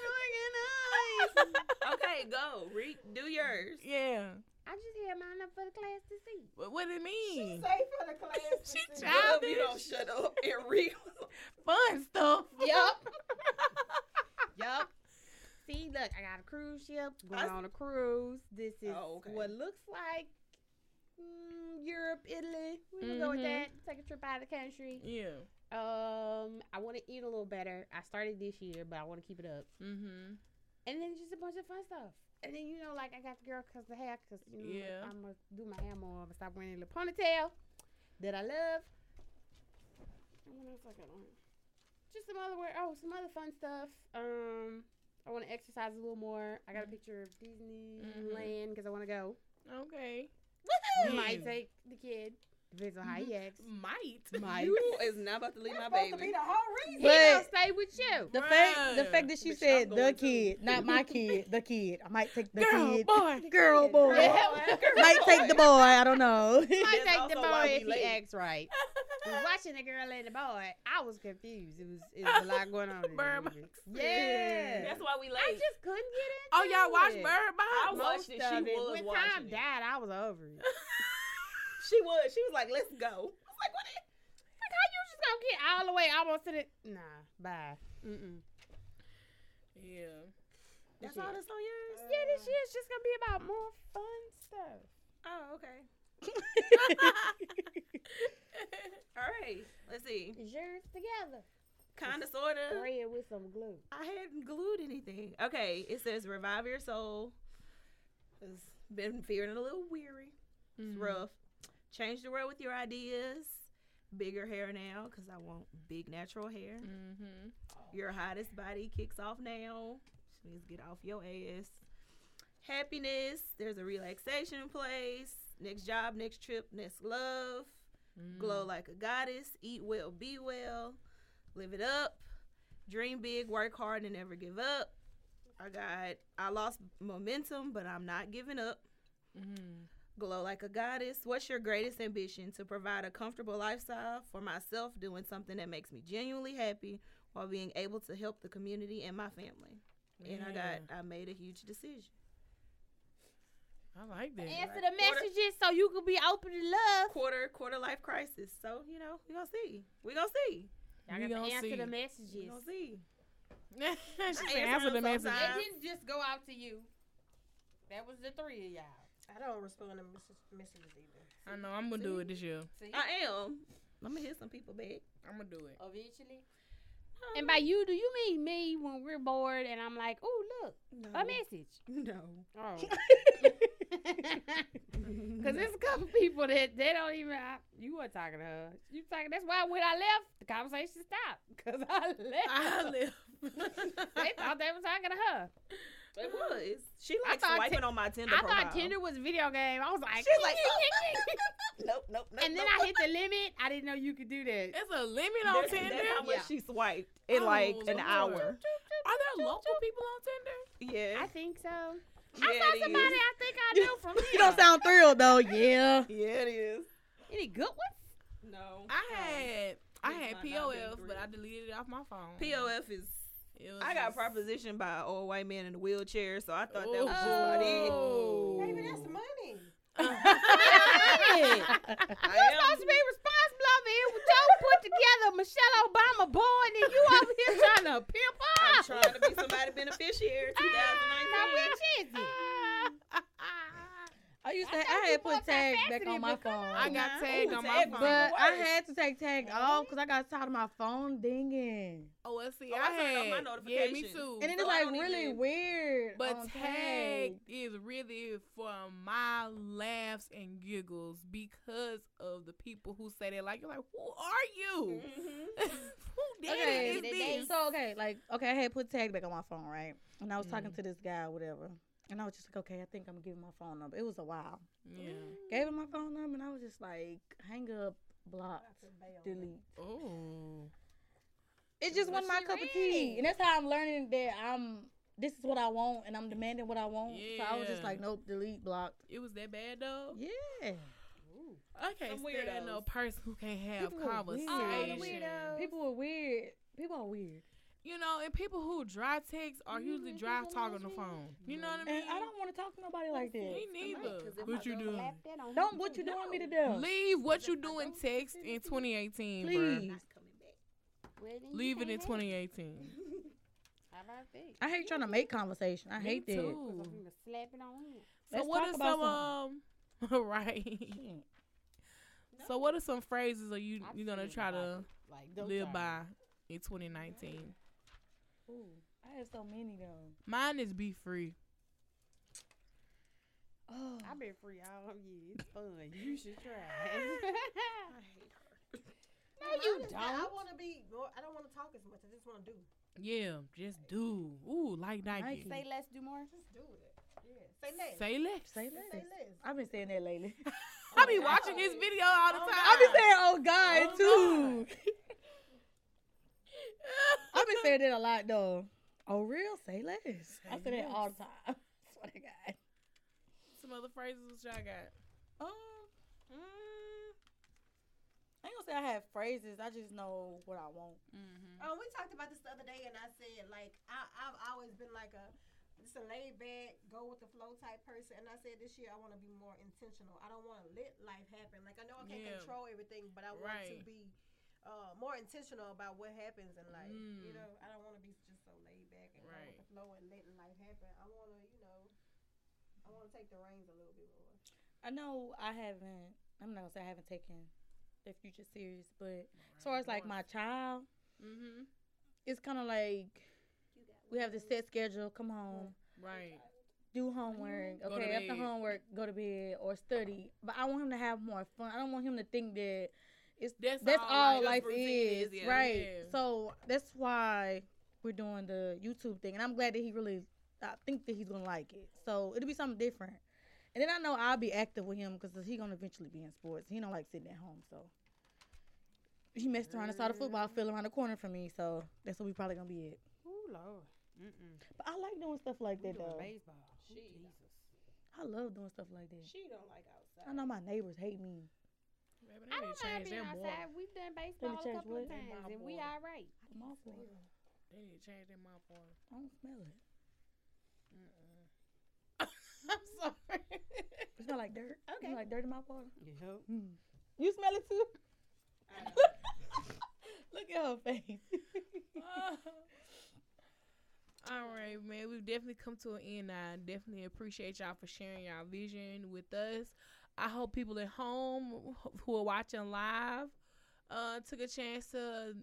S7: okay, go. Re- do yours.
S5: yeah.
S3: I just had mine up for the class to see.
S5: But what it mean?
S4: Say for the class.
S5: She
S4: to see.
S5: tried.
S7: If you don't shut up and read.
S5: Fun stuff.
S3: Yup. yup. See, look, I got a cruise ship. Going on a cruise. This is
S7: Oh, okay.
S3: what looks like mm, Europe, Italy. We can go with
S5: Mhm.
S3: that. Take a trip out of the country.
S5: Yeah.
S3: Um, I want to eat a little better. I started this year, but I want to keep it up.
S5: Mm-hmm.
S3: And then just a bunch of fun stuff. And then you know, like I got the girl cause the hair, cause you know, like,
S5: Yeah.
S3: I'm gonna do my hair more. I'm gonna stop wearing the little ponytail that I love. And what else I got on? Just some other wear. Oh, some other fun stuff. Um, I I want to exercise a little more. I got a picture of Disneyland because I want to go.
S5: Okay.
S3: We might
S5: Mm.
S3: take the kid. Mm-hmm. Depends on how he acts.
S5: Might.
S3: Might.
S6: You is not about to leave my baby.
S3: He
S2: But-
S3: gonna stay with you.
S2: The fact, the
S5: Bruh.
S2: fact that she said the kid, not my kid, the kid. I might take the
S5: Girl,
S2: kid.
S5: boy.
S2: Girl, boy. might take the boy. I don't know.
S3: might
S6: That's
S3: take the
S6: also why
S3: boy
S6: we
S3: if he
S6: late.
S3: acts right. Watching the girl and the boy, I was confused. It was, it was a lot going on. in that
S5: Burn
S3: movie. Yeah.
S9: That's why we late.
S3: I just couldn't get into
S5: Oh, y'all watch
S3: it.
S5: Bird
S9: I
S5: Box?
S9: watched
S3: Most
S9: it. She
S3: of
S9: was
S3: When
S9: watching
S3: Tom
S9: it.
S3: died, I was over it.
S6: She was. She was like, "Let's go." I was like, "What?" the-
S3: Like, how you just gonna get all the way almost to the nah? Bye. Mm-mm.
S5: Yeah.
S6: That's all that's on yours.
S3: Yeah, this year's just gonna be about more fun stuff.
S6: Oh, okay. All right. Let's see.
S3: Yours together,
S6: Kind of, sort of.
S3: red with some glue.
S6: I hadn't glued anything. Okay, it says revive your soul. It's been feeling a little weary. It's
S3: Mm-hmm.
S6: rough. Change the world with your ideas. Bigger hair now because I want big natural hair.
S5: Mm-hmm.
S6: Your hottest body kicks off now. She needs to get off your ass. Happiness. There's a relaxation in place. Next job, next trip, next love. Glow like a goddess. Eat well, be well. Live it up. Dream big, work hard, and never give up. I got, I lost momentum, but I'm not giving up. Glow like a goddess. What's your greatest ambition? To provide a comfortable lifestyle for myself, doing something that makes me genuinely happy while being able to help the community and my family. And I got, I made a huge decision.
S5: I like that.
S3: Answer the
S6: Right. Quarter-
S3: messages so you can be open to love.
S6: Quarter, quarter life crisis. So, you know, we gonna see. we gonna see.
S3: Y'all
S5: We
S3: got
S5: gonna
S3: to answer
S5: see.
S3: the messages.
S6: we gonna see.
S5: she said,
S6: answer
S5: answer the
S6: them
S5: message.
S6: sometime.
S3: It didn't just go out to you. That was the three of y'all.
S4: I don't respond to mess- messages either.
S5: I know. I'm gonna do it this year.
S3: See,
S6: I am. I'm gonna hit some people back.
S5: I'm gonna do it.
S3: eventually. And by you, do you mean me when we're bored and I'm like, oh look, a message?
S6: No.
S3: Oh. Cause there's a couple people that they don't even. I, you were talking to her. You talking. That's why when I left, the conversation stopped. Cause I left.
S5: I live.
S3: they thought they were talking to her.
S6: It was. She
S3: I
S6: likes
S3: thought
S6: swiping
S3: Tin-
S6: on my Tinder
S3: I
S6: profile.
S3: thought Tinder was a video game. I was like,
S6: She's like, nope, nope, nope.
S3: and then
S6: nope.
S3: I hit the limit. I didn't know you could do that.
S5: It's a limit on
S6: That's-
S5: Tinder.
S6: That's how much
S3: Yeah.
S6: she swiped in
S5: Oh,
S6: like an
S5: Lord.
S6: hour.
S5: Are there local people on Tinder?
S6: Yeah.
S3: I think so.
S6: yeah,
S3: I saw
S6: it is.
S3: somebody I think I knew from
S2: you
S3: here.
S2: don't sound thrilled though. Yeah.
S6: Yeah, it is.
S3: Any good ones?
S6: No.
S5: I had I
S6: It's
S5: had
S6: not not being
S5: POF, but I deleted it off my phone.
S6: POF is.
S5: It
S3: Oh,
S5: was
S6: I
S5: just-
S6: got propositioned by an old white man in a wheelchair, so I thought that was just about it.
S5: Oh.
S4: Baby, that's money.
S6: I
S3: You're
S6: am.
S3: supposed to be responsible over here with your put together Michelle Obama born and you over here trying to pimp
S6: I'm
S3: up.
S6: trying to be somebody beneficiary. 2019.
S3: Ah, Now which is it?
S2: I used to.
S3: I
S2: I,
S3: thought you
S2: had
S3: bought
S2: put tags
S3: that
S2: back
S3: Vaseline,
S2: on my
S3: but come
S2: phone.
S5: I got
S6: Ooh,
S5: tagged on my
S6: tag
S5: phone.
S2: but I
S6: worse.
S2: had to take tags off because I got tired of my phone dinging.
S5: oh, well, see,
S6: Oh, I
S5: I,
S6: turned on my
S5: had yeah, me
S6: notifications.
S5: too.
S2: And then
S6: So
S2: it's
S6: I
S2: like
S6: don't
S2: really
S6: even-
S2: weird. on
S5: But tag is really for my laughs and giggles because of the people who say that. Like you're like, who are you? who did
S2: Okay,
S5: it? Is this?
S2: so okay, like okay, I had put tag back on my phone, right? And I was
S5: Mm.
S2: talking to this guy, or whatever. And I was just like, okay, I think I'm giving my phone number. It was a while.
S5: Yeah.
S2: Gave him my phone number, and I was just like, hang up, block, delete.
S5: Oh.
S2: It's just one of my
S3: she
S2: cup of tea, and that's how I'm learning that I'm. This is what I want, and I'm demanding what I want. So I was just
S5: Yeah.
S2: like, nope, delete, block.
S5: It was that bad though.
S2: Yeah,
S5: I can't stand no
S6: weirdos.
S5: person who can't have
S2: People are weird.
S5: conversation.
S2: Oh,
S3: the weirdos.
S2: people are weird. People are weird,
S5: You know, and people who dry text are usually dry talk on the phone. You know what I mean?
S2: and I don't want to talk to nobody like that.
S5: Me neither. What you doing?
S2: Don't what you doing me to death?
S5: Leave what you doing text in 2018, bruh.
S2: Please.
S5: Leave it in 2018.
S3: How about that?
S2: I hate trying to make conversation. I hate
S5: Me
S2: that.
S5: too.
S3: I'm gonna slap it on him.
S5: So
S2: Let's
S5: what
S2: talk
S5: are
S2: about
S5: some um right?
S2: Shit.
S5: So what are some phrases are you
S3: I'm
S5: you gonna
S3: serious
S5: try
S3: about
S5: to
S3: it. like, don't
S5: live
S3: try.
S5: by in 2019?
S2: Ooh, I have so many though.
S5: Mine is be free.
S2: Oh,
S3: I've been free all year. It's fun. You should try. no, you
S4: Mine is that I
S3: don't.
S4: want to be more. I don't want to talk as much. I just want to do.
S5: Yeah, just do. Ooh, like Nike.
S2: Nike.
S5: Say,
S2: Say
S1: let's do more.
S4: Just do it. Say less.
S5: less.
S2: Say
S4: Just
S2: less.
S4: Say less.
S2: I've been saying that lately.
S5: I be watching his video all the time.
S2: I've been saying, oh God, too. I've been saying that a lot, though. Oh, real? Say less. I say that all the time. Swear to God.
S5: Some other phrases what y'all got.
S2: Um, mm, I ain't gonna say I have phrases. I just know what I want.
S5: Mm-hmm.
S4: Oh, we talked about this the other day, and I said like I, I've always been like a just a laid back, go with the flow type person, and I said this year I want to be more intentional. I don't want to let life happen. Like I know I can't
S5: Yeah.
S4: control everything, but I want to
S5: Right.
S4: be uh, more intentional about what happens in life. You
S5: Mm.
S4: know, I don't want to be just so laid back and go
S5: Right.
S4: with the flow and letting life happen. I want to, you know, I want to take the reins a little bit more.
S2: I know I haven't. I'm not gonna say I haven't taken the future serious, but as far as like my child,
S5: Mm-hmm.
S2: it's kind of like we have the set schedule. Come home,
S5: Right.
S2: do homework.
S5: Go to
S2: Okay, after
S5: bed.
S2: homework, go to bed or study. But I want him to have more fun. I don't want him to think that
S5: That's,
S2: that's all, life
S5: like
S2: is,
S6: is, yeah.
S2: right?
S5: Yeah.
S2: So that's why we're doing the YouTube thing, and I'm glad that he really. I think that he's gonna like it. So it'll be something different. And then I know I'll be active with him because he's gonna eventually be in sports. He don't like sitting at home, so he messed around and saw the football field around the corner from me. So that's what we probably gonna be at.
S3: Ooh, Lord. Mm-mm.
S2: But I like doing stuff like
S3: We
S2: that
S3: doing
S2: though.
S3: baseball. Ooh,
S6: She-
S3: Jesus.
S2: I love doing stuff like that.
S6: She don't like outside.
S2: I know my neighbors hate me.
S5: Baby,
S10: I
S5: they
S10: don't
S5: need to
S10: mind
S5: change
S10: being
S5: their water.
S10: outside. We've done baseball a
S2: change
S10: couple
S2: what?
S10: of times, and we
S5: water.
S10: all right.
S2: I'm off for it.
S5: They need to change their mouth water.
S2: I don't smell it.
S5: I'm sorry.
S2: It smell like dirt. Okay. like dirt in my water.
S3: Yeah.
S2: Mm. You smell it too? Look at her face.
S5: All right, man. We've definitely come to an end. I definitely appreciate y'all for sharing y'all vision with us. I hope people at home who are watching live uh, took a chance to,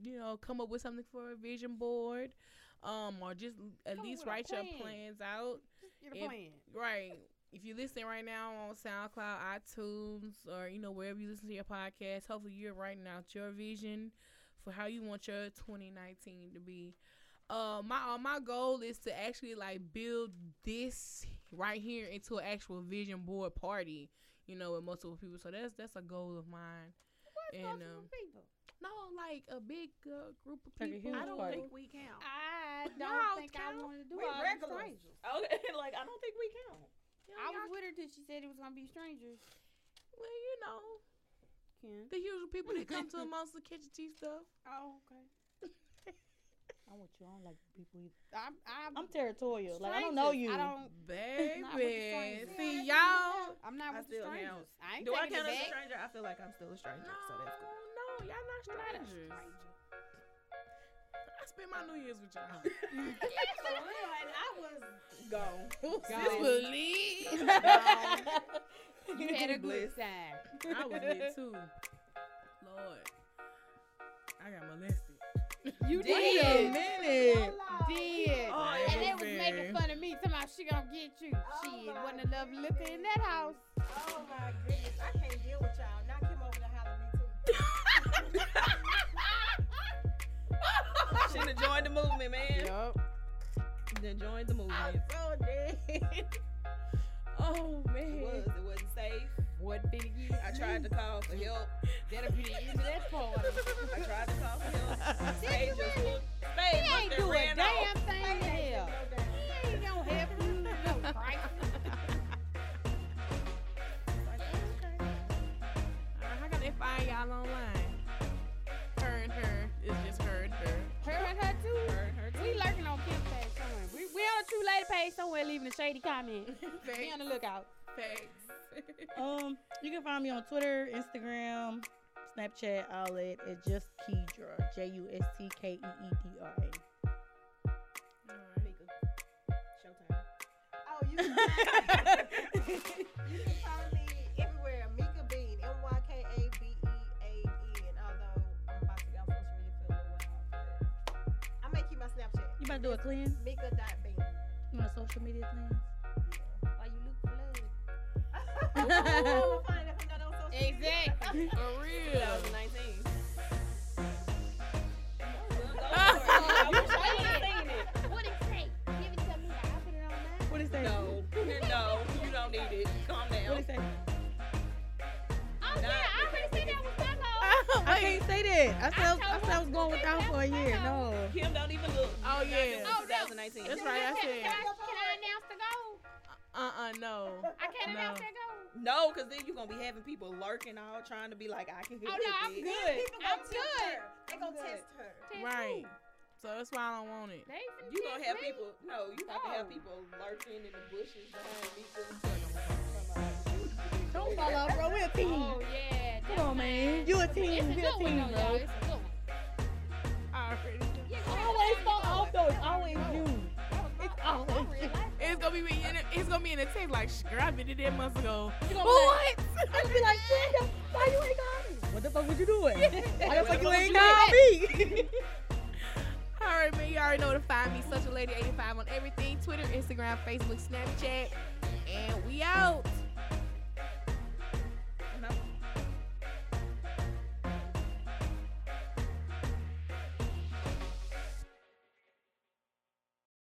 S5: you know, come up with something for a vision board, um, or just at
S3: Come up
S5: least
S3: with a
S5: write your
S3: plan.
S5: plans out.
S3: Get a
S5: If-
S3: plan.
S5: Right. If you listen right now on SoundCloud, iTunes, or you know wherever you listen to your podcast, hopefully you're writing out your vision for how you want your 2019 to be. Uh, my uh, my goal is to actually like build this right here into an actual vision board party, you know, with multiple people. So that's that's a goal of mine. and um,
S3: people?
S5: no, like a big uh, group of
S2: Like a
S5: people.
S2: huge
S5: I don't
S2: party.
S5: think
S6: we count.
S10: I don't
S5: Y'all
S10: think
S5: count?
S10: I want to do
S4: We
S10: all these
S4: regulars.
S10: strangers.
S6: Okay, like I don't think we count.
S10: I was with her till she said it was gonna be strangers.
S5: well, you know, the usual people that come to the Monster Kitchen Tea stuff.
S10: Oh, okay.
S2: I'm with you. I don't like people either.
S10: I'm I'm,
S2: I'm territorial. Like I don't know you.
S10: I don't. Not with the
S5: Baby,
S10: strings.
S5: see y'all.
S10: I'm not
S6: I
S10: with the
S6: still
S10: strangers.
S6: counts.
S10: I ain't
S6: Do I
S10: taking
S6: count
S10: it
S6: as a
S10: back.
S6: stranger? I feel like I'm still a stranger, so that's cool.
S5: No, y'all not
S10: We're not a
S5: strangers.
S10: stranger.
S5: I spent my New Year's with y'all.
S4: For real, and I was
S5: Disbelieve.
S10: You had a good time.
S5: I was lit too. Lord, I got molested.
S2: you Wait a minute.
S10: Did.
S5: Oh, it
S10: and they
S5: was
S10: was making
S5: bad.
S10: fun of me. Somehow she gonna get you. She wasn't enough liquor in that house.
S4: Oh my goodness, I can't deal with y'all. Now come over to holler at me too.
S6: She done joined the movement, man.
S10: Yup.
S6: She done joined the movement.
S4: I'm so dead.
S5: Oh
S6: It was.
S5: man.
S6: It wasn't safe.
S10: What did it get?
S6: I tried to call for help.
S10: That'll be the end of that part.
S6: I tried to call for help.
S10: Did
S6: Spade
S10: you
S6: just
S10: really?
S6: looked.
S10: He
S6: Spade
S10: ain't
S6: looked
S10: do a
S6: and ran off.
S10: damn thing to help. He ain't gonna help you. No, right?
S5: Uh, how can they find y'all online? Her and her. It's just her and her.
S10: Her and her too. We lurking on Kim's page somewhere. We, we on a true lady page somewhere leaving a shady comment. Be on the lookout.
S5: Thanks.
S2: Um, you can find me on Twitter, Instagram, Snapchat, all that at just Keydra. J U S T K E E D R A.
S6: Showtime.
S4: Oh, you can find you can find me everywhere. Mika Bean, M Y K A B E A N. Although I'm about to go on social media for a little while, but I may keep my Snapchat.
S2: You about to do a cleanse?
S4: Mika dot Bean. Yeah.
S2: You want a social media cleanse?
S10: While you look for love.
S4: I'm gonna find it if I'm not on social media.
S10: Exactly.
S5: For real.
S6: 2019.
S10: I wish
S2: say that. I said I, was,
S5: told
S2: I, said I was going without for a year. No.
S6: Kim don't even look.
S1: Oh yeah.
S5: Oh, no.
S6: 2019.
S1: That's right. I
S5: Can
S1: said.
S5: I, can I announce the goal?
S1: Uh-uh. No.
S5: I can't
S1: No.
S5: announce that goal.
S6: No, because then you're gonna be having people lurking all trying to be like, I can hit
S5: Oh,
S6: this
S5: no, I'm
S6: bitch.
S5: good.
S4: People
S5: I'm
S4: gonna test
S5: good.
S4: her. They gonna test her.
S5: Test
S1: Right.
S5: who?
S1: So that's why I don't want it.
S5: They finna
S6: You gonna
S5: test
S6: have
S5: me?
S6: people? No, you got to have
S5: Oh.
S6: people lurking in the bushes behind me. from- from, uh,
S2: Don't fall off, bro. We're a team.
S5: Oh, yeah.
S2: Come
S5: that's
S2: on, man.
S5: fine.
S2: You a
S5: But It's
S2: team. We
S5: a
S2: a
S5: good one,
S2: team,
S5: though, y'all.
S2: bro.
S5: It's a good one.
S1: Already.
S5: Yeah,
S2: Always fall off though. It's always you. It's always you.
S1: It's gonna be in a, it's gonna be in a text like "Shh, girl, I been in there months ago.
S2: What? I'd be like, Brenda, why you ain't call me? What the fuck was you doing? Why the fuck you ain't call me?
S1: All right, man. You already know to find me, such a lady 85 on everything: Twitter, Instagram, Facebook, Snapchat, and we out.